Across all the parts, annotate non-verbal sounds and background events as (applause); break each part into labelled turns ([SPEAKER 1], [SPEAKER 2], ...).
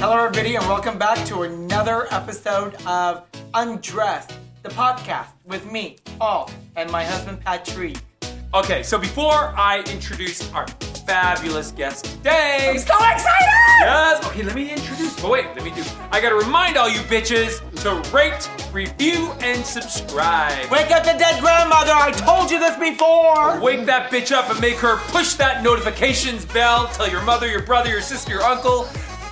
[SPEAKER 1] Hello, everybody, and welcome back to another episode of Undressed, the podcast with me, Alt, and my husband, Patrick.
[SPEAKER 2] Okay, so before I introduce our fabulous guest today,
[SPEAKER 1] So excited!
[SPEAKER 2] yes, okay, let me introduce. But wait, let me do. I gotta remind all you bitches to rate, review, and subscribe.
[SPEAKER 1] Wake up the dead grandmother! I told you this before!
[SPEAKER 2] Wake that bitch up and make her push that notifications bell. Tell your mother, your brother, your sister, your uncle.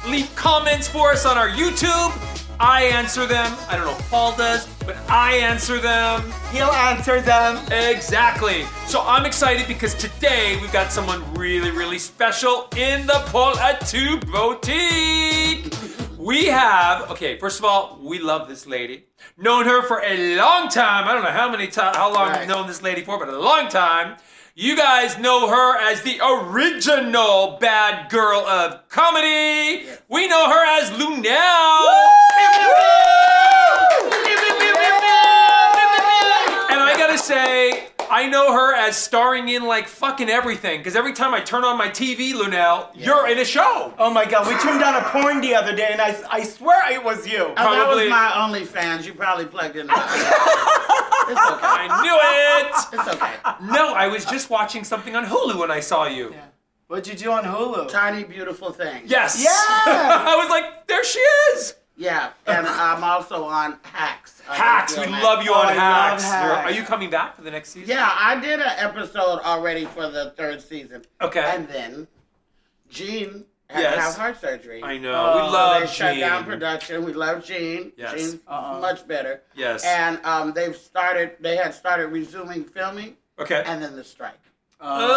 [SPEAKER 2] Leave comments for us on our YouTube. I answer them. I don't know if Paul does, but I answer them.
[SPEAKER 1] He'll answer them.
[SPEAKER 2] Exactly. So I'm excited because today we've got someone really, really special in the Paul Atu boutique. We have, okay, first of all, we love this lady. Known her for a long time. I don't know how many times, how long I've
[SPEAKER 1] Right.
[SPEAKER 2] known this lady for, but a long time. You guys know her as the original bad girl of comedy. We know her as Lunel. And I gotta say, I know her as starring in like fucking everything. Because every time I turn on my TV, Lunel, you're in a show.
[SPEAKER 1] Oh my god, we turned down a porn the other day, and I, I swear it was you.
[SPEAKER 3] Oh,
[SPEAKER 2] Probably-
[SPEAKER 3] that was my OnlyFans. You probably
[SPEAKER 2] (laughs)
[SPEAKER 3] plugged in. it's
[SPEAKER 2] I knew it.
[SPEAKER 3] okay. It's okay.
[SPEAKER 2] No, I was just watching something on Hulu when I saw you.
[SPEAKER 1] What'd you do on Hulu?
[SPEAKER 3] Tiny beautiful thing.
[SPEAKER 2] Yes.
[SPEAKER 1] Yes!
[SPEAKER 2] (laughs) I was like, there she is.
[SPEAKER 3] Yeah. And I'm also on Hacks. I
[SPEAKER 2] Hacks,
[SPEAKER 3] do
[SPEAKER 2] we
[SPEAKER 3] Hacks.
[SPEAKER 2] love you
[SPEAKER 1] Oh,
[SPEAKER 2] on
[SPEAKER 1] I love
[SPEAKER 2] Hacks.
[SPEAKER 1] Hacks.
[SPEAKER 2] Are you coming back for the next season?
[SPEAKER 3] Yeah, I did an episode already for the third season.
[SPEAKER 2] Okay.
[SPEAKER 3] And then Gene had
[SPEAKER 2] Yes.
[SPEAKER 3] to have heart surgery.
[SPEAKER 2] I know.
[SPEAKER 1] Oh,
[SPEAKER 2] we love
[SPEAKER 3] they shut down
[SPEAKER 2] Gene.
[SPEAKER 3] production. We love Gene.
[SPEAKER 2] Yes.
[SPEAKER 3] Gene's much better.
[SPEAKER 2] Yes.
[SPEAKER 3] And um, they've started. They had started resuming filming,
[SPEAKER 2] Okay.
[SPEAKER 3] and then the strike. So I've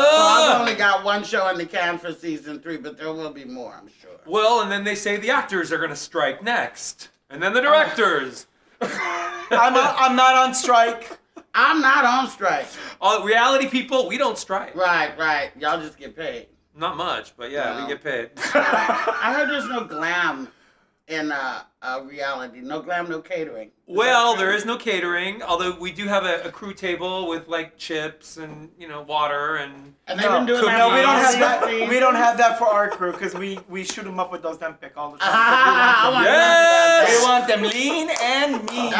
[SPEAKER 2] Ugh.
[SPEAKER 3] only got one show in the can for season three, but there will be more, I'm sure.
[SPEAKER 2] well, and then they say the actors are going to strike next. And then the directors.
[SPEAKER 1] I'm, I'm not on (laughs) strike.
[SPEAKER 3] I'm not on strike.
[SPEAKER 2] All reality people, we don't strike.
[SPEAKER 3] Right, right. Y'all just get paid.
[SPEAKER 2] Not much, but yeah,
[SPEAKER 3] No.
[SPEAKER 2] we get paid.
[SPEAKER 1] (laughs)
[SPEAKER 3] I heard there's no glam in uh, uh, reality. No glam, no catering.
[SPEAKER 2] well, there is no catering, although we do have a, a crew table with like chips and you know
[SPEAKER 1] (laughs)
[SPEAKER 2] water and
[SPEAKER 3] And they've been doing that.
[SPEAKER 1] No, we don't
[SPEAKER 3] since
[SPEAKER 1] have that.
[SPEAKER 3] (laughs)
[SPEAKER 1] (laughs)
[SPEAKER 3] season-
[SPEAKER 1] We don't have that for our crew because we we shoot them up with those them pick (laughs) all the time.
[SPEAKER 3] Ah, I wanna
[SPEAKER 2] Yes!
[SPEAKER 1] We want them lean and mean.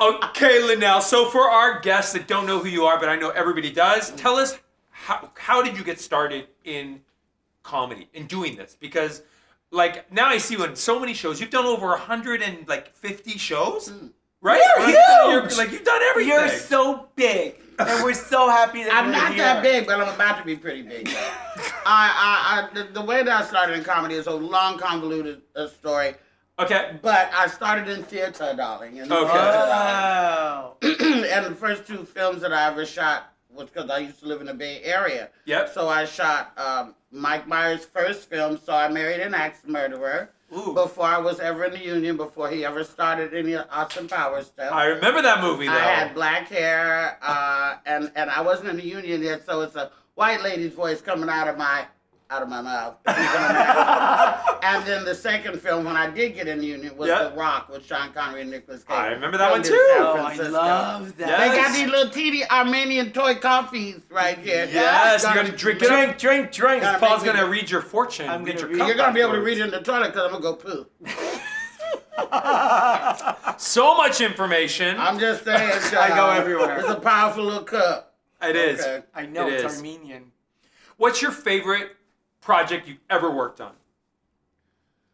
[SPEAKER 2] Okay, Linnell. So for our guests that don't know who you are, but I know everybody does, tell us how how did you get started in comedy and doing this? Because like now I see you in so many shows. You've done over hundred and like fifty shows, right?
[SPEAKER 1] Hmm. You're
[SPEAKER 2] Like,
[SPEAKER 1] huge!
[SPEAKER 2] like you've done everything.
[SPEAKER 1] You're so big, and we're so happy that
[SPEAKER 3] I'm
[SPEAKER 1] you're
[SPEAKER 3] not
[SPEAKER 1] here.
[SPEAKER 3] that big, but I'm about to be pretty
[SPEAKER 1] (laughs)
[SPEAKER 3] big. though. I, I, I, the, the way that I started in comedy is a long, convoluted uh, story.
[SPEAKER 2] okay.
[SPEAKER 3] But I started in theater, darling. In
[SPEAKER 2] Okay. Uh,
[SPEAKER 1] Wow.
[SPEAKER 3] (clears throat) and the first two films that I ever shot was because I used to live in the Bay Area.
[SPEAKER 2] Yep.
[SPEAKER 3] So I shot um, Mike Myers' first film, So I Married an Axe Murderer,
[SPEAKER 2] Ooh.
[SPEAKER 3] before I was ever in the union, before he ever started any Austin Powers stuff.
[SPEAKER 2] I remember that movie though.
[SPEAKER 3] I had black hair, uh, and, and I wasn't in the union yet, so it's a white lady's voice coming out of my out of my mouth. (laughs) and then the second film, when I did get in the union, was
[SPEAKER 2] Yeah.
[SPEAKER 3] The Rock with Sean Connery and Nicholas Cage.
[SPEAKER 2] I remember that one
[SPEAKER 3] Filmed in
[SPEAKER 2] too.
[SPEAKER 3] San
[SPEAKER 1] Oh, I
[SPEAKER 3] Francisco.
[SPEAKER 1] love that.
[SPEAKER 3] They got
[SPEAKER 2] Yes.
[SPEAKER 3] these little teeny Armenian toy coffees right here.
[SPEAKER 2] Yes, you gotta drink it.
[SPEAKER 1] Drink, drink, drink.
[SPEAKER 3] Gotta
[SPEAKER 2] Paul's
[SPEAKER 3] make me-
[SPEAKER 2] gonna read your fortune.
[SPEAKER 1] I'm
[SPEAKER 2] read
[SPEAKER 1] gonna
[SPEAKER 2] your
[SPEAKER 1] read-
[SPEAKER 2] cup
[SPEAKER 3] You're gonna be able to
[SPEAKER 2] afterwards.
[SPEAKER 3] read it in the toilet because I'm gonna go poo.
[SPEAKER 2] So much information.
[SPEAKER 1] (laughs)
[SPEAKER 3] I'm just saying.
[SPEAKER 1] I go
[SPEAKER 3] child.
[SPEAKER 1] everywhere.
[SPEAKER 3] It's a powerful little cup.
[SPEAKER 2] It is.
[SPEAKER 3] Okay.
[SPEAKER 1] I know
[SPEAKER 2] It
[SPEAKER 1] it's
[SPEAKER 2] is.
[SPEAKER 1] Armenian.
[SPEAKER 2] What's your favorite project you've ever worked on?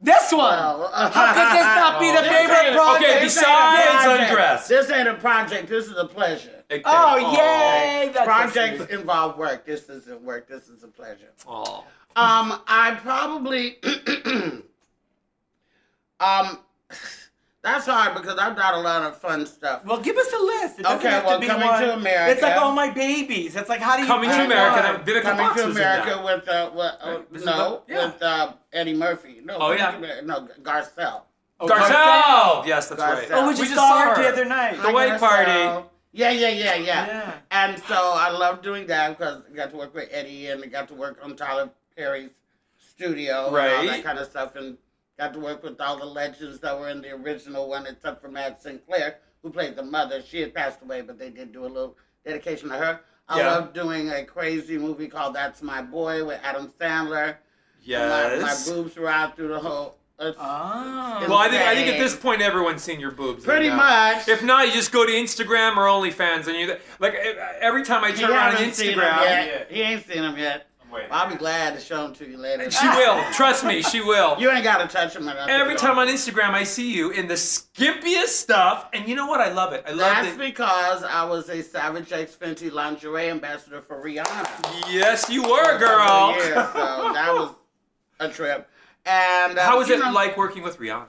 [SPEAKER 1] This one. How could
[SPEAKER 3] (laughs)
[SPEAKER 1] this not be the
[SPEAKER 3] Oh.
[SPEAKER 1] favorite project?
[SPEAKER 2] Okay, besides undressed.
[SPEAKER 3] This ain't a project. This is a pleasure.
[SPEAKER 2] Okay.
[SPEAKER 1] Oh, yay! That's
[SPEAKER 3] Projects involve work. This isn't work. This is a pleasure.
[SPEAKER 1] Oh.
[SPEAKER 2] Aw.
[SPEAKER 3] (clears throat) Um, (laughs) I probably um That's hard because I've done a lot of fun stuff.
[SPEAKER 1] Well, give us a list. It doesn't
[SPEAKER 3] Okay,
[SPEAKER 1] have
[SPEAKER 3] well,
[SPEAKER 1] to be
[SPEAKER 3] Coming
[SPEAKER 1] one.
[SPEAKER 3] to America.
[SPEAKER 1] It's like all my babies. It's like how do you
[SPEAKER 2] Coming
[SPEAKER 1] pick
[SPEAKER 2] to America.
[SPEAKER 1] one?
[SPEAKER 2] That, Vivica
[SPEAKER 3] Coming
[SPEAKER 2] Fox
[SPEAKER 3] to
[SPEAKER 2] was in
[SPEAKER 3] America
[SPEAKER 2] that.
[SPEAKER 3] with uh, with, uh,
[SPEAKER 2] Right, Mrs.
[SPEAKER 3] no,
[SPEAKER 2] Bo- yeah.
[SPEAKER 3] with uh, Eddie Murphy. No,
[SPEAKER 2] Oh,
[SPEAKER 3] Coming
[SPEAKER 2] yeah.
[SPEAKER 3] to America- no, Garcelle.
[SPEAKER 1] Oh,
[SPEAKER 2] Garcelle. Yes, that's
[SPEAKER 3] Garcelle.
[SPEAKER 2] right.
[SPEAKER 1] Oh, we
[SPEAKER 3] We
[SPEAKER 1] just, saw her the other night.
[SPEAKER 2] The white party.
[SPEAKER 3] Yeah, yeah, yeah, yeah,
[SPEAKER 1] Yeah.
[SPEAKER 3] And so I love doing that because I got to work with Eddie and I got to work on Tyler Perry's studio and all that
[SPEAKER 2] Right.
[SPEAKER 3] kind of stuff and got to work with all the legends that were in the original one except for Mad Sinclair, who played the mother. She had passed away, but they did do a little dedication to her. I
[SPEAKER 2] Yeah.
[SPEAKER 3] love doing a crazy movie called That's My Boy with Adam Sandler. My, my
[SPEAKER 2] Yes. Ah.
[SPEAKER 3] boobs were out through the whole. it's-
[SPEAKER 1] Oh.
[SPEAKER 2] Well, I think I think at this point everyone's seen your boobs. right
[SPEAKER 3] Pretty
[SPEAKER 2] now.
[SPEAKER 3] much.
[SPEAKER 2] If not, you just go to Instagram or OnlyFans, and you like e- every time I
[SPEAKER 3] He
[SPEAKER 2] turn around on
[SPEAKER 3] haven't seen 'em
[SPEAKER 2] Instagram,
[SPEAKER 3] yet. He ain't seen him yet.
[SPEAKER 2] waiting.
[SPEAKER 3] I'll be glad to show him to you later.
[SPEAKER 2] she will. Trust me, she will.
[SPEAKER 3] (laughs) You ain't gotta touch him. or nothing.
[SPEAKER 2] Every time on Instagram, I see you in the skimpiest stuff, and you know what? I love it. I love
[SPEAKER 3] That's
[SPEAKER 2] it.
[SPEAKER 3] because I was a Savage X Fenty lingerie ambassador for Rihanna.
[SPEAKER 2] Yes, you were,
[SPEAKER 3] for a couple
[SPEAKER 2] girl.
[SPEAKER 3] of years,
[SPEAKER 2] (laughs)
[SPEAKER 3] so that was a trip. And uh,
[SPEAKER 2] How was
[SPEAKER 3] you
[SPEAKER 2] it
[SPEAKER 3] know,
[SPEAKER 2] like working with Rihanna?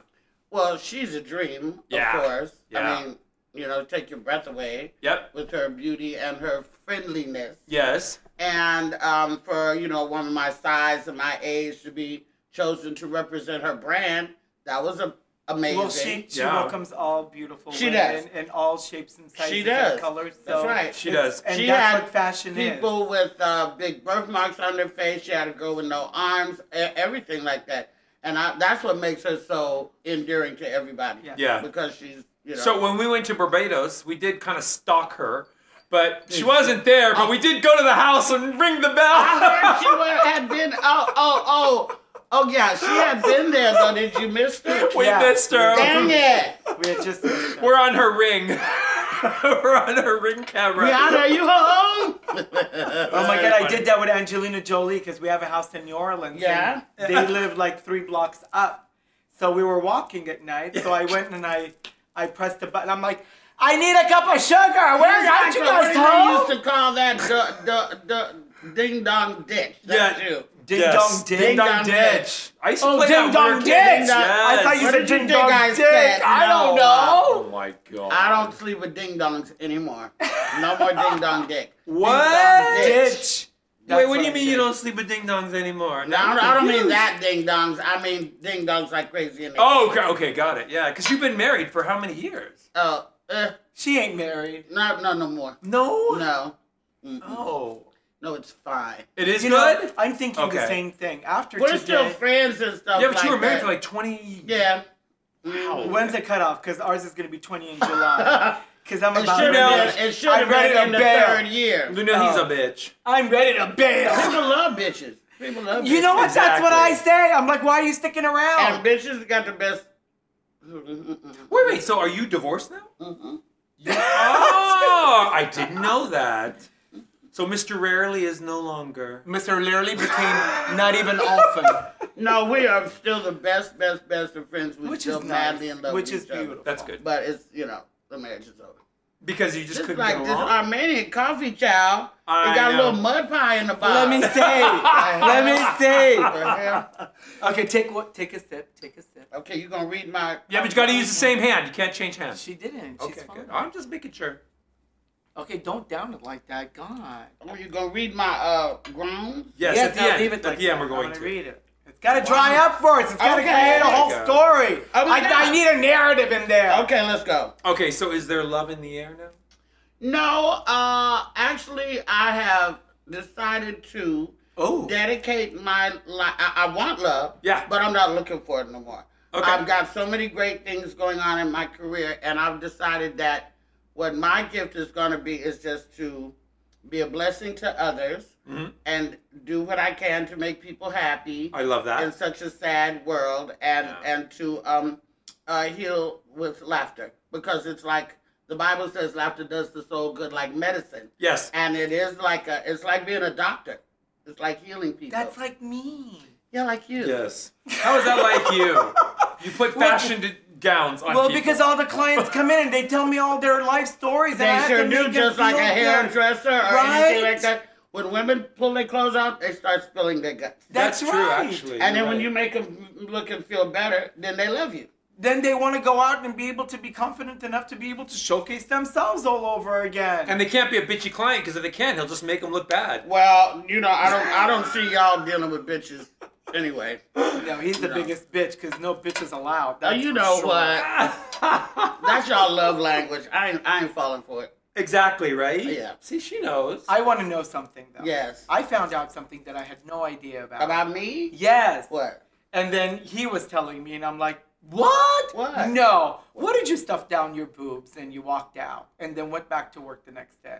[SPEAKER 3] Well, she's a dream,
[SPEAKER 2] Yeah,
[SPEAKER 3] of course.
[SPEAKER 2] yeah.
[SPEAKER 3] I mean, you know, take your breath away
[SPEAKER 2] Yep.
[SPEAKER 3] with her beauty and her friendliness.
[SPEAKER 2] Yes.
[SPEAKER 3] and um, for you know one of my size and my age to be chosen to represent her brand, that was a, amazing.
[SPEAKER 1] Well, she, she
[SPEAKER 2] Yeah.
[SPEAKER 1] welcomes all beautiful
[SPEAKER 3] She
[SPEAKER 1] women
[SPEAKER 3] does.
[SPEAKER 1] in all shapes and sizes
[SPEAKER 3] She does.
[SPEAKER 1] and colors. So
[SPEAKER 3] That's right.
[SPEAKER 2] She does.
[SPEAKER 1] And
[SPEAKER 3] she
[SPEAKER 1] that's
[SPEAKER 3] had
[SPEAKER 1] what fashion
[SPEAKER 3] people with uh, big birthmarks on their face. She had a girl with no arms, e- everything like that, and I, that's what makes her so endearing to everybody.
[SPEAKER 1] Yeah.
[SPEAKER 2] Yeah.
[SPEAKER 3] because she's you know.
[SPEAKER 2] So when we went to Barbados, we did kind of stalk her, but she wasn't there. But we did go to the house and ring the
[SPEAKER 3] Oh. I
[SPEAKER 2] bell.
[SPEAKER 3] heard she wa- had been. Oh, oh, oh, oh, yeah, she had been there. though. did you miss her?
[SPEAKER 2] (laughs) we
[SPEAKER 1] Yeah.
[SPEAKER 2] missed her.
[SPEAKER 3] Dang it!
[SPEAKER 1] is. We had just
[SPEAKER 2] We're on her ring. (laughs) We're on her ring camera.
[SPEAKER 3] Rihanna, are you home?
[SPEAKER 1] Oh my god, I did that with Angelina Jolie because we have a house in New Orleans.
[SPEAKER 3] Yeah.
[SPEAKER 1] and They live like three blocks up. So we were walking at night. So I went and I I pressed the button. I'm like, I need a cup of sugar. Where aren't you guys
[SPEAKER 3] What do they used
[SPEAKER 1] home?
[SPEAKER 3] to call that the, the, the ding dong ditch. That's
[SPEAKER 2] Yeah.
[SPEAKER 3] you.
[SPEAKER 1] Ding
[SPEAKER 2] Yes.
[SPEAKER 1] dong ditch.
[SPEAKER 2] Ding dong
[SPEAKER 3] Ding dong
[SPEAKER 2] ditch. I used to
[SPEAKER 1] Oh,
[SPEAKER 2] play
[SPEAKER 1] ding
[SPEAKER 2] that
[SPEAKER 1] dong
[SPEAKER 2] word.
[SPEAKER 1] ditch.
[SPEAKER 3] Dong-
[SPEAKER 1] I thought you
[SPEAKER 2] Yes.
[SPEAKER 1] said
[SPEAKER 3] What did you
[SPEAKER 1] ding
[SPEAKER 3] think
[SPEAKER 1] dong
[SPEAKER 3] I
[SPEAKER 1] dick.
[SPEAKER 3] said?
[SPEAKER 1] I don't
[SPEAKER 3] No, uh,
[SPEAKER 1] know.
[SPEAKER 2] Oh my god.
[SPEAKER 3] I don't sleep with ding dongs anymore. No
[SPEAKER 1] (laughs)
[SPEAKER 3] more ding dong dick.
[SPEAKER 2] What?
[SPEAKER 3] Ding dong ditch.
[SPEAKER 1] Ditch.
[SPEAKER 2] Wait,
[SPEAKER 1] That's
[SPEAKER 2] what do you
[SPEAKER 1] I
[SPEAKER 2] mean
[SPEAKER 1] did.
[SPEAKER 2] you don't sleep with ding dongs anymore?
[SPEAKER 3] No,
[SPEAKER 2] Now
[SPEAKER 3] I
[SPEAKER 2] I'm
[SPEAKER 3] don't- I don't mean
[SPEAKER 2] confused.
[SPEAKER 3] that ding dongs. I mean ding dongs like crazy. In the-
[SPEAKER 2] Oh, okay, okay, got it. Yeah, because you've been married for how many years?
[SPEAKER 3] Oh, eh,
[SPEAKER 1] She ain't married.
[SPEAKER 3] no, no, no more.
[SPEAKER 2] No.
[SPEAKER 3] No,
[SPEAKER 2] Oh.
[SPEAKER 3] no, it's fine.
[SPEAKER 2] It is
[SPEAKER 1] You
[SPEAKER 2] good.
[SPEAKER 1] know, I'm thinking the
[SPEAKER 2] Okay.
[SPEAKER 1] same thing. After
[SPEAKER 3] We're still
[SPEAKER 1] today,
[SPEAKER 3] friends and stuff.
[SPEAKER 2] yeah, but
[SPEAKER 3] like
[SPEAKER 2] you were married
[SPEAKER 3] that.
[SPEAKER 2] for like 20.
[SPEAKER 3] yeah.
[SPEAKER 1] when's the cutoff? Because ours is gonna be 20 in
[SPEAKER 2] (laughs)
[SPEAKER 1] July. Because I'm
[SPEAKER 3] It
[SPEAKER 1] about
[SPEAKER 3] should
[SPEAKER 2] know.
[SPEAKER 3] have been. It should have
[SPEAKER 1] I'm ready
[SPEAKER 3] been in
[SPEAKER 1] to
[SPEAKER 3] the
[SPEAKER 1] bail.
[SPEAKER 3] third year.
[SPEAKER 2] You know he's a bitch.
[SPEAKER 1] I'm ready to bail.
[SPEAKER 3] People love bitches. People love.
[SPEAKER 1] (laughs) You know
[SPEAKER 3] bitches.
[SPEAKER 1] what? That's what I
[SPEAKER 2] Exactly.
[SPEAKER 1] say. I'm like, why are you sticking
[SPEAKER 3] And
[SPEAKER 1] around?
[SPEAKER 3] bitches got the best.
[SPEAKER 2] Wait, wait. So are you divorced now? Mm-hmm. Oh, (laughs) I didn't know that. So Mr. Rarely is no longer.
[SPEAKER 1] Mr. Literally became not even often,
[SPEAKER 3] No, we are still the best, best, best of friends. We
[SPEAKER 1] which
[SPEAKER 3] still
[SPEAKER 1] is
[SPEAKER 3] madly
[SPEAKER 1] nice,
[SPEAKER 3] in love
[SPEAKER 1] which
[SPEAKER 3] with
[SPEAKER 1] is
[SPEAKER 3] each other.
[SPEAKER 1] beautiful.
[SPEAKER 2] (laughs) That's good.
[SPEAKER 3] But it's you know the marriage is over.
[SPEAKER 2] Because you just
[SPEAKER 3] Just
[SPEAKER 2] couldn't
[SPEAKER 3] like
[SPEAKER 2] get
[SPEAKER 3] this
[SPEAKER 2] along.
[SPEAKER 3] Armenian coffee chow.
[SPEAKER 2] I
[SPEAKER 3] it got
[SPEAKER 2] know.
[SPEAKER 3] a little mud pie in the
[SPEAKER 1] Let
[SPEAKER 3] bottom.
[SPEAKER 1] me
[SPEAKER 3] (laughs)
[SPEAKER 1] say. Let me say.
[SPEAKER 3] say.
[SPEAKER 1] Okay, take what? Take a sip. Take a sip.
[SPEAKER 3] okay, you gonna read my?
[SPEAKER 2] yeah, but you got to use the same hand. You can't change hands.
[SPEAKER 1] She didn't. She's
[SPEAKER 2] okay,
[SPEAKER 1] fine.
[SPEAKER 2] good. I'm just making sure.
[SPEAKER 1] Okay, don't down it like that. God.
[SPEAKER 3] Oh, you gonna read my uh groans?
[SPEAKER 2] Yes,
[SPEAKER 1] Yes,
[SPEAKER 2] at the
[SPEAKER 1] now
[SPEAKER 2] end.
[SPEAKER 1] leave it
[SPEAKER 2] at
[SPEAKER 1] like
[SPEAKER 2] the end,
[SPEAKER 1] that.
[SPEAKER 2] we're going
[SPEAKER 1] I'm
[SPEAKER 2] to.
[SPEAKER 1] gonna read it. It's gotta dry up for us. It's gotta
[SPEAKER 3] Okay.
[SPEAKER 1] create a whole
[SPEAKER 2] Okay.
[SPEAKER 1] story.
[SPEAKER 3] Oh my
[SPEAKER 1] I, I
[SPEAKER 3] God.
[SPEAKER 1] need a narrative in there.
[SPEAKER 3] Okay, let's go.
[SPEAKER 2] Okay, so is there love in the air now?
[SPEAKER 3] No, uh, actually, I have decided to
[SPEAKER 2] Oh.
[SPEAKER 3] dedicate my life. I, I want love,
[SPEAKER 2] Yeah.
[SPEAKER 3] but I'm not looking for it no more.
[SPEAKER 2] Okay.
[SPEAKER 3] I've got so many great things going on in my career, and I've decided that what my gift is going to be is just to be a blessing to others and do what I can to make people happy
[SPEAKER 2] Mm-hmm. I love that.
[SPEAKER 3] in such a sad world and and to um uh heal with laughter because it's like the bible says laughter does the soul good like medicine
[SPEAKER 2] Yes.
[SPEAKER 3] and it is like a it's like being a doctor it's like healing people
[SPEAKER 1] That's like me.
[SPEAKER 3] yeah like you
[SPEAKER 2] Yes. How is that like you?
[SPEAKER 1] (laughs)
[SPEAKER 2] You put fashion to gowns on
[SPEAKER 1] Well,
[SPEAKER 2] people.
[SPEAKER 1] because all the clients come in and they tell me all their life stories, and I
[SPEAKER 3] they
[SPEAKER 1] have
[SPEAKER 3] sure
[SPEAKER 1] to
[SPEAKER 3] do
[SPEAKER 1] make
[SPEAKER 3] just
[SPEAKER 1] them
[SPEAKER 3] like a
[SPEAKER 1] feel good.
[SPEAKER 3] hairdresser or
[SPEAKER 1] Right?
[SPEAKER 3] anything like that when women pull their clothes out they start spilling their guts
[SPEAKER 1] That's
[SPEAKER 2] that's, true,
[SPEAKER 1] right.
[SPEAKER 2] actually.
[SPEAKER 3] and then
[SPEAKER 2] You're
[SPEAKER 3] when
[SPEAKER 2] right.
[SPEAKER 3] you make them look and feel better then they love you
[SPEAKER 1] then they want to go out and be able to be confident enough to be able to showcase themselves all over again.
[SPEAKER 2] And they can't be a bitchy client because if they can, he'll just make them look bad.
[SPEAKER 3] Well, you know, I don't I don't see y'all dealing with bitches anyway.
[SPEAKER 1] no, he's the biggest bitch because no bitch is allowed.
[SPEAKER 3] Now,
[SPEAKER 1] that's
[SPEAKER 3] you
[SPEAKER 1] for
[SPEAKER 3] know
[SPEAKER 1] sure.
[SPEAKER 3] what? That's y'all love language. I ain't I ain't falling for it.
[SPEAKER 2] (laughs) Exactly, right?
[SPEAKER 3] Yeah.
[SPEAKER 2] See, she knows.
[SPEAKER 1] I want to know something though.
[SPEAKER 3] Yes.
[SPEAKER 1] I found out something that I had no idea about.
[SPEAKER 3] About me?
[SPEAKER 1] Yes.
[SPEAKER 3] What?
[SPEAKER 1] And then he was telling me, and I'm like, what?
[SPEAKER 3] What?
[SPEAKER 1] No. What did you stuff down your boobs and you walked out and then went back to work the next day?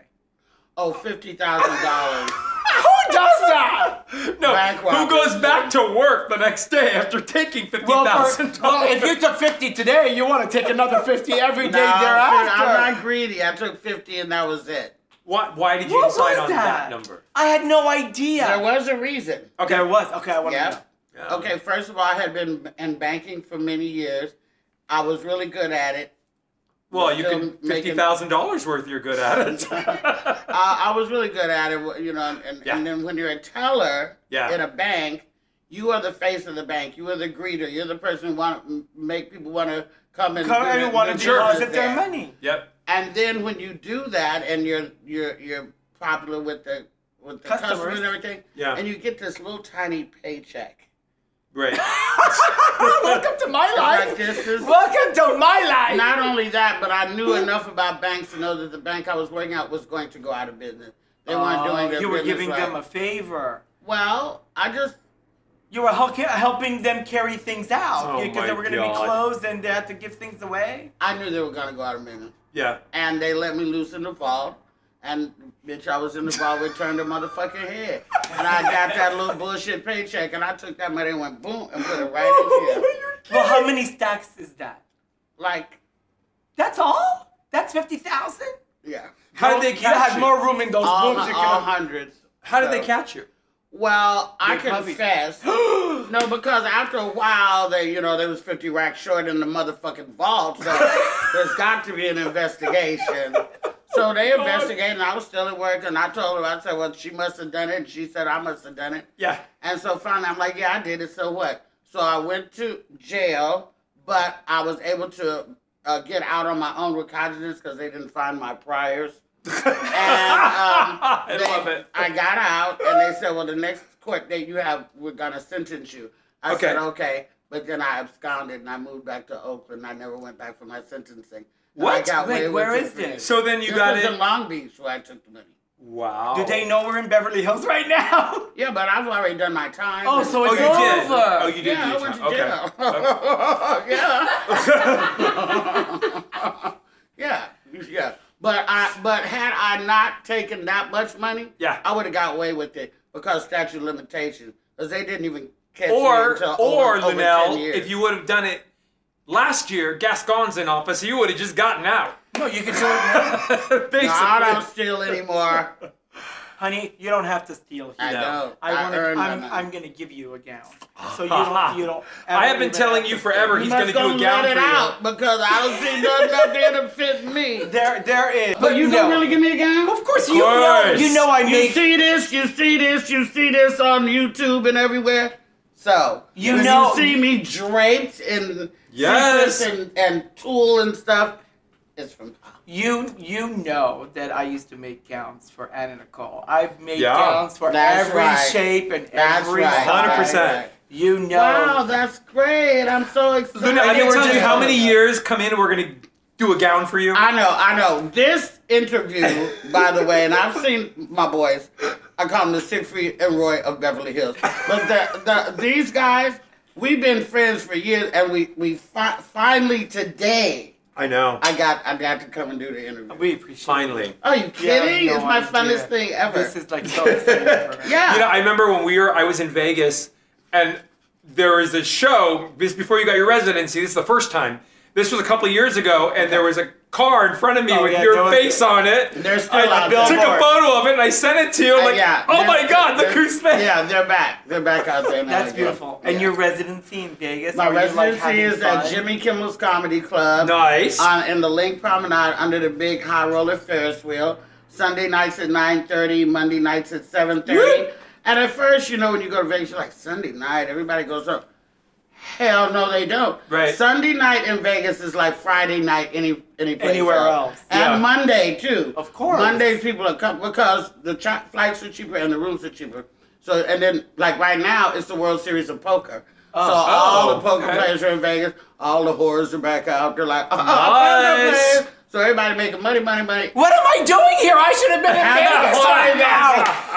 [SPEAKER 3] Oh, fifty thousand dollars.
[SPEAKER 1] Who does that?
[SPEAKER 2] no,
[SPEAKER 3] Bank
[SPEAKER 2] who
[SPEAKER 3] robbery.
[SPEAKER 2] goes back to work the next day after taking fifty
[SPEAKER 1] Well, for,
[SPEAKER 2] thousand
[SPEAKER 1] well,
[SPEAKER 2] dollars?
[SPEAKER 1] if you took 50 today, you want to take another 50
[SPEAKER 3] (laughs)
[SPEAKER 1] every day
[SPEAKER 3] No,
[SPEAKER 1] thereafter.
[SPEAKER 3] I'm not greedy. I took fifty and that was it.
[SPEAKER 2] why, why did you
[SPEAKER 1] what was
[SPEAKER 2] decide
[SPEAKER 1] that?
[SPEAKER 2] on that number?
[SPEAKER 1] I had no idea.
[SPEAKER 3] There was a reason.
[SPEAKER 2] Okay,
[SPEAKER 1] There was. Okay, I want to know.
[SPEAKER 3] Yeah.
[SPEAKER 2] Yeah.
[SPEAKER 3] Okay, first of all, I had been in banking for many years. I was really good at it.
[SPEAKER 2] Well, you
[SPEAKER 3] Still
[SPEAKER 2] can fifty
[SPEAKER 3] making-
[SPEAKER 2] thousand dollars worth. You're good at
[SPEAKER 3] (laughs)
[SPEAKER 2] it.
[SPEAKER 3] I, I was really good at it, you know. And, and,
[SPEAKER 2] Yeah.
[SPEAKER 3] then when you're a teller
[SPEAKER 2] Yeah.
[SPEAKER 3] in a bank, you are the face of the bank. You are the greeter. You're the person who want to make people want to come and
[SPEAKER 1] Come
[SPEAKER 3] do
[SPEAKER 1] and
[SPEAKER 3] their-
[SPEAKER 1] want to
[SPEAKER 3] do business
[SPEAKER 1] deposit their
[SPEAKER 3] there.
[SPEAKER 1] money.
[SPEAKER 2] yep.
[SPEAKER 3] And then when you do that, and you're you're you're popular with the with the
[SPEAKER 1] Customers.
[SPEAKER 3] customers, and everything,
[SPEAKER 2] Yeah.
[SPEAKER 3] and you get this little tiny paycheck.
[SPEAKER 2] Right.
[SPEAKER 1] (laughs) Welcome to my
[SPEAKER 3] Like,
[SPEAKER 1] life.
[SPEAKER 3] this is-
[SPEAKER 1] Welcome to my life.
[SPEAKER 3] Not only that, but I knew enough about banks to know that the bank I was working at was going to go out of business. They weren't doing
[SPEAKER 1] Oh,
[SPEAKER 3] their
[SPEAKER 1] you were
[SPEAKER 3] business
[SPEAKER 1] giving
[SPEAKER 3] right.
[SPEAKER 1] them a favor.
[SPEAKER 3] Well, I just
[SPEAKER 1] You were hel- helping them carry things out
[SPEAKER 2] Oh
[SPEAKER 1] because
[SPEAKER 2] my
[SPEAKER 1] they were going to be
[SPEAKER 2] God.
[SPEAKER 1] closed and they had to give things away.
[SPEAKER 3] I knew they were gonna go out of business,
[SPEAKER 1] (laughs)
[SPEAKER 2] Yeah.
[SPEAKER 3] and they let me loose in the fall. And bitch, I was in the fall. It turned a motherfucking head, and I got that little bullshit paycheck, and I took that money and went boom and put it right
[SPEAKER 1] (laughs)
[SPEAKER 3] in here.
[SPEAKER 1] Well, how many stacks is that?
[SPEAKER 3] Like,
[SPEAKER 1] That's all? That's 50,000?
[SPEAKER 3] yeah,
[SPEAKER 2] How did they
[SPEAKER 1] You
[SPEAKER 2] catch
[SPEAKER 1] had
[SPEAKER 2] you?
[SPEAKER 1] more room in those
[SPEAKER 3] all,
[SPEAKER 1] rooms. You
[SPEAKER 3] all
[SPEAKER 1] could've-
[SPEAKER 3] hundreds.
[SPEAKER 2] How did
[SPEAKER 3] So-
[SPEAKER 2] they catch you?
[SPEAKER 3] Well, I
[SPEAKER 1] Your puppy.
[SPEAKER 3] confess. (gasps) no, because after a while, they, you know, they was 50 racks short in the motherfucking
[SPEAKER 2] (laughs)
[SPEAKER 3] vault, so there's got to be an investigation. So they investigated, and I was still at work, and I told her, I said, well, she must have done it, and she said, I must have done it.
[SPEAKER 2] Yeah.
[SPEAKER 3] And so finally, I'm like, yeah, I did it. So what? So I went to jail, but I was able to uh, get out on my own with cognizance because they didn't find my priors. and um,
[SPEAKER 2] (laughs) I
[SPEAKER 3] they-
[SPEAKER 2] love it.
[SPEAKER 3] I got out, and they said, "Well, the next court date you have, we're gonna sentence you." I
[SPEAKER 2] Okay.
[SPEAKER 3] said, "Okay," but then I absconded and I moved back to Oakland. I never went back for my sentencing. And I
[SPEAKER 2] What?
[SPEAKER 3] got
[SPEAKER 1] Wait,
[SPEAKER 3] away with
[SPEAKER 1] where
[SPEAKER 3] it
[SPEAKER 1] is
[SPEAKER 3] for years.
[SPEAKER 1] this?
[SPEAKER 2] So then you
[SPEAKER 3] This
[SPEAKER 2] got
[SPEAKER 3] was
[SPEAKER 2] it.
[SPEAKER 3] in Long Beach where I took the money.
[SPEAKER 2] wow.
[SPEAKER 1] Do they know we're in Beverly Hills right now? (laughs)
[SPEAKER 3] Yeah, but I've already done my time.
[SPEAKER 1] Oh,
[SPEAKER 3] and-
[SPEAKER 1] so
[SPEAKER 2] Oh,
[SPEAKER 1] it's
[SPEAKER 2] you did.
[SPEAKER 1] over.
[SPEAKER 2] Oh, you did.
[SPEAKER 3] yeah,
[SPEAKER 2] do
[SPEAKER 3] I
[SPEAKER 2] your
[SPEAKER 3] went to
[SPEAKER 2] time.
[SPEAKER 3] jail.
[SPEAKER 2] Okay.
[SPEAKER 3] yeah. (laughs) yeah. (laughs) Yeah. But I but had I not taken that much money,
[SPEAKER 2] Yeah.
[SPEAKER 3] I would have got away with it because statute of limitations. Because they didn't even catch me
[SPEAKER 2] Or
[SPEAKER 3] until
[SPEAKER 2] or
[SPEAKER 3] over, over 10
[SPEAKER 2] Linnell,
[SPEAKER 3] years.
[SPEAKER 2] if you would have done it last year, Gascon's in office, you would have just gotten out.
[SPEAKER 1] No, you can do it now.
[SPEAKER 2] Basically.
[SPEAKER 3] No, I don't
[SPEAKER 2] (laughs)
[SPEAKER 3] steal anymore.
[SPEAKER 1] (laughs) Honey, you don't have to steal here.
[SPEAKER 3] I
[SPEAKER 2] No.
[SPEAKER 3] don't.
[SPEAKER 1] I want to.
[SPEAKER 3] earn my
[SPEAKER 1] I'm,
[SPEAKER 3] money.
[SPEAKER 1] I'm gonna give you a gown. So you don't. You don't.
[SPEAKER 2] (laughs) I have
[SPEAKER 1] ever
[SPEAKER 2] been
[SPEAKER 1] even
[SPEAKER 2] telling
[SPEAKER 1] have
[SPEAKER 2] you
[SPEAKER 1] to
[SPEAKER 2] forever
[SPEAKER 1] steal.
[SPEAKER 2] he's
[SPEAKER 3] Must
[SPEAKER 2] going to do a gown
[SPEAKER 3] let
[SPEAKER 2] for
[SPEAKER 3] it
[SPEAKER 2] you.
[SPEAKER 3] out because I don't see nothing up there to fit
[SPEAKER 2] (laughs)
[SPEAKER 3] me.
[SPEAKER 1] There, there is.
[SPEAKER 3] But you
[SPEAKER 1] no.
[SPEAKER 3] don't really give me a gown?
[SPEAKER 1] Of course, you know.
[SPEAKER 2] course.
[SPEAKER 1] You know I
[SPEAKER 3] You
[SPEAKER 1] make.
[SPEAKER 3] see this, you see this, you see this on YouTube and everywhere. So
[SPEAKER 1] You
[SPEAKER 3] when
[SPEAKER 1] know-
[SPEAKER 3] you see me draped in
[SPEAKER 2] Yes.
[SPEAKER 3] secrets and, and tulle and stuff, it's from
[SPEAKER 1] You you know that I used to make gowns for Anna Nicole. I've made
[SPEAKER 2] Yeah.
[SPEAKER 1] gowns for
[SPEAKER 3] That's
[SPEAKER 1] every
[SPEAKER 3] right.
[SPEAKER 1] shape and
[SPEAKER 3] that's
[SPEAKER 1] every
[SPEAKER 3] right.
[SPEAKER 1] size.
[SPEAKER 2] 100%.
[SPEAKER 3] right, right.
[SPEAKER 1] You know.
[SPEAKER 3] Wow, that's great! I'm so excited.
[SPEAKER 2] Luna, I've
[SPEAKER 1] they
[SPEAKER 2] been
[SPEAKER 1] were
[SPEAKER 2] telling you
[SPEAKER 1] just-
[SPEAKER 2] how many years come in and we're going to do a gown for you.
[SPEAKER 3] I know, I know. This interview, by the way, and I've seen my boys. I call them the Siegfried and Roy of Beverly Hills. But the, the, these guys, we've been friends for years, and we we fi- finally today
[SPEAKER 2] I know.
[SPEAKER 3] I got I got to come and do the interview.
[SPEAKER 1] We appreciate.
[SPEAKER 2] Finally.
[SPEAKER 3] Are you
[SPEAKER 1] it. You have
[SPEAKER 3] kidding?
[SPEAKER 1] no
[SPEAKER 3] it's my
[SPEAKER 1] idea.
[SPEAKER 3] funnest thing ever.
[SPEAKER 1] This is like so exciting. for me.
[SPEAKER 3] (laughs) yeah.
[SPEAKER 2] You know, I remember when we were, I was in Vegas, and there was a show. This before you got your residency. This is the first time. This was a couple of years ago, and there was a car in front of me
[SPEAKER 1] Oh,
[SPEAKER 2] with
[SPEAKER 1] yeah, there
[SPEAKER 2] your
[SPEAKER 1] was-
[SPEAKER 2] face on it.
[SPEAKER 3] There's still
[SPEAKER 2] I
[SPEAKER 3] out there.
[SPEAKER 2] took a
[SPEAKER 1] Billboard.
[SPEAKER 2] photo of it and I sent it to you. I'm
[SPEAKER 3] Uh,
[SPEAKER 2] like,
[SPEAKER 3] yeah,
[SPEAKER 2] oh
[SPEAKER 3] they're-
[SPEAKER 2] my God, look
[SPEAKER 3] they're-
[SPEAKER 2] who's there.
[SPEAKER 3] Yeah, they're back. They're back out there now.
[SPEAKER 1] That's
[SPEAKER 3] again.
[SPEAKER 1] beautiful. And
[SPEAKER 3] Yeah.
[SPEAKER 1] your residency in Vegas.
[SPEAKER 3] My
[SPEAKER 1] are you, like,
[SPEAKER 3] residency
[SPEAKER 1] having
[SPEAKER 3] is at
[SPEAKER 1] fun?
[SPEAKER 3] Jimmy Kimmel's Comedy Club.
[SPEAKER 2] Nice.
[SPEAKER 3] On, Uh, in the Link Promenade under the big high roller Ferris wheel. Sunday nights at 9.30, Monday nights at 7.30.
[SPEAKER 2] Woo!
[SPEAKER 3] And at first, you know, when you go to Vegas, you're like, Sunday night, everybody goes up. Hell no, they don't.
[SPEAKER 2] Right.
[SPEAKER 3] Sunday night in Vegas is like Friday night any any place
[SPEAKER 1] Anywhere else,
[SPEAKER 3] and
[SPEAKER 2] yeah.
[SPEAKER 3] Monday too.
[SPEAKER 1] Of course.
[SPEAKER 3] Mondays people are come because the chi- flights are cheaper and the rooms are cheaper. So and then like right now it's the World Series of Poker.
[SPEAKER 1] Oh.
[SPEAKER 3] so all the poker
[SPEAKER 2] okay.
[SPEAKER 3] players are in Vegas. All the whores are back out. They're like, oh, I'm poker
[SPEAKER 2] Nice.
[SPEAKER 3] players. So everybody making money, money, money.
[SPEAKER 1] What am I doing here? I should have been in
[SPEAKER 3] I know,
[SPEAKER 1] Vegas
[SPEAKER 3] I
[SPEAKER 1] right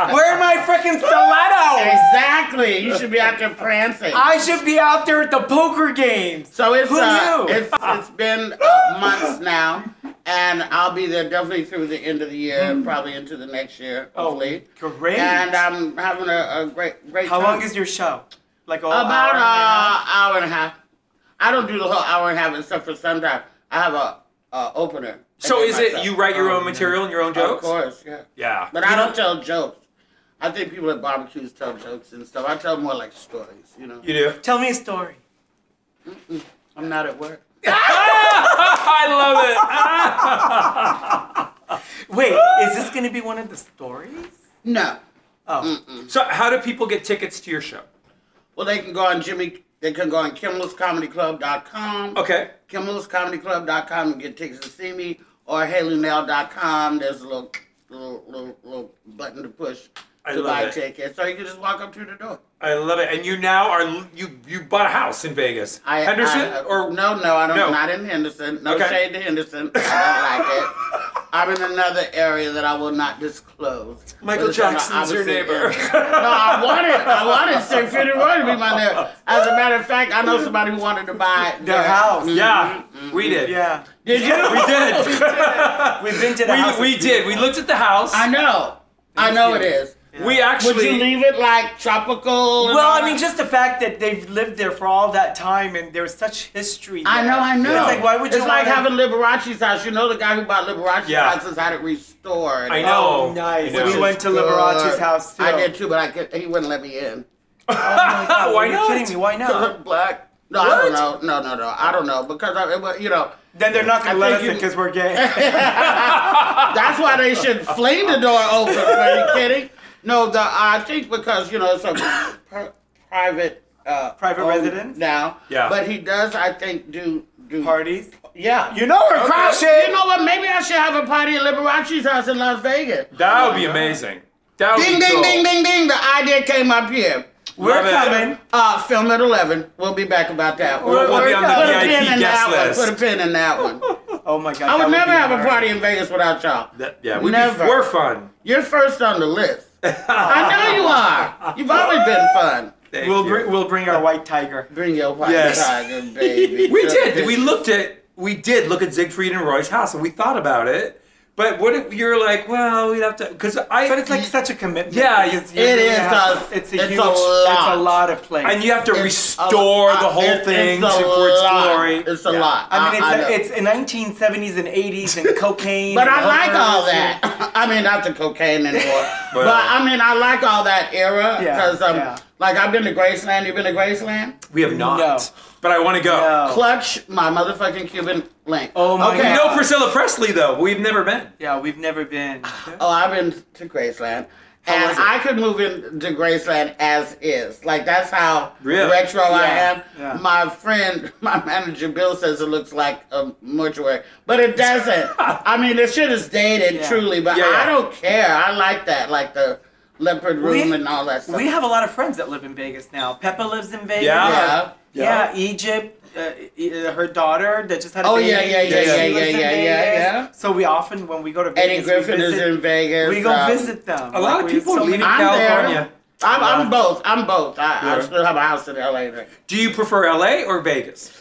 [SPEAKER 3] know.
[SPEAKER 1] now. Where are my freaking stiletto?
[SPEAKER 3] Exactly. You should be out there prancing.
[SPEAKER 1] I should be out there at the poker games.
[SPEAKER 3] So it's
[SPEAKER 1] Who
[SPEAKER 3] uh,
[SPEAKER 1] knew?
[SPEAKER 3] it's it's been uh, months now, and I'll be there definitely through the end of the year, and probably into the next year, hopefully.
[SPEAKER 1] Hmm. Oh, great.
[SPEAKER 3] And I'm having a, a great great.
[SPEAKER 1] How
[SPEAKER 3] time.
[SPEAKER 1] long is your show? Like a whole
[SPEAKER 3] about uh,
[SPEAKER 1] hour and a half?
[SPEAKER 3] hour and a half? I don't do the whole hour and a half except for sometimes I have a, a opener.
[SPEAKER 2] So
[SPEAKER 3] I do
[SPEAKER 2] is it
[SPEAKER 3] myself.
[SPEAKER 2] you write your own material and your own
[SPEAKER 3] Oh, Of
[SPEAKER 2] jokes?
[SPEAKER 3] course, yeah.
[SPEAKER 2] Yeah.
[SPEAKER 3] But I don't tell jokes. I think people at barbecues tell jokes and stuff. I tell more like stories, you know.
[SPEAKER 2] You do. (laughs)
[SPEAKER 1] Tell me a story.
[SPEAKER 3] I'm not at work.
[SPEAKER 2] I love it.
[SPEAKER 1] Wait, is this gonna be one of the stories?
[SPEAKER 3] No.
[SPEAKER 1] Oh,
[SPEAKER 2] (laughs) So, how do people get tickets to your show?
[SPEAKER 3] Well, they can go on Jimmy. They can go on Kimmel'sComedyClub.com.
[SPEAKER 2] Okay.
[SPEAKER 3] Kimmel'sComedyClub.com and get tickets to see me, or HaleyNail.com. There's a little, little, little, little button to push
[SPEAKER 2] I
[SPEAKER 3] to
[SPEAKER 2] love
[SPEAKER 3] buy
[SPEAKER 2] it.
[SPEAKER 3] tickets, so you can just walk up to the door.
[SPEAKER 2] I love it. And you now are you you bought a house in Vegas,
[SPEAKER 3] I,
[SPEAKER 2] Henderson,
[SPEAKER 3] I-
[SPEAKER 2] or
[SPEAKER 3] no, no, I don't.
[SPEAKER 2] No.
[SPEAKER 3] Not in Henderson. No
[SPEAKER 2] Okay.
[SPEAKER 3] shade to Henderson. I don't like it. I'm in another area that I will not disclose.
[SPEAKER 2] Michael
[SPEAKER 3] But it's on the
[SPEAKER 2] Jackson's your
[SPEAKER 3] opposite
[SPEAKER 2] neighbor.
[SPEAKER 3] area. (laughs) no, I wanted, I wanted St. Peter Roy to be my neighbor. As a matter of fact, I know somebody who wanted to buy
[SPEAKER 1] their house.
[SPEAKER 2] Mm-hmm. yeah, we did.
[SPEAKER 1] Yeah.
[SPEAKER 3] Did you?
[SPEAKER 2] we
[SPEAKER 3] (laughs)
[SPEAKER 2] did.
[SPEAKER 1] We've been to the house.
[SPEAKER 2] we we did. We looked at the house.
[SPEAKER 3] I know. I know it is.
[SPEAKER 2] We actually.
[SPEAKER 3] Would you leave it like tropical? and
[SPEAKER 1] Well, I
[SPEAKER 3] all
[SPEAKER 1] mean,
[SPEAKER 3] that?
[SPEAKER 1] just the fact that they've lived there for all that time and there's such history.
[SPEAKER 3] I
[SPEAKER 1] there.
[SPEAKER 3] know, I know.
[SPEAKER 1] It's like, why would you
[SPEAKER 3] It's like
[SPEAKER 1] wanna-
[SPEAKER 3] having Liberace's house. You know the guy who bought Liberace's
[SPEAKER 2] Yeah.
[SPEAKER 3] house has had it restored.
[SPEAKER 2] I know.
[SPEAKER 1] Oh,
[SPEAKER 2] No,
[SPEAKER 1] nice.
[SPEAKER 2] I know.
[SPEAKER 1] We went to
[SPEAKER 3] Good.
[SPEAKER 1] Liberace's house too.
[SPEAKER 3] I
[SPEAKER 1] (laughs)
[SPEAKER 3] did too, but I could, he wouldn't let me in. (laughs)
[SPEAKER 1] Oh,
[SPEAKER 2] Why
[SPEAKER 1] are you
[SPEAKER 2] not?
[SPEAKER 1] kidding me? Why
[SPEAKER 3] Cause
[SPEAKER 2] (laughs)
[SPEAKER 1] not?
[SPEAKER 3] I'm black. No, I don't know. No, no, no. I don't know because I, well, you know
[SPEAKER 1] Then they're not gonna
[SPEAKER 3] I
[SPEAKER 1] let us
[SPEAKER 3] think
[SPEAKER 1] in
[SPEAKER 3] you-
[SPEAKER 1] because we're
[SPEAKER 3] (laughs)
[SPEAKER 1] gay. (laughs)
[SPEAKER 3] that's why they should fling the door open. Are you kidding? No, the I think because you know it's
[SPEAKER 1] (laughs)
[SPEAKER 3] a pri- private uh,
[SPEAKER 1] Private
[SPEAKER 3] home
[SPEAKER 1] residence?
[SPEAKER 3] now.
[SPEAKER 2] Yeah.
[SPEAKER 3] But he does, I think, do do
[SPEAKER 1] Parties.
[SPEAKER 3] Yeah.
[SPEAKER 1] You know we're crashing.
[SPEAKER 3] You know what? Maybe I should have a party at Liberace's house in Las Vegas.
[SPEAKER 2] that would be amazing. That would
[SPEAKER 3] Ding,
[SPEAKER 2] be
[SPEAKER 3] ding,
[SPEAKER 2] cool.
[SPEAKER 3] ding, ding, ding. The idea came up here.
[SPEAKER 1] we're
[SPEAKER 2] Love it.
[SPEAKER 1] coming.
[SPEAKER 3] Uh, film at 11. We'll be back about that.
[SPEAKER 2] We'll- we'll be on the
[SPEAKER 3] put a
[SPEAKER 2] VIP
[SPEAKER 3] pin in
[SPEAKER 2] guest
[SPEAKER 3] that
[SPEAKER 2] list.
[SPEAKER 3] one. Put a pin in that one.
[SPEAKER 1] Oh my god.
[SPEAKER 3] I
[SPEAKER 1] that
[SPEAKER 3] would never
[SPEAKER 1] be
[SPEAKER 3] have a
[SPEAKER 1] hard.
[SPEAKER 3] party in Vegas without y'all.
[SPEAKER 2] That- yeah, we'd
[SPEAKER 3] Never.
[SPEAKER 2] be we're fun.
[SPEAKER 3] You're first on the list. I know you are. You've always been fun.
[SPEAKER 2] Thank
[SPEAKER 1] We'll
[SPEAKER 2] you.
[SPEAKER 1] bring we'll bring our white tiger.
[SPEAKER 3] Bring your white
[SPEAKER 2] Yes.
[SPEAKER 3] tiger,
[SPEAKER 2] (laughs)
[SPEAKER 3] baby.
[SPEAKER 2] We did. We looked at. We did look at Siegfried and Roy's house, and we thought about it. But what if you're like, well, we'd have to, because I.
[SPEAKER 1] But it's like such a commitment.
[SPEAKER 2] Yeah,
[SPEAKER 1] because
[SPEAKER 2] you-
[SPEAKER 1] you
[SPEAKER 3] It
[SPEAKER 1] really
[SPEAKER 3] is
[SPEAKER 1] have-
[SPEAKER 3] a-
[SPEAKER 1] It's a
[SPEAKER 3] it's a
[SPEAKER 1] huge. It's
[SPEAKER 3] lot.
[SPEAKER 1] a lot of place.
[SPEAKER 2] and you have to
[SPEAKER 3] It's
[SPEAKER 2] restore
[SPEAKER 3] a-
[SPEAKER 2] the whole
[SPEAKER 3] it-
[SPEAKER 2] thing to,
[SPEAKER 3] it's a
[SPEAKER 2] for its
[SPEAKER 3] lot.
[SPEAKER 2] glory.
[SPEAKER 3] It's a lot.
[SPEAKER 1] I mean,
[SPEAKER 3] know.
[SPEAKER 1] it's it's in 1970s and 80s
[SPEAKER 3] (laughs)
[SPEAKER 1] and cocaine.
[SPEAKER 3] But
[SPEAKER 1] and
[SPEAKER 3] I like
[SPEAKER 1] hookers
[SPEAKER 3] all
[SPEAKER 1] and-
[SPEAKER 3] that. I mean, not the cocaine anymore.
[SPEAKER 2] Well.
[SPEAKER 3] but I mean, I like all that era
[SPEAKER 1] Yeah,
[SPEAKER 3] because, um,
[SPEAKER 1] yeah.
[SPEAKER 3] like, I've been to Graceland. You've been to Graceland?
[SPEAKER 2] we have not,
[SPEAKER 1] No.
[SPEAKER 2] but I want to go.
[SPEAKER 1] (laughs) No.
[SPEAKER 3] Clutch my motherfucking Cuban link.
[SPEAKER 1] Oh my
[SPEAKER 3] okay.
[SPEAKER 2] We know
[SPEAKER 1] God.
[SPEAKER 2] Priscilla Presley though. We've never been.
[SPEAKER 1] Yeah, we've never been.
[SPEAKER 3] Oh, I've been to Graceland.
[SPEAKER 1] was
[SPEAKER 3] And
[SPEAKER 1] it?
[SPEAKER 3] I could move into Graceland as is. Like, that's how
[SPEAKER 2] Really?
[SPEAKER 3] retro I am.
[SPEAKER 1] yeah.
[SPEAKER 3] My friend, (laughs) my manager, Bill, says it looks like a mortuary. But it
[SPEAKER 1] (laughs)
[SPEAKER 3] doesn't. I mean, the shit is dated,
[SPEAKER 1] Yeah.
[SPEAKER 3] truly. But
[SPEAKER 2] Yeah, yeah.
[SPEAKER 3] I don't care. I like that. Like, the leopard room
[SPEAKER 1] We-
[SPEAKER 3] and all that stuff.
[SPEAKER 1] We have a lot of friends that live in Vegas now. Peppa lives in Vegas.
[SPEAKER 2] Yeah.
[SPEAKER 1] Yeah, Egypt. Uh, e- uh, her daughter that just had a
[SPEAKER 3] Oh,
[SPEAKER 1] baby.
[SPEAKER 3] yeah, yeah, yeah,
[SPEAKER 1] she
[SPEAKER 3] yeah,
[SPEAKER 1] lives
[SPEAKER 3] yeah,
[SPEAKER 1] in
[SPEAKER 3] yeah,
[SPEAKER 1] Vegas.
[SPEAKER 3] yeah, yeah.
[SPEAKER 1] So we often, when we go to
[SPEAKER 3] Eddie
[SPEAKER 1] Vegas,
[SPEAKER 3] Griffin
[SPEAKER 1] we
[SPEAKER 3] is
[SPEAKER 1] visit,
[SPEAKER 3] in Vegas.
[SPEAKER 1] We go
[SPEAKER 3] um,
[SPEAKER 1] visit them.
[SPEAKER 2] A lot of
[SPEAKER 1] we-
[SPEAKER 2] people are
[SPEAKER 1] so
[SPEAKER 2] leaving
[SPEAKER 1] many-
[SPEAKER 3] I'm
[SPEAKER 2] California.
[SPEAKER 3] there. I'm, I'm
[SPEAKER 2] Yeah.
[SPEAKER 3] both. I'm both. I, I
[SPEAKER 2] Yeah.
[SPEAKER 3] still have a house in LA. but
[SPEAKER 2] Do you prefer LA or Vegas?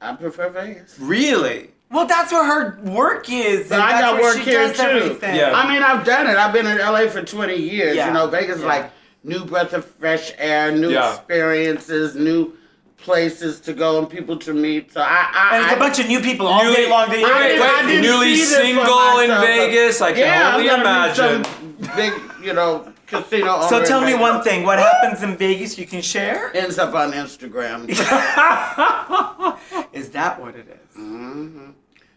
[SPEAKER 3] I prefer Vegas.
[SPEAKER 2] Really?
[SPEAKER 1] Well, that's where her work is.
[SPEAKER 3] But
[SPEAKER 1] and
[SPEAKER 3] I
[SPEAKER 1] that's
[SPEAKER 3] got
[SPEAKER 1] where
[SPEAKER 3] work
[SPEAKER 1] she
[SPEAKER 3] here,
[SPEAKER 1] does
[SPEAKER 3] too.
[SPEAKER 1] Everything.
[SPEAKER 2] Yeah.
[SPEAKER 3] I mean, I've done it. I've been in LA for 20 years.
[SPEAKER 1] Yeah.
[SPEAKER 3] You know, Vegas is
[SPEAKER 1] Yeah.
[SPEAKER 3] like new breath of fresh air, new
[SPEAKER 2] Yeah.
[SPEAKER 3] experiences, new places to go and people to meet. So I, I,
[SPEAKER 1] And it's
[SPEAKER 3] I
[SPEAKER 1] a bunch of new people all
[SPEAKER 2] Newly-
[SPEAKER 1] day long. They
[SPEAKER 2] Wait,
[SPEAKER 3] I
[SPEAKER 2] wait,
[SPEAKER 3] did- I
[SPEAKER 2] wait,
[SPEAKER 3] didn't
[SPEAKER 2] newly
[SPEAKER 3] see this for
[SPEAKER 2] single in
[SPEAKER 3] myself, but-
[SPEAKER 2] Vegas? I can
[SPEAKER 3] yeah,
[SPEAKER 2] only
[SPEAKER 3] I'm gonna meet
[SPEAKER 2] imagine.
[SPEAKER 3] Some big, you know, casino. owner
[SPEAKER 1] so
[SPEAKER 3] in
[SPEAKER 1] tell me
[SPEAKER 3] Vegas.
[SPEAKER 1] one thing. What happens in Vegas you can share?
[SPEAKER 3] Ends
[SPEAKER 1] (laughs)
[SPEAKER 3] up on Instagram. Mm-hmm.
[SPEAKER 1] Is that what it is?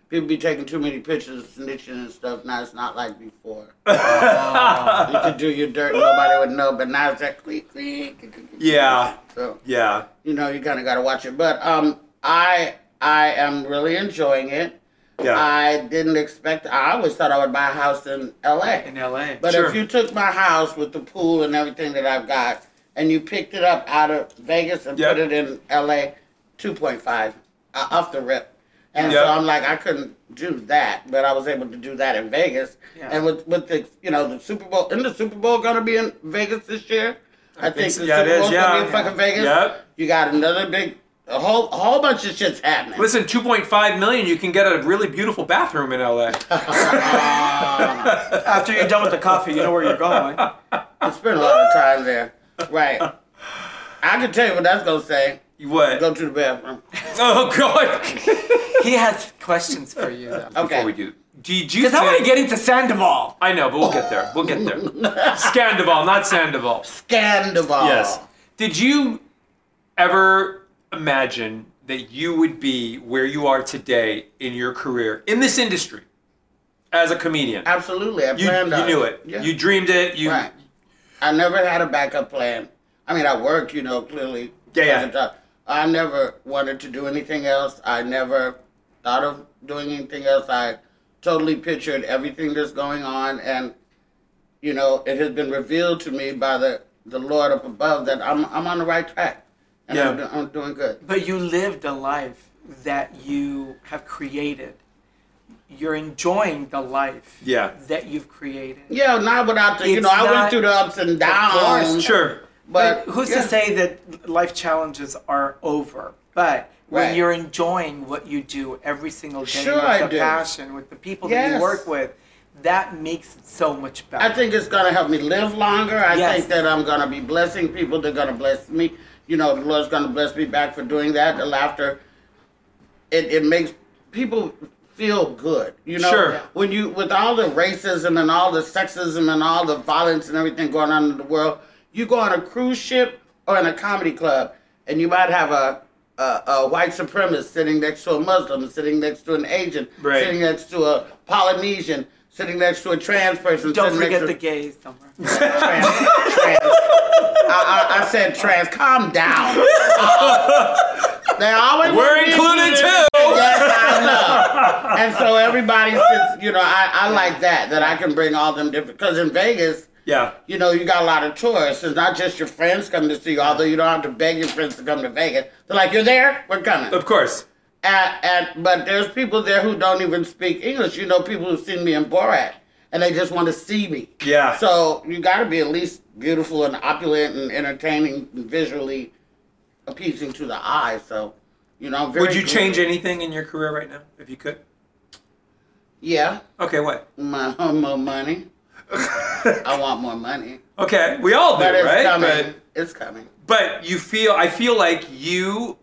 [SPEAKER 3] people be taking too many pictures, snitching and stuff. Now it's not
[SPEAKER 2] (laughs)
[SPEAKER 3] like before. you could do your dirt, nobody would know. But now it's like click, click. click, click, click.
[SPEAKER 2] Yeah.
[SPEAKER 3] So
[SPEAKER 2] Yeah.
[SPEAKER 3] you know you kind of got to watch it. But um, I I am really enjoying it.
[SPEAKER 2] Yeah.
[SPEAKER 3] I didn't expect. I always thought I would buy a house in L.A.
[SPEAKER 1] in LA.
[SPEAKER 3] But
[SPEAKER 2] Sure.
[SPEAKER 3] if you took my house with the pool and everything that I've got, and you picked it up out of Vegas and
[SPEAKER 2] Yep.
[SPEAKER 3] put it in LA, two point five uh, off the rip, and
[SPEAKER 2] Yep.
[SPEAKER 3] so I'm like, I couldn't do that, but I was able to do that in Vegas,
[SPEAKER 1] Yeah.
[SPEAKER 3] and with with the you know the Super Bowl, isn't the Super Bowl gonna be in Vegas this year? I, think,
[SPEAKER 2] so.
[SPEAKER 3] the
[SPEAKER 2] Yeah, it
[SPEAKER 3] Super
[SPEAKER 2] is.
[SPEAKER 3] Bowl's gonna
[SPEAKER 2] Yeah.
[SPEAKER 3] be in fucking Vegas.
[SPEAKER 2] Yep.
[SPEAKER 3] You got another big, a whole a whole bunch of shits happening.
[SPEAKER 2] Listen, 2.5 million, you can get a really beautiful bathroom in LA.
[SPEAKER 1] After you're done with the coffee, you know where you're going.
[SPEAKER 3] I spent a lot of time there,
[SPEAKER 2] (laughs)
[SPEAKER 3] right? I can tell you what that's gonna say.
[SPEAKER 2] what?
[SPEAKER 3] Go to the bathroom.
[SPEAKER 2] Oh God!
[SPEAKER 1] He has questions for you though.
[SPEAKER 3] Okay.
[SPEAKER 2] Before we do, did you?
[SPEAKER 1] Because I
[SPEAKER 2] think-
[SPEAKER 1] want to get into Sandoval.
[SPEAKER 2] I know, but we'll get there. We'll get there. Scandival, not Sandoval.
[SPEAKER 3] Scandival.
[SPEAKER 2] Yes. Did you ever imagine that you would be where you are today in your career in this industry as a comedian?
[SPEAKER 3] Absolutely. I
[SPEAKER 2] You,
[SPEAKER 3] planned
[SPEAKER 2] you
[SPEAKER 3] on
[SPEAKER 2] knew it.
[SPEAKER 3] Yeah.
[SPEAKER 2] You dreamed it. You
[SPEAKER 3] right. I never had a backup plan. I mean, I worked, you know, clearly.
[SPEAKER 2] Yeah, yeah.
[SPEAKER 3] as a job. I never wanted to do anything else. I never thought of doing anything else. I totally pictured everything that's going on, and you know, it has been revealed to me by the the Lord up above that I'm I'm on the right track, and I'm,
[SPEAKER 2] Yeah.
[SPEAKER 3] do- I'm doing good.
[SPEAKER 1] But you lived a life that you have created. You're enjoying the life
[SPEAKER 2] Yeah.
[SPEAKER 1] that you've created.
[SPEAKER 3] Yeah, not without the you
[SPEAKER 1] It's
[SPEAKER 3] know I
[SPEAKER 1] not-
[SPEAKER 3] went through the ups and downs.
[SPEAKER 1] course.
[SPEAKER 2] sure.
[SPEAKER 3] but,
[SPEAKER 1] But who's
[SPEAKER 3] yeah.
[SPEAKER 1] to say that life challenges are over? But when
[SPEAKER 3] Right.
[SPEAKER 1] you're enjoying what you do every single day
[SPEAKER 3] Sure
[SPEAKER 1] with
[SPEAKER 3] I
[SPEAKER 1] the
[SPEAKER 3] do.
[SPEAKER 1] passion, with the people that you
[SPEAKER 3] Yes.
[SPEAKER 1] work with, that makes it so much better.
[SPEAKER 3] I think it's gonna help me live longer. I
[SPEAKER 1] Yes.
[SPEAKER 3] think that I'm gonna be blessing people. They're gonna bless me. You know, the Lord's gonna bless me back for doing that. The laughter, it, it makes people feel good. You know,
[SPEAKER 2] Sure.
[SPEAKER 3] when you with all the racism and all the sexism and all the violence and everything going on in the world, you go on a cruise ship or in a comedy club, and you might have a a, a white supremacist sitting next to a Muslim, sitting next to an Asian,
[SPEAKER 2] Right.
[SPEAKER 3] sitting next to a Polynesian, sitting next to a trans person.
[SPEAKER 1] Don't
[SPEAKER 3] sitting
[SPEAKER 1] forget
[SPEAKER 3] next
[SPEAKER 1] the
[SPEAKER 3] to-
[SPEAKER 1] gays
[SPEAKER 3] (laughs)
[SPEAKER 1] somewhere.
[SPEAKER 3] trans. trans. I, I, I said trans. Calm down. they always
[SPEAKER 2] We're
[SPEAKER 3] wanna be
[SPEAKER 2] included
[SPEAKER 3] included.
[SPEAKER 2] too.
[SPEAKER 3] Yes, I know. And so everybody sits, you know, I, I like that, that I can bring all them different, because in Vegas,
[SPEAKER 2] Yeah.
[SPEAKER 3] you know, you got a lot of tourists. It's not just your friends coming to see you, although you don't have to beg your friends to come to Vegas. They're like, you're there, we're coming.
[SPEAKER 2] Of course.
[SPEAKER 3] And, and but there's people there who don't even speak English. You know, people who've seen me in Borat, and they just want to see me.
[SPEAKER 2] Yeah.
[SPEAKER 3] So you got to be at least beautiful and opulent and entertaining, and visually appeasing to the eye. So, you know, I'm very
[SPEAKER 2] Would you
[SPEAKER 3] good.
[SPEAKER 2] change anything in your career right now if you could?
[SPEAKER 3] Yeah,
[SPEAKER 2] Okay, what?
[SPEAKER 3] my (laughs)
[SPEAKER 2] (laughs)
[SPEAKER 3] more money. I want more money,
[SPEAKER 2] Okay, we all do,
[SPEAKER 3] but it's
[SPEAKER 2] right?
[SPEAKER 3] coming.
[SPEAKER 2] But
[SPEAKER 3] It's coming.
[SPEAKER 2] but you feel I feel like you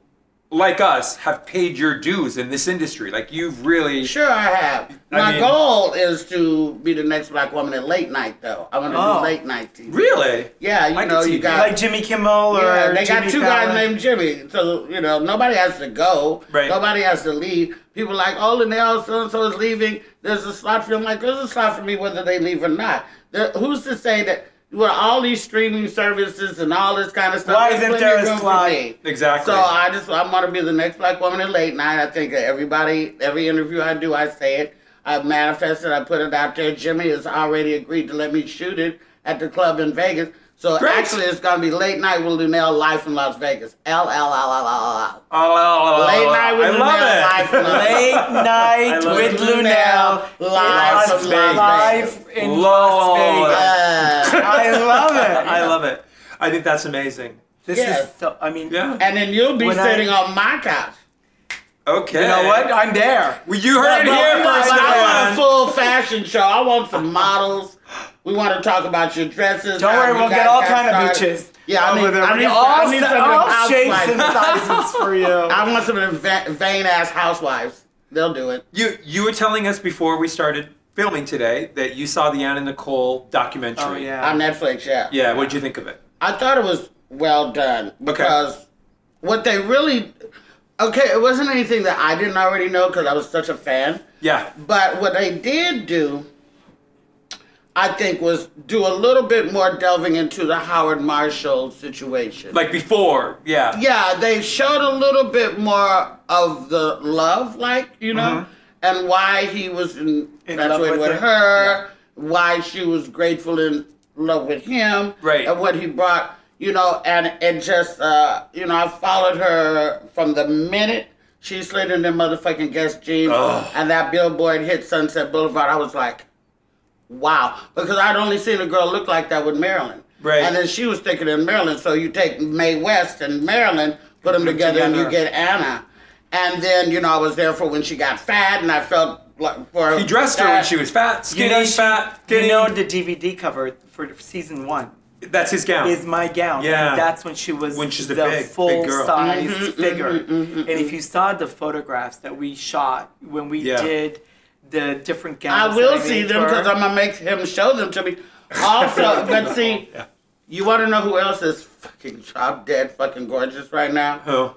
[SPEAKER 2] like us have paid your dues in this industry. Like you've really
[SPEAKER 3] Sure, I have.
[SPEAKER 2] I
[SPEAKER 3] My
[SPEAKER 2] mean-
[SPEAKER 3] goal is to be the next black woman at late night, though. I want to
[SPEAKER 1] Oh.
[SPEAKER 3] do late night TV.
[SPEAKER 2] really
[SPEAKER 3] Yeah, you
[SPEAKER 2] I can
[SPEAKER 3] know,
[SPEAKER 2] see
[SPEAKER 3] you
[SPEAKER 2] that.
[SPEAKER 3] got
[SPEAKER 1] like Jimmy Kimmel or
[SPEAKER 3] Yeah, they got
[SPEAKER 1] Jimmy
[SPEAKER 3] two
[SPEAKER 1] Fallon.
[SPEAKER 3] guys named Jimmy. So, you know, nobody has to go.
[SPEAKER 2] Right.
[SPEAKER 3] Nobody has to leave. People are like, oh, Linnell, so and so is leaving. There's a slot for you. I'm like, there's a slot for me whether they leave or not. There, who's to say that with all these streaming services and all this kind of stuff?
[SPEAKER 1] Why
[SPEAKER 3] there's
[SPEAKER 1] isn't
[SPEAKER 3] plenty
[SPEAKER 1] there
[SPEAKER 3] of
[SPEAKER 1] a
[SPEAKER 3] room for
[SPEAKER 1] slot?
[SPEAKER 3] me.
[SPEAKER 2] exactly.
[SPEAKER 3] So I just I want to be the next black woman at late night. I think everybody, every interview I do, I say it. I manifest it. I put it out there. Jimmy has already agreed to let me shoot it at the club in Vegas. So
[SPEAKER 2] Great.
[SPEAKER 3] actually, it's gonna be late night with Lunel live from Las Vegas. L L L L L L.
[SPEAKER 2] Oh, oh, oh,
[SPEAKER 3] Late
[SPEAKER 2] oh,
[SPEAKER 3] night with
[SPEAKER 2] I (laughs) love
[SPEAKER 3] Lunel live from
[SPEAKER 1] Late night
[SPEAKER 2] love
[SPEAKER 1] with
[SPEAKER 2] it.
[SPEAKER 1] Lunel.
[SPEAKER 3] Live from Las Vegas.
[SPEAKER 1] Live in
[SPEAKER 2] Lol.
[SPEAKER 1] Las Vegas.
[SPEAKER 3] Uh,
[SPEAKER 1] I love
[SPEAKER 2] it. I
[SPEAKER 1] it.
[SPEAKER 2] love it. I think that's amazing.
[SPEAKER 1] This
[SPEAKER 3] Yes.
[SPEAKER 1] is so, I mean,
[SPEAKER 2] Yeah.
[SPEAKER 3] and then you'll be
[SPEAKER 1] When I-
[SPEAKER 3] sitting on my couch.
[SPEAKER 2] Okay.
[SPEAKER 1] you know what? I'm there.
[SPEAKER 2] Well, you heard
[SPEAKER 3] No,
[SPEAKER 2] it
[SPEAKER 3] we
[SPEAKER 2] here
[SPEAKER 3] want-
[SPEAKER 2] first,
[SPEAKER 3] I want a
[SPEAKER 2] everyone.
[SPEAKER 3] full fashion show. I want some models. We want to talk about your dresses.
[SPEAKER 1] Don't
[SPEAKER 3] how
[SPEAKER 1] worry,
[SPEAKER 3] you
[SPEAKER 1] we'll
[SPEAKER 3] got
[SPEAKER 1] get all
[SPEAKER 3] that
[SPEAKER 1] kind of
[SPEAKER 3] started.
[SPEAKER 1] bitches.
[SPEAKER 3] Yeah, I
[SPEAKER 1] over
[SPEAKER 3] need,
[SPEAKER 1] there.
[SPEAKER 3] I need,
[SPEAKER 1] all,
[SPEAKER 3] I need
[SPEAKER 1] sa-
[SPEAKER 3] some of
[SPEAKER 1] all
[SPEAKER 3] them
[SPEAKER 1] shapes and
[SPEAKER 3] (laughs) housewives.
[SPEAKER 1] sizes for you.
[SPEAKER 3] I want some of them va- vain ass housewives. They'll do it.
[SPEAKER 2] You you were telling us before we started filming today that you saw the Anna Nicole documentary.
[SPEAKER 1] oh yeah.
[SPEAKER 3] On Netflix, yeah.
[SPEAKER 2] Yeah. What'd you think of it?
[SPEAKER 3] I thought it was well done because what they really Okay, it wasn't anything that I didn't already know because I was such a fan.
[SPEAKER 2] Yeah.
[SPEAKER 3] But what they did do, I think, was do a little bit more delving into the Howard Marshall situation.
[SPEAKER 2] Like before, yeah.
[SPEAKER 3] yeah, they showed a little bit more of the love, like, you know, and why he was in-
[SPEAKER 1] Uh-huh. In love with
[SPEAKER 3] infatuated with,
[SPEAKER 1] her.
[SPEAKER 3] her, why she was grateful in love with him,
[SPEAKER 2] Right.
[SPEAKER 3] and what he brought, you know, and it just, uh, you know, I followed her from the minute she slid in them motherfucking guest jeans and that billboard hit Sunset Boulevard. I was like, wow, because I'd only seen a girl look like that with Marilyn.
[SPEAKER 2] Right.
[SPEAKER 3] And then she was thinking in Maryland, so you take Mae West and Maryland, put them together, and you
[SPEAKER 1] together.
[SPEAKER 3] get Anna. And then you know I was there for when she got fat, and I felt like for
[SPEAKER 2] He dressed her when
[SPEAKER 3] that-
[SPEAKER 2] she was fat, skinny,
[SPEAKER 1] know, she-
[SPEAKER 2] fat, skinny.
[SPEAKER 1] you know the DVD cover for season one
[SPEAKER 2] That's his gown.
[SPEAKER 1] is my gown. and
[SPEAKER 2] Yeah.
[SPEAKER 1] that's when she was
[SPEAKER 2] When she's a
[SPEAKER 1] the
[SPEAKER 2] big, big
[SPEAKER 1] full
[SPEAKER 2] girl. Mm-hmm,
[SPEAKER 1] size
[SPEAKER 3] mm-hmm,
[SPEAKER 1] figure. And if you saw the photographs that we shot when we
[SPEAKER 2] Yeah.
[SPEAKER 1] did the different gowns,
[SPEAKER 3] I will
[SPEAKER 1] that
[SPEAKER 3] see
[SPEAKER 1] made
[SPEAKER 3] them
[SPEAKER 1] for her.
[SPEAKER 3] because I'm gonna make him show them to me.
[SPEAKER 2] (laughs)
[SPEAKER 3] Also, but see, you want to know who else is fucking drop dead, fucking gorgeous right now?
[SPEAKER 2] oh.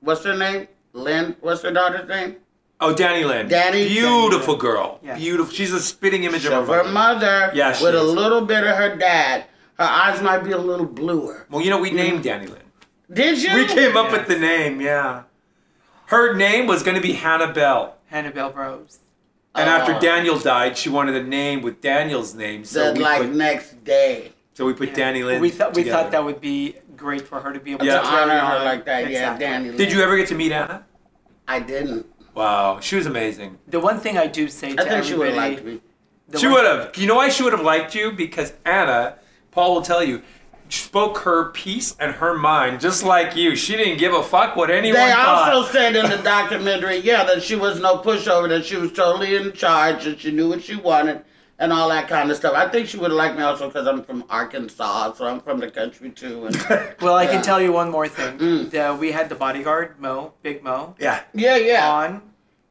[SPEAKER 3] What's her name? Lynn. What's her daughter's name?
[SPEAKER 2] oh, Danny Lynn.
[SPEAKER 3] Danny-
[SPEAKER 2] Beautiful girl.
[SPEAKER 1] Yeah.
[SPEAKER 2] Beautiful. She's a spitting image
[SPEAKER 3] Of
[SPEAKER 2] of
[SPEAKER 3] her mother.
[SPEAKER 2] Yeah, she
[SPEAKER 3] with a
[SPEAKER 2] is.
[SPEAKER 3] little bit of her dad. Her eyes might be a little bluer.
[SPEAKER 2] Well, you know, we named Danny Lynn.
[SPEAKER 3] Did you?
[SPEAKER 2] We came up with the name, yeah. Her name was going to be Hannah Bell.
[SPEAKER 1] Hannibal Rose.
[SPEAKER 2] And after
[SPEAKER 3] Oh.
[SPEAKER 2] Daniel died, she wanted a name with Daniel's name. So,
[SPEAKER 3] Said
[SPEAKER 2] we,
[SPEAKER 3] like
[SPEAKER 2] put,
[SPEAKER 3] next day.
[SPEAKER 2] so we put Danny Lynn.
[SPEAKER 1] We thought we
[SPEAKER 2] together.
[SPEAKER 1] thought that would be great for her to be able
[SPEAKER 2] Yeah.
[SPEAKER 3] to
[SPEAKER 1] to
[SPEAKER 3] honor
[SPEAKER 1] carry
[SPEAKER 3] her
[SPEAKER 1] on.
[SPEAKER 3] like that. Yeah,
[SPEAKER 1] Exactly.
[SPEAKER 3] Danny.
[SPEAKER 2] Did
[SPEAKER 3] Lynn.
[SPEAKER 2] you ever get to meet Anna?
[SPEAKER 3] I didn't.
[SPEAKER 2] Wow, she was amazing.
[SPEAKER 1] The one thing I do say to
[SPEAKER 3] I think she would
[SPEAKER 1] everybody,
[SPEAKER 3] have liked me.
[SPEAKER 1] the
[SPEAKER 2] She
[SPEAKER 1] one-
[SPEAKER 2] would have. You know why she would have liked you? Because Anna, Paul will tell you, spoke her piece and her mind just like you. She didn't give a fuck what anyone
[SPEAKER 3] They
[SPEAKER 2] thought.
[SPEAKER 3] also said in the documentary, yeah, that she was no pushover, that she was totally in charge, that she knew what she wanted, and all that kind of stuff. I think she would have liked me also because I'm from Arkansas, so I'm from the country too. And (laughs)
[SPEAKER 1] Well, I
[SPEAKER 3] Yeah. Mm.
[SPEAKER 1] can tell you one more thing. The- we had the bodyguard Mo, Big Mo,
[SPEAKER 2] yeah.
[SPEAKER 3] yeah, yeah.
[SPEAKER 1] on,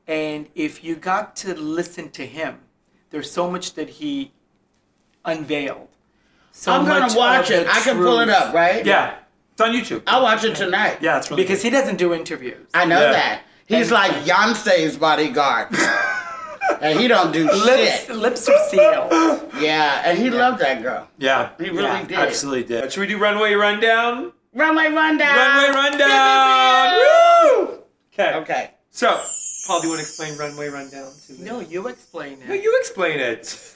[SPEAKER 1] and if you got to listen to him, there's so much that he unveiled. So
[SPEAKER 3] I'm
[SPEAKER 1] much
[SPEAKER 3] gonna
[SPEAKER 1] of
[SPEAKER 3] watch
[SPEAKER 1] the
[SPEAKER 3] it. I can pull it
[SPEAKER 1] truth.
[SPEAKER 3] up, right?
[SPEAKER 2] Yeah. It's on YouTube.
[SPEAKER 3] I'll watch it tonight.
[SPEAKER 2] yeah, it's really
[SPEAKER 1] because he doesn't do interviews.
[SPEAKER 3] I know
[SPEAKER 2] Yeah.
[SPEAKER 3] that. He's like Yonsei's (laughs) bodyguard. and he don't do
[SPEAKER 1] lips,
[SPEAKER 3] shit.
[SPEAKER 1] lips are
[SPEAKER 3] (laughs)
[SPEAKER 1] sealed.
[SPEAKER 3] Yeah, and he loved that girl.
[SPEAKER 2] Yeah.
[SPEAKER 3] He really
[SPEAKER 1] Yeah,
[SPEAKER 3] did.
[SPEAKER 2] Absolutely did. Should we do runway rundown?
[SPEAKER 3] Runway rundown.
[SPEAKER 2] Runway
[SPEAKER 3] (laughs)
[SPEAKER 2] rundown! Woo! Okay.
[SPEAKER 3] Okay.
[SPEAKER 2] So, Paul, do you want to explain runway rundown to me?
[SPEAKER 1] no, you explain it.
[SPEAKER 2] No, you explain it.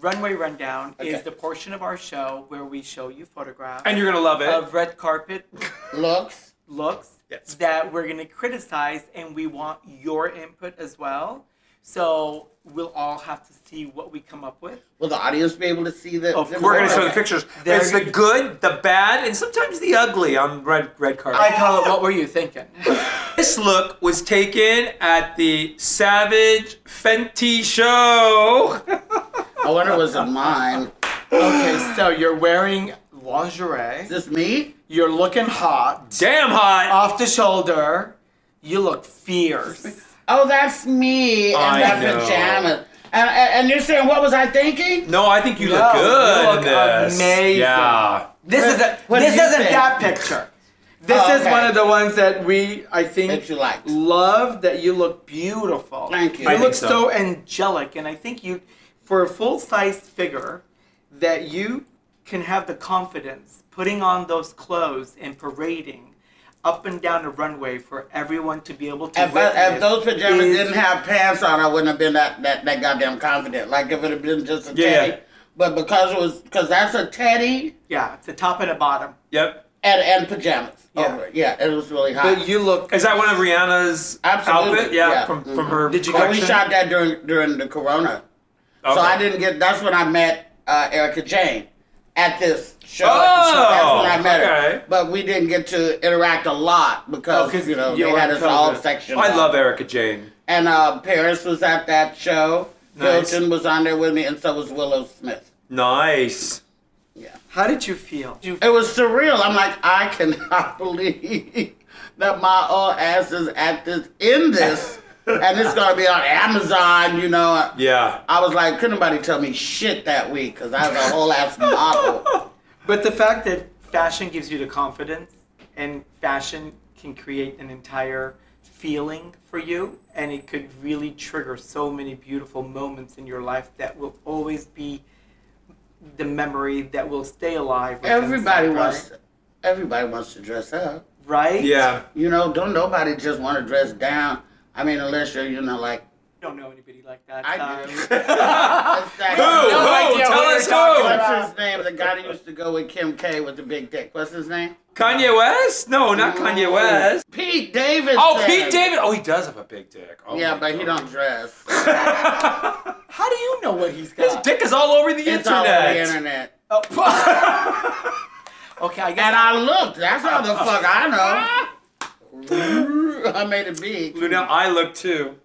[SPEAKER 1] Runway Rundown
[SPEAKER 3] Okay.
[SPEAKER 1] is the portion of our show where we show you photographs
[SPEAKER 2] And you're gonna love it.
[SPEAKER 1] of red carpet
[SPEAKER 3] Looks.
[SPEAKER 1] looks
[SPEAKER 2] Yes.
[SPEAKER 1] that we're going to criticize and we want your input as well. So we'll all have to see what we come up with.
[SPEAKER 3] Will the audience be able to see the?
[SPEAKER 1] Of
[SPEAKER 3] the
[SPEAKER 2] We're gonna show the
[SPEAKER 3] Okay.
[SPEAKER 2] pictures.
[SPEAKER 1] There
[SPEAKER 2] it's the
[SPEAKER 1] you-
[SPEAKER 2] good, the bad, and sometimes the ugly on red red carpet.
[SPEAKER 1] I call it What Were You Thinking?
[SPEAKER 2] This look was taken at the Savage Fenty show. (laughs)
[SPEAKER 3] I wonder was it mine?
[SPEAKER 1] okay, so you're wearing lingerie,
[SPEAKER 3] Is this me?
[SPEAKER 1] you're looking hot,
[SPEAKER 2] Damn hot.
[SPEAKER 1] off the shoulder, you look fierce.
[SPEAKER 3] Oh, that's me in
[SPEAKER 2] I
[SPEAKER 3] that
[SPEAKER 2] know.
[SPEAKER 3] pajamas. And, and and you're saying what was I thinking?
[SPEAKER 2] No, I think you
[SPEAKER 1] No,
[SPEAKER 2] look
[SPEAKER 1] you
[SPEAKER 2] good.
[SPEAKER 1] look
[SPEAKER 2] in this.
[SPEAKER 1] amazing.
[SPEAKER 2] Yeah.
[SPEAKER 1] This is a,
[SPEAKER 3] What do
[SPEAKER 1] this
[SPEAKER 3] you
[SPEAKER 1] isn't
[SPEAKER 3] think?
[SPEAKER 1] that picture. This
[SPEAKER 3] Oh,
[SPEAKER 1] is
[SPEAKER 3] okay.
[SPEAKER 1] one of the ones that we I think
[SPEAKER 3] That you liked.
[SPEAKER 1] love that you look beautiful.
[SPEAKER 3] Thank you. I
[SPEAKER 1] You
[SPEAKER 3] think
[SPEAKER 1] look
[SPEAKER 2] so.
[SPEAKER 1] so. angelic and I think you for a full size figure that you can have the confidence putting on those clothes and parading up and down the runway for everyone to be able to
[SPEAKER 3] If, I, if
[SPEAKER 1] witness
[SPEAKER 3] those pajamas
[SPEAKER 1] is-
[SPEAKER 3] didn't have pants on, I wouldn't have been that, that, that goddamn confident. Like if it had been just a
[SPEAKER 2] Yeah, yeah.
[SPEAKER 3] teddy. But because it was because that's a teddy
[SPEAKER 1] Yeah, it's the top and the bottom.
[SPEAKER 2] Yep.
[SPEAKER 3] and, and pajamas.
[SPEAKER 1] Yeah.
[SPEAKER 3] Over it. yeah, it was really hot.
[SPEAKER 1] But you look
[SPEAKER 2] Is that one of Rihanna's
[SPEAKER 3] Absolutely,
[SPEAKER 2] outfit? Yeah,
[SPEAKER 3] yeah.
[SPEAKER 2] From from her.
[SPEAKER 1] Mm-hmm. Did you
[SPEAKER 3] But we
[SPEAKER 2] collection?
[SPEAKER 3] shot that during during the corona. So
[SPEAKER 2] Okay.
[SPEAKER 3] I didn't get. That's when I met uh, Erica Jane at this show.
[SPEAKER 2] Oh,
[SPEAKER 3] that's when I met
[SPEAKER 2] okay.
[SPEAKER 3] her. But we didn't get to interact a lot
[SPEAKER 1] Oh,
[SPEAKER 3] because
[SPEAKER 1] 'cause
[SPEAKER 3] you know
[SPEAKER 1] you
[SPEAKER 3] they
[SPEAKER 1] were
[SPEAKER 3] had
[SPEAKER 1] in
[SPEAKER 3] us all
[SPEAKER 1] COVID.
[SPEAKER 3] sectioned.
[SPEAKER 2] I
[SPEAKER 3] off.
[SPEAKER 2] love Erica Jane.
[SPEAKER 3] And uh, Paris was at that show.
[SPEAKER 2] Nice.
[SPEAKER 3] Hilton was on there with me, and so was Willow Smith.
[SPEAKER 2] Nice.
[SPEAKER 3] Yeah,
[SPEAKER 1] how did you feel? Did you
[SPEAKER 3] it was surreal. I'm like, I cannot (laughs) believe that my old ass is at this in this, and it's gonna be on Amazon. You know,
[SPEAKER 2] Yeah.
[SPEAKER 3] I was like, couldn't nobody tell me shit that week because I was a whole ass model.
[SPEAKER 1] But the fact that fashion gives you the confidence and fashion can create an entire feeling for you and it could really trigger so many beautiful moments in your life that will always be the memory that will stay alive within
[SPEAKER 3] (laughs) Everybody
[SPEAKER 1] somebody,
[SPEAKER 3] wants. Everybody wants to dress up.
[SPEAKER 1] right
[SPEAKER 2] Yeah.
[SPEAKER 3] You know, don't nobody just want to dress down. I mean, unless you're, you know, like
[SPEAKER 1] don't know anybody like that
[SPEAKER 3] I (laughs) do.
[SPEAKER 1] sorry.
[SPEAKER 3] That's that-
[SPEAKER 2] Who?
[SPEAKER 4] No
[SPEAKER 2] who?
[SPEAKER 4] idea
[SPEAKER 2] Tell
[SPEAKER 4] who
[SPEAKER 2] us
[SPEAKER 4] you're talking
[SPEAKER 2] who.
[SPEAKER 4] about.
[SPEAKER 3] What's his name? The guy that used to go with Kim K with the big dick. What's his name?
[SPEAKER 2] Kanye West? No, not Kanye West.
[SPEAKER 3] Pete Davidson.
[SPEAKER 2] Oh, Pete David. Oh, he does have a big dick. Oh
[SPEAKER 3] Yeah,
[SPEAKER 2] my
[SPEAKER 3] but he
[SPEAKER 2] God.
[SPEAKER 3] don't dress.
[SPEAKER 1] how do you know what he's
[SPEAKER 2] His
[SPEAKER 1] got
[SPEAKER 2] dick is all over the
[SPEAKER 3] It's all over the
[SPEAKER 2] internet. Oh.
[SPEAKER 3] internet.
[SPEAKER 2] (laughs)
[SPEAKER 1] okay i guess
[SPEAKER 3] And I looked. That's how the fuck I know.
[SPEAKER 2] (laughs)
[SPEAKER 3] I made it big.
[SPEAKER 2] Lunel, I look too.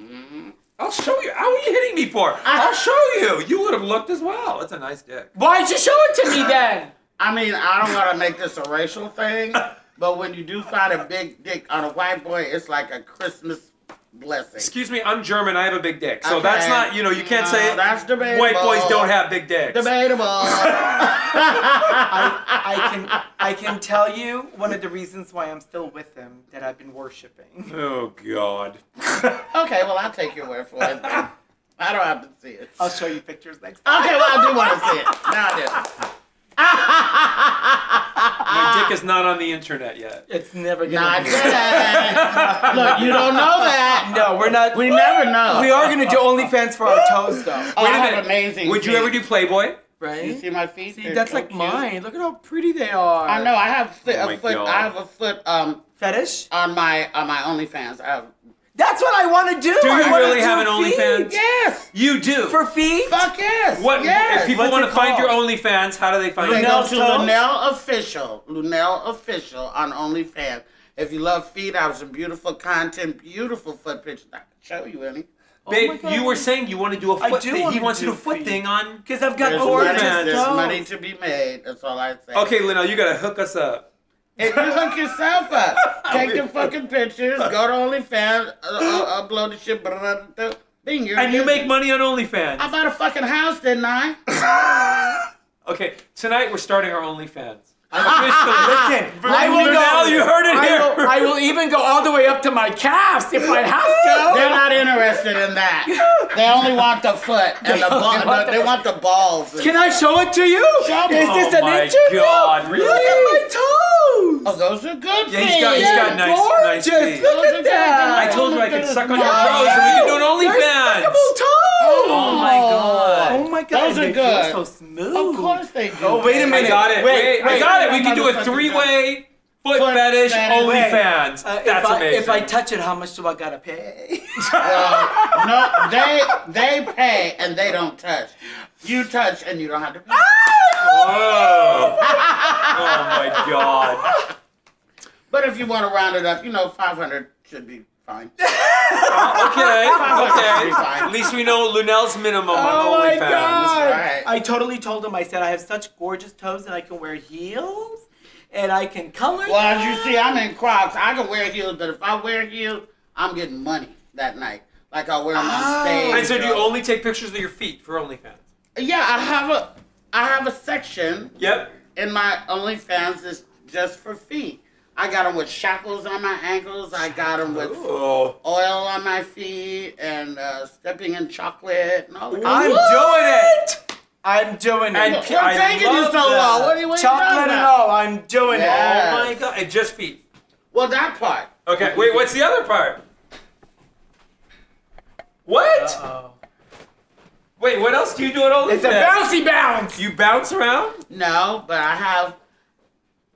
[SPEAKER 2] Mm-hmm. I'll show you. How are you hitting me for? I'll show you. You would have looked as well. It's a nice dick.
[SPEAKER 4] Why'd you show it to me
[SPEAKER 3] (laughs)
[SPEAKER 4] then?
[SPEAKER 3] I mean, I don't want to make this a racial thing, but when you do find a big dick on a white boy, it's like a Christmas blessing.
[SPEAKER 2] Excuse me, I'm German. I have a big dick. So
[SPEAKER 3] Okay.
[SPEAKER 2] that's not, you know, you can't say
[SPEAKER 3] No, that's debatable.
[SPEAKER 2] white boys don't have big dicks.
[SPEAKER 3] Debatable.
[SPEAKER 1] I can I can tell you one of the reasons why I'm still with him that I've been worshiping.
[SPEAKER 2] Oh,
[SPEAKER 3] (laughs)
[SPEAKER 2] God.
[SPEAKER 3] Okay, well, I'll take your word for it. then. I don't have to see it.
[SPEAKER 4] Oh,
[SPEAKER 1] I'll show you pictures next time.
[SPEAKER 3] Okay, well, I do want to see it. Now I
[SPEAKER 2] My
[SPEAKER 3] Ah.
[SPEAKER 2] dick is not on do. the internet yet.
[SPEAKER 1] It's never
[SPEAKER 3] do. Not
[SPEAKER 1] gonna be.
[SPEAKER 3] yet. Look, you don't know that.
[SPEAKER 1] No, we're not.
[SPEAKER 3] We never know.
[SPEAKER 1] We are gonna do OnlyFans for our toes though,
[SPEAKER 3] Oh,
[SPEAKER 2] Wait
[SPEAKER 3] I
[SPEAKER 2] a
[SPEAKER 3] have
[SPEAKER 2] minute.
[SPEAKER 3] amazing
[SPEAKER 2] Would you
[SPEAKER 3] feet.
[SPEAKER 2] ever do Playboy?
[SPEAKER 3] You
[SPEAKER 4] Right?
[SPEAKER 3] see my feet?
[SPEAKER 4] See,
[SPEAKER 3] They're
[SPEAKER 4] that's
[SPEAKER 3] so
[SPEAKER 4] like
[SPEAKER 3] cute.
[SPEAKER 4] mine. Look at how pretty they are.
[SPEAKER 3] I know. I have foot,
[SPEAKER 2] Oh my
[SPEAKER 3] a foot.
[SPEAKER 2] God.
[SPEAKER 3] I have a foot um
[SPEAKER 1] fetish.
[SPEAKER 3] on my on my OnlyFans. I have,
[SPEAKER 1] That's what I want to do.
[SPEAKER 2] Do
[SPEAKER 1] I
[SPEAKER 2] you
[SPEAKER 1] wanna
[SPEAKER 2] really
[SPEAKER 1] do
[SPEAKER 2] have an
[SPEAKER 1] feet.
[SPEAKER 2] OnlyFans?
[SPEAKER 3] yes.
[SPEAKER 2] You do.
[SPEAKER 1] for feet?
[SPEAKER 3] Fuck yes.
[SPEAKER 2] what?
[SPEAKER 3] Yes.
[SPEAKER 2] If people
[SPEAKER 1] What's
[SPEAKER 2] want
[SPEAKER 1] it
[SPEAKER 2] to find your
[SPEAKER 1] called?
[SPEAKER 2] OnlyFans, how do they find
[SPEAKER 3] They
[SPEAKER 2] you?
[SPEAKER 3] go
[SPEAKER 1] Lunel's
[SPEAKER 3] to
[SPEAKER 1] toes?
[SPEAKER 3] Lunel official. Lunel official on OnlyFans. If you love feet, I have some beautiful content, beautiful foot pictures. I can show you any.
[SPEAKER 4] Oh
[SPEAKER 2] Babe,
[SPEAKER 1] my God.
[SPEAKER 2] you were saying you want to do a
[SPEAKER 1] I
[SPEAKER 2] foot
[SPEAKER 1] do
[SPEAKER 2] thing.
[SPEAKER 1] wanna
[SPEAKER 2] He wants to
[SPEAKER 1] do
[SPEAKER 2] do a foot
[SPEAKER 1] feet.
[SPEAKER 2] thing on.
[SPEAKER 1] Because I've got
[SPEAKER 3] There's,
[SPEAKER 1] gorgeous
[SPEAKER 3] money, there's
[SPEAKER 1] toes.
[SPEAKER 3] money to be made. That's all I say.
[SPEAKER 2] Okay, Lino, you gotta hook us up.
[SPEAKER 3] If you hook
[SPEAKER 2] (laughs)
[SPEAKER 3] yourself up, take the fucking pictures, go to OnlyFans, uh, uh, upload the shit, blah, blah, blah, bing, you're
[SPEAKER 2] And you
[SPEAKER 3] busy.
[SPEAKER 2] make money on
[SPEAKER 3] I
[SPEAKER 2] OnlyFans.
[SPEAKER 3] bought a fucking house, didn't I?
[SPEAKER 2] Okay, tonight we're starting our OnlyFans. (laughs)
[SPEAKER 4] Listen, I will
[SPEAKER 2] Lunel,
[SPEAKER 4] go.
[SPEAKER 2] you heard it
[SPEAKER 4] I will,
[SPEAKER 2] here.
[SPEAKER 4] I will even go all the way up to my calves if I
[SPEAKER 2] Oh. (laughs)
[SPEAKER 4] have to.
[SPEAKER 3] They're not interested in that. They only want the foot and the ball.
[SPEAKER 4] want
[SPEAKER 3] no, they want the balls. and-
[SPEAKER 4] Can I show it to you?
[SPEAKER 3] Show me.
[SPEAKER 4] Is this
[SPEAKER 2] Oh
[SPEAKER 4] an
[SPEAKER 2] my
[SPEAKER 4] interview?
[SPEAKER 2] God, really?
[SPEAKER 4] Look at my toes.
[SPEAKER 3] Oh, those are good
[SPEAKER 2] Yeah, he's got-
[SPEAKER 3] feet.
[SPEAKER 2] he's got nice- nice
[SPEAKER 4] gorgeous.
[SPEAKER 2] feet.
[SPEAKER 4] Look
[SPEAKER 3] Those are
[SPEAKER 4] at
[SPEAKER 3] good.
[SPEAKER 4] that.
[SPEAKER 2] I told you I could suck on your
[SPEAKER 1] Oh,
[SPEAKER 2] toes and we
[SPEAKER 4] Ew,
[SPEAKER 2] could do an OnlyFans.
[SPEAKER 4] They're suckable toes.
[SPEAKER 2] Oh my God.
[SPEAKER 1] Oh my god,
[SPEAKER 3] Those are
[SPEAKER 1] they
[SPEAKER 3] good.
[SPEAKER 1] feel so smooth.
[SPEAKER 3] Of course they do.
[SPEAKER 1] Oh, wait a
[SPEAKER 2] I
[SPEAKER 1] minute.
[SPEAKER 2] got
[SPEAKER 1] Wait,
[SPEAKER 2] it. Wait, I
[SPEAKER 1] wait,
[SPEAKER 2] got it.
[SPEAKER 3] wait,
[SPEAKER 2] We can do
[SPEAKER 3] motherfucker,
[SPEAKER 2] a three-way foot, fetish
[SPEAKER 3] fetish,
[SPEAKER 2] OnlyFans.
[SPEAKER 1] Uh,
[SPEAKER 2] That's
[SPEAKER 1] if I,
[SPEAKER 2] amazing.
[SPEAKER 1] If I touch it, how much do I gotta pay?
[SPEAKER 3] Uh, (laughs) no, they they pay and they don't touch. You touch and you don't have to pay.
[SPEAKER 2] Ah! oh. oh my God.
[SPEAKER 3] But if you want to round it up, you know, 500 should be
[SPEAKER 2] (laughs)
[SPEAKER 3] fine.
[SPEAKER 1] (laughs)
[SPEAKER 2] Okay, okay.
[SPEAKER 3] Be fine.
[SPEAKER 2] At least we know Lunel's minimum
[SPEAKER 4] Oh
[SPEAKER 2] on
[SPEAKER 4] my
[SPEAKER 2] OnlyFans.
[SPEAKER 4] God.
[SPEAKER 3] Right.
[SPEAKER 1] (laughs) I totally told him. I said I have such gorgeous toes, and I can wear heels, and I can color.
[SPEAKER 3] Well, as
[SPEAKER 1] them."
[SPEAKER 3] you see, I'm in Crocs. I can wear heels, but if I wear heels, I'm getting money that night. Like I wear them on stage.
[SPEAKER 2] Ah. And so do you
[SPEAKER 3] or-
[SPEAKER 2] only take pictures of your feet for OnlyFans?
[SPEAKER 3] Yeah, I have a, I have a section
[SPEAKER 2] Yep.
[SPEAKER 3] in my OnlyFans that's just for feet. I got them with shackles on my ankles. I got them with
[SPEAKER 2] Oh.
[SPEAKER 3] oil on my feet and uh, stepping in chocolate and all that.
[SPEAKER 1] I'm doing it. I'm doing
[SPEAKER 2] And
[SPEAKER 1] it.
[SPEAKER 3] What's taking you so long? What are you- what
[SPEAKER 1] Chocolate
[SPEAKER 3] are you talking
[SPEAKER 1] and
[SPEAKER 3] about?
[SPEAKER 1] all. I'm doing
[SPEAKER 3] Yeah.
[SPEAKER 1] it.
[SPEAKER 2] Oh my God. And just feet.
[SPEAKER 3] Well, that part.
[SPEAKER 2] Okay, wait, what's the other part? What?
[SPEAKER 1] Uh-oh.
[SPEAKER 2] Wait, what else do you do at OnlyFans?
[SPEAKER 4] It's a bouncy bounce.
[SPEAKER 2] You bounce around?
[SPEAKER 3] No, but I have,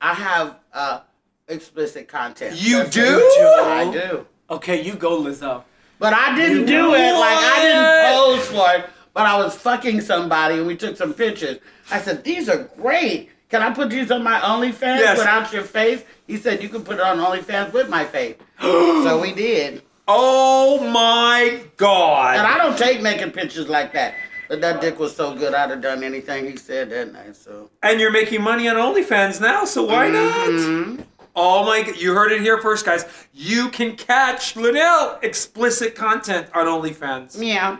[SPEAKER 3] I have uh, explicit content.
[SPEAKER 2] You
[SPEAKER 3] That's
[SPEAKER 2] do?
[SPEAKER 3] what I do.
[SPEAKER 1] Okay, you go, Lizzo.
[SPEAKER 3] But I didn't do it. Like I didn't pose for it. But I was fucking somebody, and we took some pictures. I said, "These are great. Can I put these on my OnlyFans
[SPEAKER 2] Yes.
[SPEAKER 3] without your face?" He said, "You can put it on OnlyFans with
[SPEAKER 2] (gasps)
[SPEAKER 3] my face." so we did.
[SPEAKER 2] Oh my god.
[SPEAKER 3] And I don't take naked pictures like that. But that dick was so good, I'd have done anything he said that night. So Mm-hmm.
[SPEAKER 2] And you're making money on OnlyFans now, so why not? Oh my! g- You heard it here first, guys. You can catch Linnell explicit content on OnlyFans.
[SPEAKER 3] Yeah.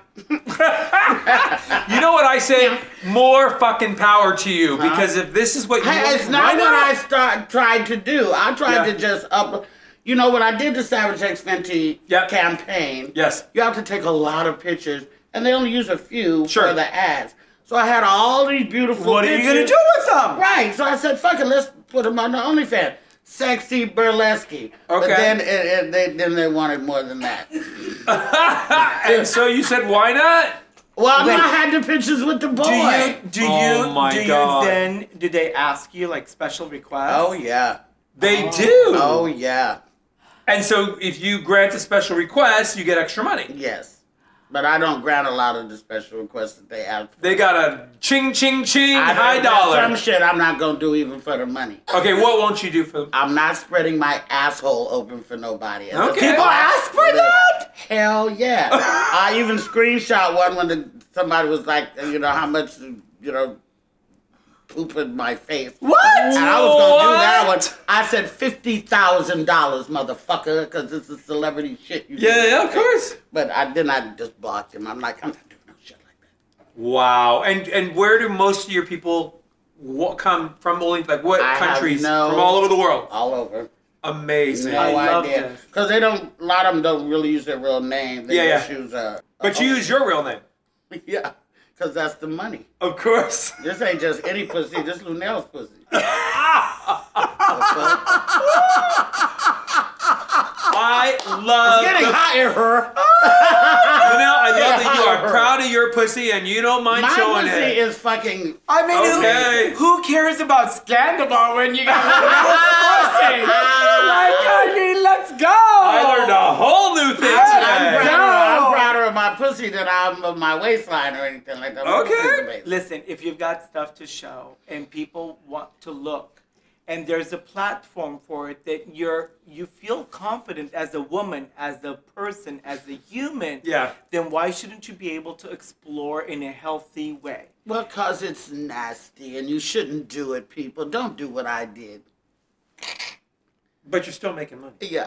[SPEAKER 2] You know what I say? More fucking power to you because if this is what you
[SPEAKER 3] Hey, it's
[SPEAKER 2] Why
[SPEAKER 3] not what I start, tried to do. I tried
[SPEAKER 2] Yeah.
[SPEAKER 3] to just up. You know, when I did the Savage X Fenty
[SPEAKER 2] Yep.
[SPEAKER 3] campaign,
[SPEAKER 2] Yes.
[SPEAKER 3] you have to take a lot of pictures, and they only use a few
[SPEAKER 2] Sure.
[SPEAKER 3] for the ads. So I had all these beautiful.
[SPEAKER 1] What are you gonna
[SPEAKER 3] pictures.
[SPEAKER 1] do with them?
[SPEAKER 3] Right. So I said, "Fuck it, let's put them on the OnlyFans." Sexy burlesque. Okay. But
[SPEAKER 2] Okay.
[SPEAKER 3] then it, it, they then they wanted more than that.
[SPEAKER 2] And so you said, why not?
[SPEAKER 3] Well, I had the pictures with the boy.
[SPEAKER 1] Do you do
[SPEAKER 2] Oh
[SPEAKER 1] you
[SPEAKER 2] my
[SPEAKER 1] do
[SPEAKER 2] God.
[SPEAKER 1] you then do they ask you like special requests?
[SPEAKER 3] Oh yeah.
[SPEAKER 2] They do.
[SPEAKER 3] Oh yeah.
[SPEAKER 2] And so if you grant a special request, you get extra money.
[SPEAKER 3] Yes. But I don't grant a lot of the special requests that they ask.
[SPEAKER 2] They got a ching ching ching
[SPEAKER 3] I-
[SPEAKER 2] high
[SPEAKER 3] there's Some
[SPEAKER 2] dollar.
[SPEAKER 3] shit I'm not gonna do even for the money.
[SPEAKER 2] Okay, what won't you do for them?
[SPEAKER 3] I'm not spreading my asshole open for nobody. And
[SPEAKER 2] Okay.
[SPEAKER 3] the-
[SPEAKER 2] People ask
[SPEAKER 1] for that?
[SPEAKER 3] Hell
[SPEAKER 2] (laughs)
[SPEAKER 3] yeah! I even screenshot one when the, somebody was like, you know, how much, you know, poop in my face.
[SPEAKER 1] What?
[SPEAKER 3] And I was gonna do that one.
[SPEAKER 2] What?
[SPEAKER 3] I said fifty thousand dollars, motherfucker, because this is celebrity shit. You
[SPEAKER 2] Yeah,
[SPEAKER 3] do.
[SPEAKER 2] yeah, of course.
[SPEAKER 3] But I then I just blocked him. I'm like, I'm not doing no shit like that.
[SPEAKER 2] Wow. And and where do most of your people wa- come from? Only like what
[SPEAKER 3] I have
[SPEAKER 2] countries?
[SPEAKER 3] no-
[SPEAKER 2] From all over the world.
[SPEAKER 3] All over.
[SPEAKER 2] Amazing.
[SPEAKER 3] No
[SPEAKER 1] love
[SPEAKER 3] idea.
[SPEAKER 1] this.
[SPEAKER 3] Because they don't. A lot of them don't really use their real name. They
[SPEAKER 2] Yeah,
[SPEAKER 3] just
[SPEAKER 2] yeah.
[SPEAKER 3] use uh, a.
[SPEAKER 2] But you use your real name,
[SPEAKER 3] (laughs) Yeah. Because that's the money.
[SPEAKER 2] of
[SPEAKER 3] (laughs)
[SPEAKER 2] course.
[SPEAKER 3] This ain't just any pussy. This Lunel's pussy.
[SPEAKER 2] I love.
[SPEAKER 3] Getting
[SPEAKER 2] the-
[SPEAKER 3] hot in her.
[SPEAKER 2] Linnell, I love that you are
[SPEAKER 3] (laughs) Yeah.
[SPEAKER 2] proud of your pussy and you don't mind
[SPEAKER 3] My
[SPEAKER 2] showing
[SPEAKER 3] pussy
[SPEAKER 2] it.
[SPEAKER 3] is fucking.
[SPEAKER 1] I mean, who-
[SPEAKER 2] Okay.
[SPEAKER 1] who, cares about scandal?
[SPEAKER 4] About when you got
[SPEAKER 2] (laughs)
[SPEAKER 4] a little pussy. Like, I mean, let's go.
[SPEAKER 2] I learned a whole new thing
[SPEAKER 3] I'm
[SPEAKER 2] today.
[SPEAKER 4] right.
[SPEAKER 3] prouder,
[SPEAKER 4] No.
[SPEAKER 3] I'm prouder of my pussy than I'm of my waistline or anything like that. My
[SPEAKER 2] Okay.
[SPEAKER 3] pussy's amazing.
[SPEAKER 1] Listen, if you've got stuff to show and people want to look, and there's a platform for it that you're you feel confident as a woman, as a person, as a human.
[SPEAKER 2] Yeah.
[SPEAKER 1] Then why shouldn't you be able to explore in a healthy way?
[SPEAKER 3] Well, cause it's nasty and you shouldn't do it, people. Don't do what I did.
[SPEAKER 2] But you're still making money.
[SPEAKER 1] (laughs)
[SPEAKER 3] Yeah.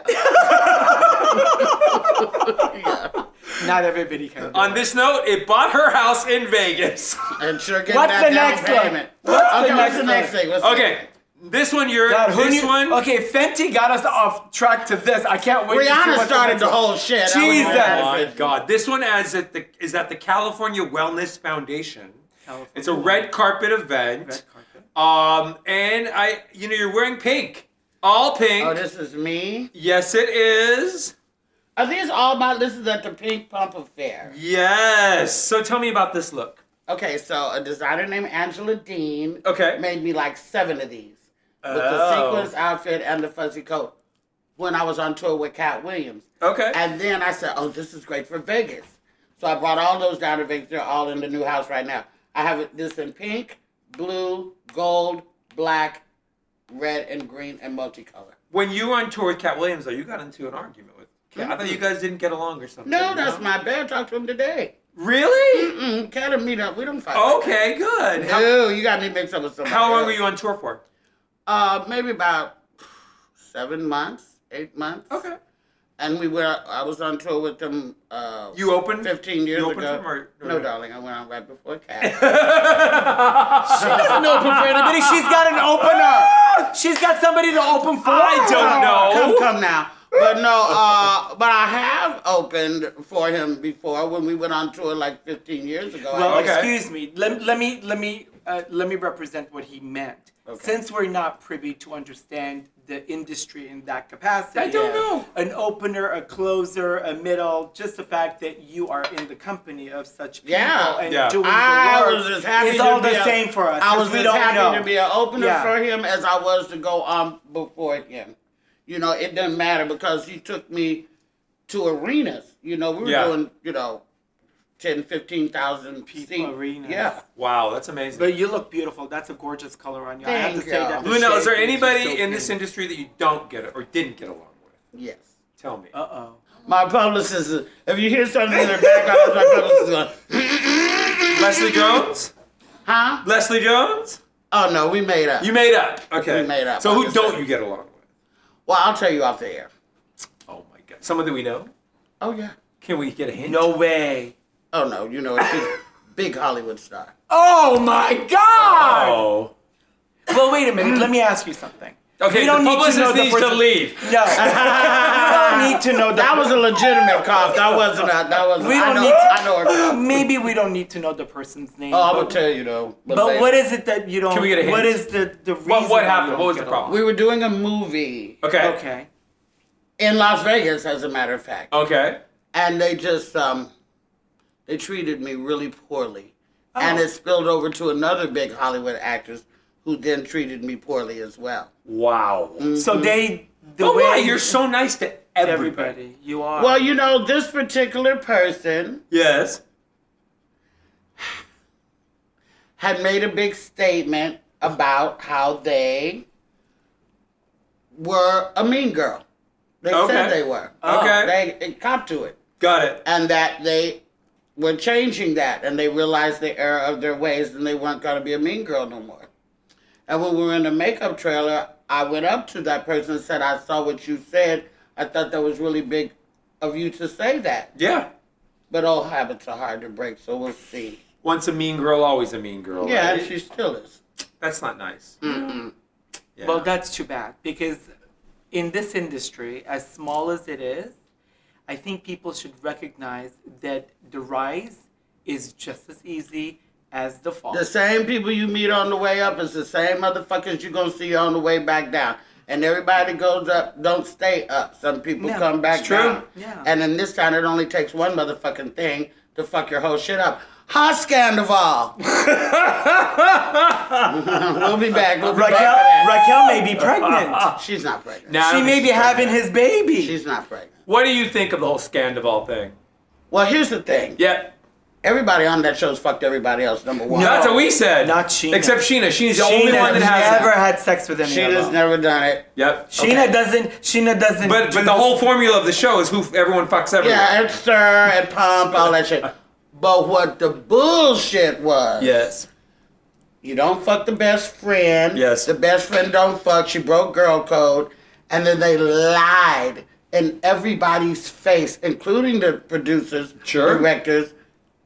[SPEAKER 1] Not everybody can. do
[SPEAKER 2] On
[SPEAKER 1] it.
[SPEAKER 2] this note, it bought her house in Vegas. (laughs)
[SPEAKER 3] And sure get
[SPEAKER 1] What's
[SPEAKER 3] that
[SPEAKER 1] the
[SPEAKER 3] down
[SPEAKER 1] next one?
[SPEAKER 3] payment.
[SPEAKER 1] What's the
[SPEAKER 3] okay, what's
[SPEAKER 1] next
[SPEAKER 3] the next
[SPEAKER 1] one?
[SPEAKER 3] thing? What's the next
[SPEAKER 2] Okay,
[SPEAKER 3] thing?
[SPEAKER 2] this one you're.
[SPEAKER 4] God, who
[SPEAKER 2] this
[SPEAKER 4] knew-
[SPEAKER 2] one.
[SPEAKER 4] Okay, Fenty got us off track to this. I can't wait. to see
[SPEAKER 3] Rihanna
[SPEAKER 4] what
[SPEAKER 3] started
[SPEAKER 4] next
[SPEAKER 3] the
[SPEAKER 4] one-
[SPEAKER 3] whole shit. I was
[SPEAKER 4] Jesus.
[SPEAKER 3] mad
[SPEAKER 2] Oh
[SPEAKER 3] at
[SPEAKER 2] my
[SPEAKER 3] it.
[SPEAKER 2] God. This one adds at the, is at the California Wellness Foundation.
[SPEAKER 1] California.
[SPEAKER 2] It's a red carpet event.
[SPEAKER 1] Red carpet.
[SPEAKER 2] Um, and I, you know, you're wearing pink. All pink.
[SPEAKER 3] Oh, this is me.
[SPEAKER 2] yes, it is.
[SPEAKER 3] Are these all my? This is at the Pink Pump Affair.
[SPEAKER 2] Yes. So tell me about this look.
[SPEAKER 3] Okay, so a designer named Angela Dean.
[SPEAKER 2] Okay.
[SPEAKER 3] Made me like seven of these with
[SPEAKER 2] Oh.
[SPEAKER 3] the sequence outfit and the fuzzy coat when I was on tour with Cat Williams.
[SPEAKER 2] Okay.
[SPEAKER 3] And then I said, "Oh, this is great for Vegas." So I brought all those down to Vegas. They're all in the new house right now. I have this in pink, blue, gold, black, red, and green, and multicolor.
[SPEAKER 2] when you were on tour with Cat Williams, though, you got into an argument with. Cat. I thought you guys didn't get along or something.
[SPEAKER 3] No, that's my bad. Talk to him today.
[SPEAKER 2] Really?
[SPEAKER 3] Mm-mm, Cat and meet up. We don't fight. like
[SPEAKER 2] Okay, good.
[SPEAKER 3] that.
[SPEAKER 2] How,
[SPEAKER 3] No, you got me mixed up with somebody.
[SPEAKER 2] how long
[SPEAKER 3] else.
[SPEAKER 2] were you on tour for?
[SPEAKER 3] Uh, maybe about seven months, eight months.
[SPEAKER 2] Okay.
[SPEAKER 3] And we were. I was on tour with them. Uh,
[SPEAKER 2] You opened.
[SPEAKER 3] fifteen years
[SPEAKER 2] you opened
[SPEAKER 3] ago.
[SPEAKER 2] for Mar-
[SPEAKER 3] no,
[SPEAKER 2] no.
[SPEAKER 3] darling, I went on right
[SPEAKER 2] (laughs)
[SPEAKER 3] before Cat.
[SPEAKER 4] There's no open for anybody. She's got an
[SPEAKER 2] (laughs)
[SPEAKER 4] opener. She's got somebody to open for.
[SPEAKER 2] I don't know.
[SPEAKER 3] Come, come now. But no, uh, but I have opened for him before when we went on tour like 15 years ago.
[SPEAKER 1] Well,
[SPEAKER 2] Okay.
[SPEAKER 1] excuse me. Let, let me let me uh, let me represent what he meant. Since we're not privy to understand the industry in that capacity,
[SPEAKER 2] I don't know.
[SPEAKER 1] An opener, a closer, a middle, just the fact that you are in the company of such people
[SPEAKER 3] Yeah.
[SPEAKER 1] and
[SPEAKER 2] Yeah.
[SPEAKER 1] doing
[SPEAKER 3] I
[SPEAKER 1] the work
[SPEAKER 3] was just happy
[SPEAKER 1] is
[SPEAKER 3] to
[SPEAKER 1] all
[SPEAKER 3] be
[SPEAKER 1] the
[SPEAKER 3] a-
[SPEAKER 1] same for us.
[SPEAKER 3] I
[SPEAKER 1] 'cause
[SPEAKER 3] was
[SPEAKER 1] we
[SPEAKER 3] just
[SPEAKER 1] don't
[SPEAKER 3] happy
[SPEAKER 1] know.
[SPEAKER 3] to be an opener
[SPEAKER 1] Yeah.
[SPEAKER 3] for him as I was to go on before him. You know, it doesn't matter because he took me to arenas. You know, we were
[SPEAKER 2] Yeah.
[SPEAKER 3] doing, you know, 10, 15,000
[SPEAKER 1] People
[SPEAKER 3] seat-
[SPEAKER 1] arenas.
[SPEAKER 3] Yeah.
[SPEAKER 2] Wow, that's amazing.
[SPEAKER 1] But you look beautiful. That's a gorgeous color on you. I have to
[SPEAKER 3] Thank
[SPEAKER 1] say
[SPEAKER 3] you.
[SPEAKER 1] that.
[SPEAKER 2] Luna, is there anybody
[SPEAKER 1] So
[SPEAKER 2] in this industry that you don't get or didn't get along with?
[SPEAKER 3] Yes.
[SPEAKER 2] Tell me.
[SPEAKER 1] Uh oh.
[SPEAKER 3] My publicist, is- if you hear something in the background, it's my publicist is going,
[SPEAKER 2] Leslie Jones?
[SPEAKER 3] huh?
[SPEAKER 2] Leslie Jones?
[SPEAKER 3] Oh, no, we made up.
[SPEAKER 2] You made up. Okay.
[SPEAKER 3] We made up.
[SPEAKER 2] So
[SPEAKER 3] I
[SPEAKER 2] who
[SPEAKER 3] just
[SPEAKER 2] don't
[SPEAKER 3] said-
[SPEAKER 2] you get along with?
[SPEAKER 3] Well, I'll tell you off the air.
[SPEAKER 2] Oh my God. Someone that we know?
[SPEAKER 3] Oh yeah.
[SPEAKER 2] Can we get a hint?
[SPEAKER 1] No way.
[SPEAKER 3] Oh no, you know she's a big Hollywood star.
[SPEAKER 4] Oh my God!
[SPEAKER 2] Oh.
[SPEAKER 1] Well, wait a minute. Let me ask you something.
[SPEAKER 2] Okay,
[SPEAKER 1] We don't
[SPEAKER 2] the
[SPEAKER 1] need to know
[SPEAKER 2] publicist
[SPEAKER 1] the
[SPEAKER 2] needs to
[SPEAKER 1] person-
[SPEAKER 2] leave.
[SPEAKER 1] No,
[SPEAKER 2] (laughs)
[SPEAKER 1] we don't need to know the.
[SPEAKER 3] That was a legitimate cough. That wasn't. A, that wasn't.
[SPEAKER 1] We
[SPEAKER 3] I
[SPEAKER 1] don't
[SPEAKER 3] know.
[SPEAKER 1] need to-
[SPEAKER 3] I know her. cough.
[SPEAKER 1] Maybe we don't need to know the person's name.
[SPEAKER 3] Oh, I
[SPEAKER 1] but-
[SPEAKER 3] will tell you though.
[SPEAKER 1] But
[SPEAKER 3] later.
[SPEAKER 1] what is it that you don't?
[SPEAKER 2] Can we get a hint?
[SPEAKER 1] What is the the reason?
[SPEAKER 2] What,
[SPEAKER 1] why
[SPEAKER 2] what
[SPEAKER 1] you
[SPEAKER 2] happened?
[SPEAKER 1] don't
[SPEAKER 2] What was
[SPEAKER 1] get
[SPEAKER 2] the
[SPEAKER 1] along?
[SPEAKER 2] problem?
[SPEAKER 3] We were doing a movie
[SPEAKER 2] Okay.
[SPEAKER 1] Okay.
[SPEAKER 3] in Las Vegas, as a matter of fact,
[SPEAKER 1] Oh.
[SPEAKER 2] Okay.
[SPEAKER 3] and they just um, they treated me really poorly,
[SPEAKER 1] Oh.
[SPEAKER 3] and it spilled over to another big Hollywood actress, who then treated me poorly as well.
[SPEAKER 2] Wow.
[SPEAKER 1] So they the
[SPEAKER 2] But
[SPEAKER 1] way
[SPEAKER 2] why? You're so nice to everybody.
[SPEAKER 1] everybody. You are.
[SPEAKER 3] Well, you know, this particular person
[SPEAKER 2] Yes.
[SPEAKER 3] had made a big statement about how they were a mean girl. They
[SPEAKER 2] Okay. Oh.
[SPEAKER 3] said they were.
[SPEAKER 2] Okay.
[SPEAKER 3] They, they cop to it.
[SPEAKER 2] Got it.
[SPEAKER 3] And that they were changing that and they realized the error of their ways and they weren't going to be a mean girl no more. And when we were in the makeup trailer, I went up to that person and said, I saw what you said. I thought that was really big of you to say that.
[SPEAKER 2] Yeah.
[SPEAKER 3] But all habits are hard to break, so we'll see.
[SPEAKER 2] Once a mean girl, always a mean girl.
[SPEAKER 3] Yeah,
[SPEAKER 2] right?
[SPEAKER 3] and she still is.
[SPEAKER 2] That's not nice. Yeah.
[SPEAKER 1] Well, that's too bad because in this industry, as small as it is, I think people should recognize that the rise is just as easy as the fall.
[SPEAKER 3] The same people you meet on the way up is the same motherfuckers you're gonna see on the way back down. And everybody goes up, don't stay up. Some people
[SPEAKER 1] Yeah,
[SPEAKER 3] come back
[SPEAKER 2] it's true.
[SPEAKER 3] down.
[SPEAKER 1] Yeah.
[SPEAKER 3] And in this town, it only takes one motherfucking thing to fuck your whole shit up. Ha Scandival! (laughs) we'll be back. We'll be back for
[SPEAKER 4] Raquel,
[SPEAKER 3] that.
[SPEAKER 4] Raquel may be
[SPEAKER 2] (laughs)
[SPEAKER 4] pregnant.
[SPEAKER 3] She's not pregnant.
[SPEAKER 2] Now-
[SPEAKER 4] she may be having his baby.
[SPEAKER 3] She's not pregnant.
[SPEAKER 2] what do you think of the whole Scandival thing?
[SPEAKER 3] Well, here's the thing.
[SPEAKER 2] Yeah.
[SPEAKER 3] Everybody on that show's fucked everybody else, number one.
[SPEAKER 2] That's what we said.
[SPEAKER 4] Not Sheena.
[SPEAKER 2] Except Sheena. She's the
[SPEAKER 4] Sheena
[SPEAKER 2] only one that has
[SPEAKER 4] never
[SPEAKER 2] it.
[SPEAKER 4] had sex with anyone.
[SPEAKER 3] Sheena's never done it.
[SPEAKER 2] Yep.
[SPEAKER 4] Sheena doesn't. Sheena doesn't.
[SPEAKER 2] But
[SPEAKER 4] do
[SPEAKER 2] but the
[SPEAKER 4] this-
[SPEAKER 2] whole formula of the show is who everyone fucks everyone.
[SPEAKER 3] Yeah, and stir and pump, all that shit. But what the bullshit was.
[SPEAKER 2] Yes.
[SPEAKER 3] You don't fuck the best friend.
[SPEAKER 2] Yes.
[SPEAKER 3] The best friend don't fuck. She broke girl code. And then they lied in everybody's face, including the producers,
[SPEAKER 2] Sure.
[SPEAKER 3] directors,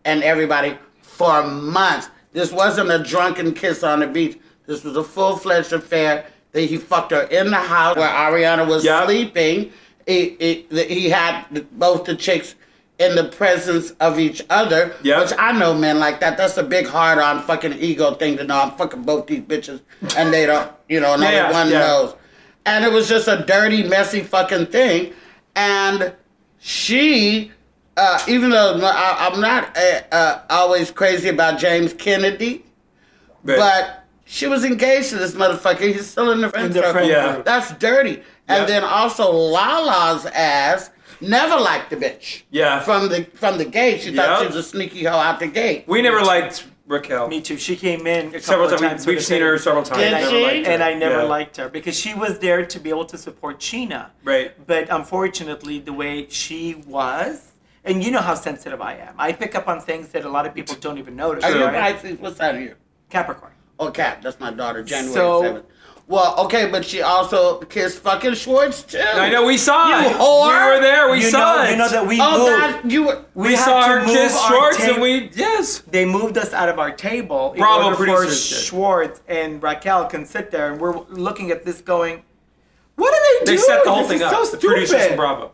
[SPEAKER 3] and everybody for months. This wasn't a drunken kiss on the beach. This was a full fledged affair that he fucked her in the house where Ariana was
[SPEAKER 2] Yeah.
[SPEAKER 3] sleeping. He, he, he had both the chicks in the presence of each other,
[SPEAKER 2] Yeah.
[SPEAKER 3] which I know men like that. That's a big hard on fucking ego thing to know I'm fucking both these bitches and they don't, you know, and only
[SPEAKER 2] Yeah,
[SPEAKER 3] one
[SPEAKER 2] yeah.
[SPEAKER 3] knows. And it was just a dirty, messy fucking thing. And she, uh, even though I, I'm not uh, uh, always crazy about James Kennedy,
[SPEAKER 2] (laughs)
[SPEAKER 3] but she was engaged to this motherfucker. He's still in the friend
[SPEAKER 1] the
[SPEAKER 3] circle.
[SPEAKER 1] friend
[SPEAKER 2] Yeah. group.
[SPEAKER 3] That's dirty. And
[SPEAKER 2] Yep.
[SPEAKER 3] then also Lala's ass never liked the bitch.
[SPEAKER 2] Yeah.
[SPEAKER 3] From the from the gate, she thought she
[SPEAKER 2] Yep.
[SPEAKER 3] was a sneaky hoe out the gate.
[SPEAKER 2] we never liked Raquel.
[SPEAKER 1] Me too. She came in a couple
[SPEAKER 2] Several
[SPEAKER 1] of
[SPEAKER 2] times. We-
[SPEAKER 1] times.
[SPEAKER 2] We've,
[SPEAKER 1] with a
[SPEAKER 2] seen
[SPEAKER 1] baby.
[SPEAKER 2] her several times.
[SPEAKER 3] Did
[SPEAKER 2] Never
[SPEAKER 3] she?
[SPEAKER 2] liked her.
[SPEAKER 1] and I never
[SPEAKER 2] Yeah.
[SPEAKER 1] liked her because she was there to be able to support Sheena.
[SPEAKER 2] Right.
[SPEAKER 1] But unfortunately, the way she was, and you know how sensitive I am. I pick up on things that a lot of people don't even notice.
[SPEAKER 3] Are you
[SPEAKER 1] right?
[SPEAKER 3] Pisces? What's out here?
[SPEAKER 1] Capricorn.
[SPEAKER 3] Oh, Cap, that's my daughter, January
[SPEAKER 1] So-
[SPEAKER 3] 7th. Well, okay, but she also kissed fucking Schwartz, too.
[SPEAKER 2] I know we saw
[SPEAKER 3] You
[SPEAKER 2] it.
[SPEAKER 3] whore.
[SPEAKER 2] We were there. We
[SPEAKER 4] you
[SPEAKER 2] saw
[SPEAKER 4] know,
[SPEAKER 2] it.
[SPEAKER 4] you know that we
[SPEAKER 3] Oh,
[SPEAKER 4] moved.
[SPEAKER 3] God, you were.
[SPEAKER 1] We,
[SPEAKER 2] we
[SPEAKER 1] had
[SPEAKER 2] saw
[SPEAKER 1] to
[SPEAKER 2] her
[SPEAKER 1] move
[SPEAKER 2] kiss
[SPEAKER 1] our
[SPEAKER 2] shorts,
[SPEAKER 1] table-
[SPEAKER 2] and we yes.
[SPEAKER 1] They moved us out of our table in
[SPEAKER 2] Bravo
[SPEAKER 1] order for
[SPEAKER 2] producers did.
[SPEAKER 1] Schwartz and Raquel can sit there, and we're looking at this going, "What are they,
[SPEAKER 2] They
[SPEAKER 1] doing?
[SPEAKER 2] set the whole
[SPEAKER 1] This
[SPEAKER 2] thing
[SPEAKER 1] is
[SPEAKER 2] up.
[SPEAKER 1] So
[SPEAKER 2] the producers
[SPEAKER 1] stupid."
[SPEAKER 2] and Bravo.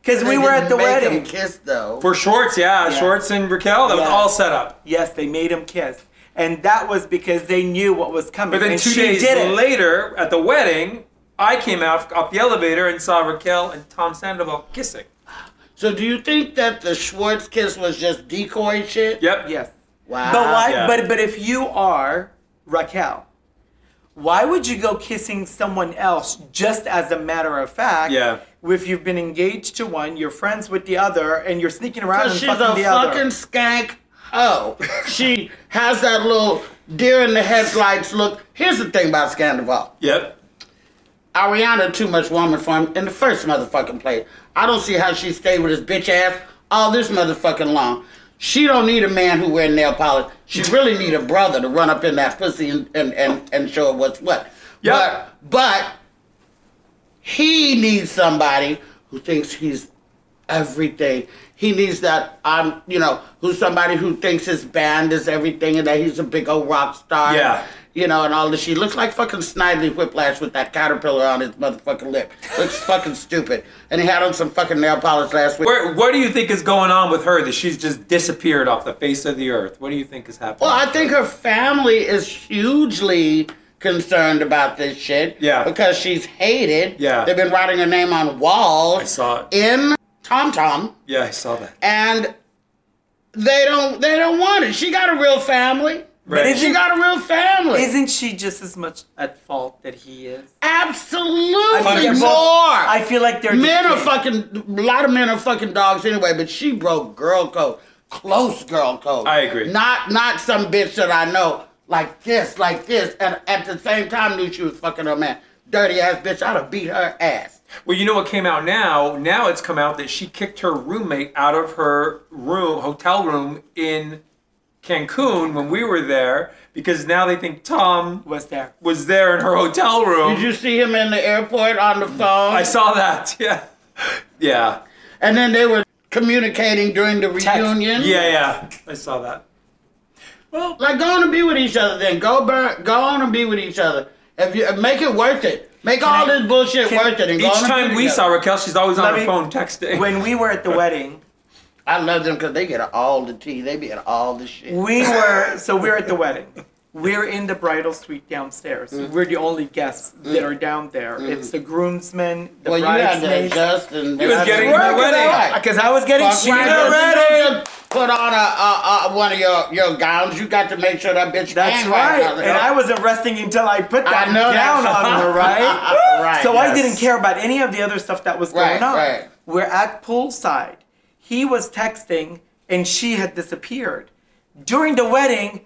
[SPEAKER 1] Because we
[SPEAKER 3] They
[SPEAKER 1] were at
[SPEAKER 3] didn't
[SPEAKER 1] the
[SPEAKER 3] make
[SPEAKER 1] wedding.
[SPEAKER 3] Him kiss, though.
[SPEAKER 2] For Shorts, yeah,
[SPEAKER 1] Yeah.
[SPEAKER 2] Shorts and Raquel, that was
[SPEAKER 1] Yeah.
[SPEAKER 2] all set up.
[SPEAKER 1] Yes, they made him kiss. And that was because they knew what was coming.
[SPEAKER 2] But then
[SPEAKER 1] and
[SPEAKER 2] two
[SPEAKER 1] she
[SPEAKER 2] days
[SPEAKER 1] did it.
[SPEAKER 2] later, at the wedding, I came out up the elevator and saw Raquel and Tom Sandoval kissing.
[SPEAKER 3] so do you think that the Schwartz kiss was just decoy shit?
[SPEAKER 2] Yep.
[SPEAKER 1] Yes.
[SPEAKER 3] Wow.
[SPEAKER 1] But why
[SPEAKER 2] Uh, yeah.
[SPEAKER 1] but but if you are Raquel, why would you go kissing someone else just as a matter of fact?
[SPEAKER 2] Yeah.
[SPEAKER 1] If you've been engaged to one, you're friends with the other, and you're sneaking around
[SPEAKER 3] Because
[SPEAKER 1] and
[SPEAKER 3] she's
[SPEAKER 1] fucking
[SPEAKER 3] a
[SPEAKER 1] the
[SPEAKER 3] fucking
[SPEAKER 1] other.
[SPEAKER 3] skank hoe. (laughs) she has that little deer in the headlights look. Here's the thing about Scandival.
[SPEAKER 2] Yep.
[SPEAKER 3] Ariana too much woman for him in the first motherfucking place. I don't see how she stayed with his bitch ass all this motherfucking long. She don't need a man who wear nail polish. She really need a brother to run up in that pussy and and and, and show her what's what.
[SPEAKER 2] Yep.
[SPEAKER 3] But but he needs somebody who thinks he's everything. He needs that um, you know, who's somebody who thinks his band is everything and that he's a big old rock star.
[SPEAKER 2] Yeah.
[SPEAKER 3] You know, and all this. He looks like fucking Snidely Whiplash with that caterpillar on his motherfucking lip. Looks fucking stupid. And he had on some fucking nail polish last week.
[SPEAKER 2] Where, what do you think is going on with her that she's just disappeared off the face of the earth? What do you think is happening?
[SPEAKER 3] Well, I think her family is hugely concerned about this shit.
[SPEAKER 2] Yeah.
[SPEAKER 3] Because she's hated.
[SPEAKER 2] Yeah.
[SPEAKER 3] They've been writing her name on walls. I
[SPEAKER 2] saw it.
[SPEAKER 3] In Tom Tom,
[SPEAKER 2] yeah, I saw that.
[SPEAKER 3] and they don't they don't want it. She got a real family.
[SPEAKER 2] Right.
[SPEAKER 3] She got a real family.
[SPEAKER 1] Isn't she just as much at fault that he is?
[SPEAKER 3] Absolutely
[SPEAKER 1] I
[SPEAKER 3] more.
[SPEAKER 1] feel- I feel like they're
[SPEAKER 3] men are
[SPEAKER 1] just-
[SPEAKER 3] fucking a lot of men are fucking dogs anyway, but she broke girl code. Close girl code.
[SPEAKER 2] I agree.
[SPEAKER 3] Not not some bitch that I know like this, like this, and at the same time knew she was fucking her man. Dirty ass bitch, I'd have beat her ass.
[SPEAKER 2] Well, you know what came out now? Now it's come out that she kicked her roommate out of her room, hotel room in Cancun when we were there because now they think Tom
[SPEAKER 1] Was
[SPEAKER 2] (laughs)
[SPEAKER 1] there?
[SPEAKER 2] was there in her hotel room.
[SPEAKER 3] Did you see him in the airport on the phone?
[SPEAKER 2] I saw that. (laughs) Yeah. Yeah.
[SPEAKER 3] And then they were communicating during the reunion.
[SPEAKER 2] Yeah, yeah. I saw that.
[SPEAKER 3] Like go on and be with each other then. Go burn, go on and be with each other. If you make it worth it. Make all
[SPEAKER 1] I-
[SPEAKER 3] this bullshit
[SPEAKER 1] can-
[SPEAKER 3] worth it and go
[SPEAKER 2] Each
[SPEAKER 3] on and be
[SPEAKER 2] time we
[SPEAKER 3] together.
[SPEAKER 2] saw Raquel, she's always on
[SPEAKER 1] Let
[SPEAKER 2] her
[SPEAKER 1] me-
[SPEAKER 2] phone texting. (laughs)
[SPEAKER 1] When we were at the wedding,
[SPEAKER 3] I love them because they get all the tea. They be at all the shit.
[SPEAKER 1] we were so we're at the wedding. We're in the bridal suite downstairs.
[SPEAKER 2] Mm.
[SPEAKER 1] We're the only guests that are down there. It's the groomsmen, the
[SPEAKER 3] well, you had to
[SPEAKER 1] bridesmaids.
[SPEAKER 3] adjust and.
[SPEAKER 2] was getting my wedding.
[SPEAKER 4] Because I was getting
[SPEAKER 3] Fuck
[SPEAKER 4] shit
[SPEAKER 3] right.
[SPEAKER 4] already.
[SPEAKER 3] You don't just Put on a, a, a one of your, your gowns. You got to make sure that bitch.
[SPEAKER 1] That's
[SPEAKER 3] hang
[SPEAKER 1] right.
[SPEAKER 3] nothing.
[SPEAKER 1] And I wasn't resting until I put that
[SPEAKER 3] I know
[SPEAKER 1] down
[SPEAKER 3] that's-
[SPEAKER 1] on
[SPEAKER 3] (laughs)
[SPEAKER 1] her, right?
[SPEAKER 3] right.
[SPEAKER 1] So I
[SPEAKER 3] yes.
[SPEAKER 1] didn't care about any of the other stuff that was going
[SPEAKER 3] Right,
[SPEAKER 1] on.
[SPEAKER 3] right.
[SPEAKER 1] We're at poolside. He was texting and she had disappeared. During the wedding,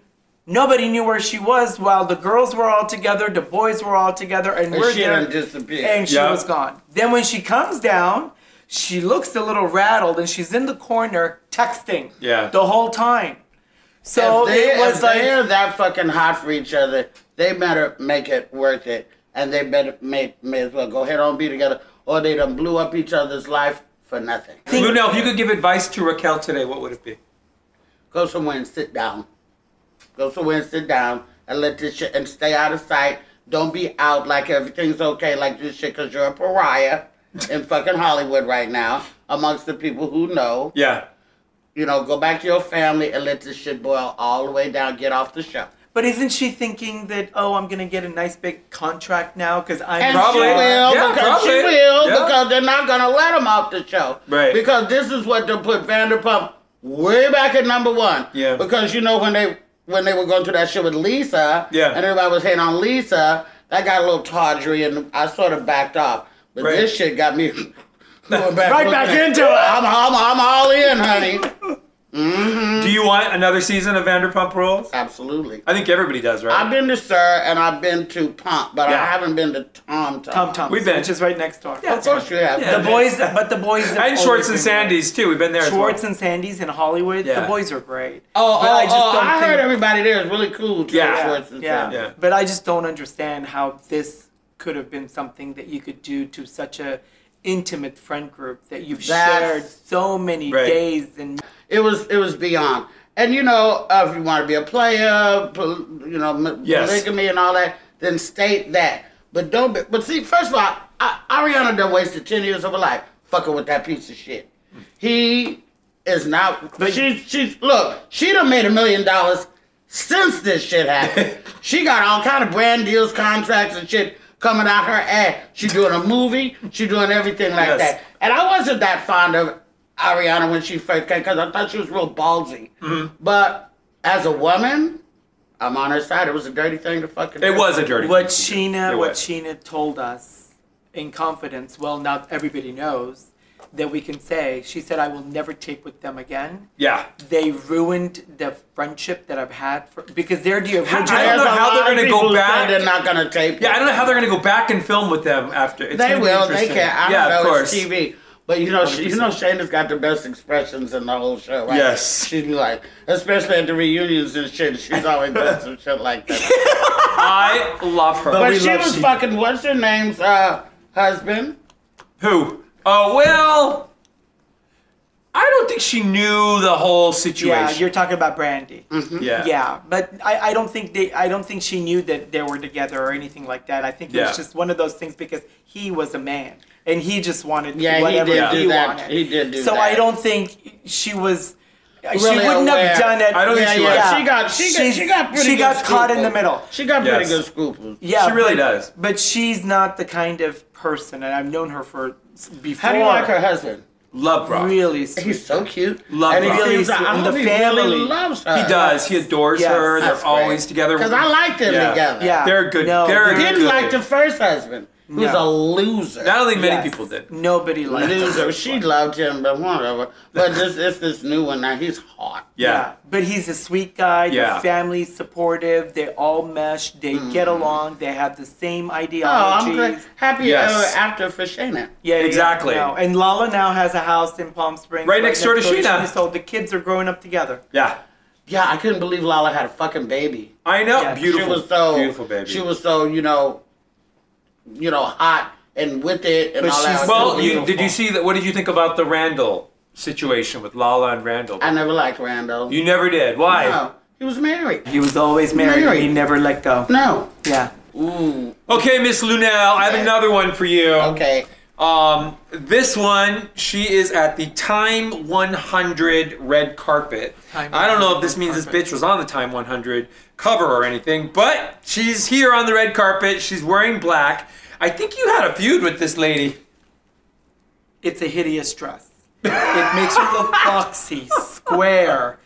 [SPEAKER 1] nobody knew where she was while the girls were all together, the boys were all together, and,
[SPEAKER 3] And
[SPEAKER 1] we're
[SPEAKER 3] she
[SPEAKER 1] there.
[SPEAKER 3] didn't disappear.
[SPEAKER 1] And she
[SPEAKER 2] Yeah.
[SPEAKER 1] was gone. Then when she comes down, she looks a little rattled and she's in the corner texting
[SPEAKER 2] Yeah.
[SPEAKER 1] the whole time. So
[SPEAKER 3] If they,
[SPEAKER 1] it was
[SPEAKER 3] if
[SPEAKER 1] like
[SPEAKER 3] they're that fucking hot for each other, they better make it worth it, and they better may, may as well go head on be together, or they done blew up each other's life for nothing.
[SPEAKER 2] Lunel, if you could give advice to Raquel today, what would it be?
[SPEAKER 3] go somewhere and sit down. Go somewhere and sit down and let this shit and stay out of sight. Don't be out like everything's okay like this shit because you're a pariah in fucking Hollywood right now amongst the people who know.
[SPEAKER 2] Yeah.
[SPEAKER 3] You know, go back to your family and let this shit boil all the way down. Get off the show.
[SPEAKER 1] But isn't she thinking that, oh, I'm going to get a nice big contract now because I'm
[SPEAKER 3] And
[SPEAKER 2] Probably.
[SPEAKER 3] she will
[SPEAKER 2] Yeah,
[SPEAKER 3] because she
[SPEAKER 2] probably.
[SPEAKER 3] will
[SPEAKER 2] Yeah.
[SPEAKER 3] because they're not gonna let them off the show.
[SPEAKER 2] Right.
[SPEAKER 3] Because this is what they put Vanderpump way back at number one.
[SPEAKER 2] Yeah.
[SPEAKER 3] Because you know when they when they were going through that shit with Lisa.
[SPEAKER 2] Yeah.
[SPEAKER 3] And everybody was hating on Lisa. That got a little tawdry, and I sort of backed off. But
[SPEAKER 2] Right.
[SPEAKER 3] this
[SPEAKER 2] (laughs)
[SPEAKER 3] shit got me going back
[SPEAKER 1] Right
[SPEAKER 3] looking
[SPEAKER 1] back
[SPEAKER 3] at-
[SPEAKER 1] into it.
[SPEAKER 3] I'm, I'm, I'm all in, honey.
[SPEAKER 2] Do you want another season of Vanderpump Rules?
[SPEAKER 3] Absolutely.
[SPEAKER 2] I think everybody does, right?
[SPEAKER 3] I've been to Sir and I've been to Pump, but I
[SPEAKER 2] Yeah.
[SPEAKER 3] haven't been to Tom Tom.
[SPEAKER 1] Tom Tom,
[SPEAKER 2] We've been-
[SPEAKER 1] which is right next door.
[SPEAKER 3] Of course you have.
[SPEAKER 2] Yeah.
[SPEAKER 1] The boys, but the boys. have
[SPEAKER 2] and Schwartz
[SPEAKER 1] always
[SPEAKER 2] and
[SPEAKER 1] been
[SPEAKER 2] Sandy's too. We've been there.
[SPEAKER 1] great.
[SPEAKER 2] as well.
[SPEAKER 1] Schwartz and Sandy's in Hollywood.
[SPEAKER 2] Yeah.
[SPEAKER 1] The boys are great.
[SPEAKER 3] Oh,
[SPEAKER 1] But
[SPEAKER 3] oh,
[SPEAKER 1] I just
[SPEAKER 3] oh,
[SPEAKER 1] don't
[SPEAKER 3] I
[SPEAKER 1] think-
[SPEAKER 3] heard everybody there is really cool. Too,
[SPEAKER 2] Yeah.
[SPEAKER 3] Schwartz and
[SPEAKER 1] Yeah.
[SPEAKER 3] Sanders.
[SPEAKER 2] Yeah.
[SPEAKER 1] But I just don't understand how this could have been something that you could do to such a intimate friend group that you've
[SPEAKER 3] That's-
[SPEAKER 1] shared so many
[SPEAKER 2] Right.
[SPEAKER 1] days and
[SPEAKER 3] It was it was beyond. And you know, uh, if you want to be a player, pol- you know, m-
[SPEAKER 2] Yes.
[SPEAKER 3] polygamy and all that, then state that. But don't. Be, but see, first of all, I, Ariana done wasted ten years of her life fucking with that piece of shit. He is not. But she she's look. She done made a million dollars since this shit (laughs) happened. she got all kind of brand deals, contracts, and shit coming out her ass. She doing a movie. She doing everything like
[SPEAKER 2] Yes.
[SPEAKER 3] that. And I wasn't that fond of Ariana when she first came because I thought she was real ballsy. But as a woman, I'm on her side. It was a dirty thing to fucking.
[SPEAKER 2] It
[SPEAKER 3] do.
[SPEAKER 2] was a dirty.
[SPEAKER 1] What
[SPEAKER 2] thing.
[SPEAKER 1] Sheena,
[SPEAKER 2] You're
[SPEAKER 1] what
[SPEAKER 2] right.
[SPEAKER 1] Sheena told us in confidence. Well, not everybody knows that we can say. She said, "I will never tape with them again."
[SPEAKER 2] Yeah.
[SPEAKER 1] They ruined the friendship that I've had for, because they're the
[SPEAKER 2] I
[SPEAKER 3] There's
[SPEAKER 2] don't
[SPEAKER 1] original.
[SPEAKER 2] know
[SPEAKER 3] a
[SPEAKER 2] how
[SPEAKER 3] lot
[SPEAKER 2] they're
[SPEAKER 3] of
[SPEAKER 2] gonna
[SPEAKER 3] people
[SPEAKER 2] go
[SPEAKER 3] who said
[SPEAKER 2] back.
[SPEAKER 3] They're not gonna tape.
[SPEAKER 2] Yeah, I
[SPEAKER 3] it.
[SPEAKER 2] don't know how they're gonna go back and film with them after. It's
[SPEAKER 3] They
[SPEAKER 2] gonna be
[SPEAKER 3] will. They
[SPEAKER 2] interesting.
[SPEAKER 3] can. I
[SPEAKER 2] yeah,
[SPEAKER 3] don't
[SPEAKER 2] of
[SPEAKER 3] know.
[SPEAKER 2] course.
[SPEAKER 3] It's TV. But you know, she, you know, Shayna's got the best expressions in the whole show, right?
[SPEAKER 2] Yes.
[SPEAKER 3] She'd be like, especially at the reunions and shit. She's always
[SPEAKER 2] (laughs)
[SPEAKER 3] doing some shit like that.
[SPEAKER 2] I love her.
[SPEAKER 3] But she was fucking. What's her name's uh, husband?
[SPEAKER 2] Who? Oh well, I don't think she knew the whole situation.
[SPEAKER 1] Yeah, you're talking about Brandy.
[SPEAKER 2] yeah.
[SPEAKER 1] Yeah, but I, I don't think they I don't think she knew that they were together or anything like that. I think it
[SPEAKER 2] Yeah.
[SPEAKER 1] was just one of those things because he was a man and he just wanted
[SPEAKER 3] Yeah, he
[SPEAKER 1] whatever
[SPEAKER 3] did
[SPEAKER 1] he
[SPEAKER 3] do that.
[SPEAKER 1] wanted.
[SPEAKER 3] He did do
[SPEAKER 1] so
[SPEAKER 3] that.
[SPEAKER 1] I don't think she was. she
[SPEAKER 3] Really
[SPEAKER 1] wouldn't
[SPEAKER 3] aware.
[SPEAKER 1] have done it.
[SPEAKER 2] I don't think she was.
[SPEAKER 1] Yeah.
[SPEAKER 3] She got she got, she
[SPEAKER 1] She's-
[SPEAKER 3] got pretty
[SPEAKER 1] she
[SPEAKER 3] good
[SPEAKER 1] got caught in the
[SPEAKER 3] scruples.
[SPEAKER 1] middle.
[SPEAKER 3] She got
[SPEAKER 2] Yes.
[SPEAKER 3] pretty good scruples.
[SPEAKER 1] Yeah,
[SPEAKER 2] She really
[SPEAKER 1] but-
[SPEAKER 2] does.
[SPEAKER 1] But she's not the kind of person, and I've known her for s- before.
[SPEAKER 3] How do you like her husband?
[SPEAKER 2] Love Brock.
[SPEAKER 1] Really sweet.
[SPEAKER 3] He's so cute.
[SPEAKER 2] Love
[SPEAKER 3] and he
[SPEAKER 2] her.
[SPEAKER 3] really
[SPEAKER 1] Really
[SPEAKER 3] seems like,
[SPEAKER 1] sweet.
[SPEAKER 3] I
[SPEAKER 1] And
[SPEAKER 3] hope
[SPEAKER 1] the
[SPEAKER 3] he really
[SPEAKER 1] family.
[SPEAKER 3] loves her.
[SPEAKER 2] He does. He adores
[SPEAKER 1] Yes.
[SPEAKER 2] her. They're
[SPEAKER 3] That's great.
[SPEAKER 2] always together.
[SPEAKER 3] Because I liked them
[SPEAKER 2] Yeah.
[SPEAKER 3] together.
[SPEAKER 1] Yeah.
[SPEAKER 2] They're good.
[SPEAKER 1] No,
[SPEAKER 2] They're
[SPEAKER 1] they
[SPEAKER 3] Didn't
[SPEAKER 2] good.
[SPEAKER 3] like the first husband, who was
[SPEAKER 1] No.
[SPEAKER 3] a loser.
[SPEAKER 2] Not only many
[SPEAKER 1] Yes.
[SPEAKER 2] people did.
[SPEAKER 1] Nobody liked her.
[SPEAKER 3] loser. She loved him, but whatever. But this it's this new one now. He's hot.
[SPEAKER 2] Yeah.
[SPEAKER 1] But he's a sweet guy.
[SPEAKER 2] Yeah.
[SPEAKER 1] The family's supportive. They all mesh. They get along. They have the same
[SPEAKER 3] Mm. Oh, I'm
[SPEAKER 1] ideology.
[SPEAKER 3] glad. happy
[SPEAKER 2] Yes.
[SPEAKER 3] uh, after for Shana.
[SPEAKER 1] Yeah, yeah,
[SPEAKER 2] Exactly.
[SPEAKER 1] no. And Lala now has a house in Palm Springs.
[SPEAKER 2] Right next door to Sheena.
[SPEAKER 1] So the kids are growing up together.
[SPEAKER 2] Yeah.
[SPEAKER 3] Yeah, I couldn't believe Lala had a fucking baby.
[SPEAKER 2] I know.
[SPEAKER 1] Yeah.
[SPEAKER 2] Beautiful.
[SPEAKER 3] She was so
[SPEAKER 2] beautiful baby.
[SPEAKER 3] She was so you know, you know, hot and with it and
[SPEAKER 1] But
[SPEAKER 3] all that.
[SPEAKER 1] she's
[SPEAKER 2] Well,
[SPEAKER 1] so
[SPEAKER 2] you, did you
[SPEAKER 1] beautiful.
[SPEAKER 2] see that? What did you think about the Randall situation with Lala and Randall?
[SPEAKER 3] I never liked Randall.
[SPEAKER 2] you never did. Why?
[SPEAKER 3] no, he was married.
[SPEAKER 1] He was always married.
[SPEAKER 3] Married.
[SPEAKER 1] He never let go.
[SPEAKER 3] No.
[SPEAKER 1] Yeah. Mm,
[SPEAKER 3] Ooh.
[SPEAKER 2] Okay, Miss Lunel, I have
[SPEAKER 3] Okay.
[SPEAKER 2] another one for you.
[SPEAKER 3] Okay.
[SPEAKER 2] Um, this one, she is at the Time 100 red carpet.
[SPEAKER 1] Time
[SPEAKER 2] I don't know
[SPEAKER 1] 100
[SPEAKER 2] if this means this
[SPEAKER 1] carpet.
[SPEAKER 2] bitch was on the Time 100 cover or anything, but she's here on the red carpet. She's wearing black. I think you had a feud with this lady.
[SPEAKER 1] It's a hideous dress. it makes her look boxy, square.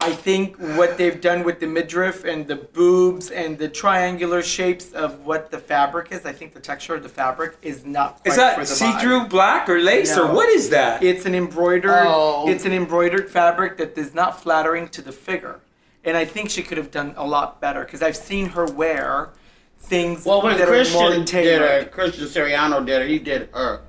[SPEAKER 1] I think what they've done with the midriff and the boobs and the triangular shapes of what the fabric is, I think the texture of the fabric is not quite
[SPEAKER 2] Is
[SPEAKER 1] for
[SPEAKER 2] that
[SPEAKER 1] the
[SPEAKER 2] see-through
[SPEAKER 1] body.
[SPEAKER 2] black or lace or
[SPEAKER 1] No.
[SPEAKER 2] what is that?
[SPEAKER 1] It's an embroidered
[SPEAKER 3] Oh.
[SPEAKER 1] it's an embroidered fabric that is not flattering to the figure. And I think she could have done a lot better because I've seen her wear things
[SPEAKER 3] Well, when
[SPEAKER 1] that are
[SPEAKER 3] Christian
[SPEAKER 1] more
[SPEAKER 3] did her,
[SPEAKER 1] tailored.
[SPEAKER 3] Christian Siriano did her. He did her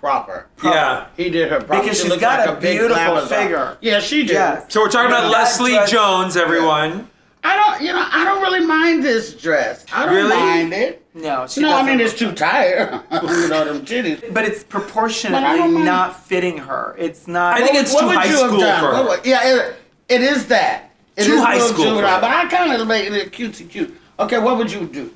[SPEAKER 3] proper.
[SPEAKER 2] yeah.
[SPEAKER 3] He did her proper.
[SPEAKER 1] Because
[SPEAKER 3] she
[SPEAKER 1] she's
[SPEAKER 3] looked
[SPEAKER 1] got
[SPEAKER 3] like
[SPEAKER 1] a
[SPEAKER 3] big
[SPEAKER 1] beautiful
[SPEAKER 3] glamazon.
[SPEAKER 1] figure.
[SPEAKER 3] Yeah, she did.
[SPEAKER 1] Yes.
[SPEAKER 2] So we're talking about
[SPEAKER 1] That
[SPEAKER 2] Leslie
[SPEAKER 1] dress-
[SPEAKER 2] Jones, everyone.
[SPEAKER 3] I don't, you know, I don't really mind this dress. I don't
[SPEAKER 2] Really?
[SPEAKER 3] mind it.
[SPEAKER 1] No, she
[SPEAKER 3] No, I
[SPEAKER 1] doesn't
[SPEAKER 3] mean it's
[SPEAKER 1] look
[SPEAKER 3] too tight. (laughs) you know them titties.
[SPEAKER 1] But it's
[SPEAKER 3] But I
[SPEAKER 1] proportionately
[SPEAKER 3] don't mind.
[SPEAKER 1] not fitting her. It's not.
[SPEAKER 2] I think it's
[SPEAKER 3] What
[SPEAKER 2] too
[SPEAKER 3] would
[SPEAKER 2] high
[SPEAKER 3] you have
[SPEAKER 2] school
[SPEAKER 3] done?
[SPEAKER 2] for her.
[SPEAKER 3] What would- yeah, it, it is that. It is
[SPEAKER 2] Too high
[SPEAKER 3] a little
[SPEAKER 2] school for
[SPEAKER 3] juvenile,
[SPEAKER 2] her.
[SPEAKER 3] but I kind of make it cutesy cute. Okay, what would you do?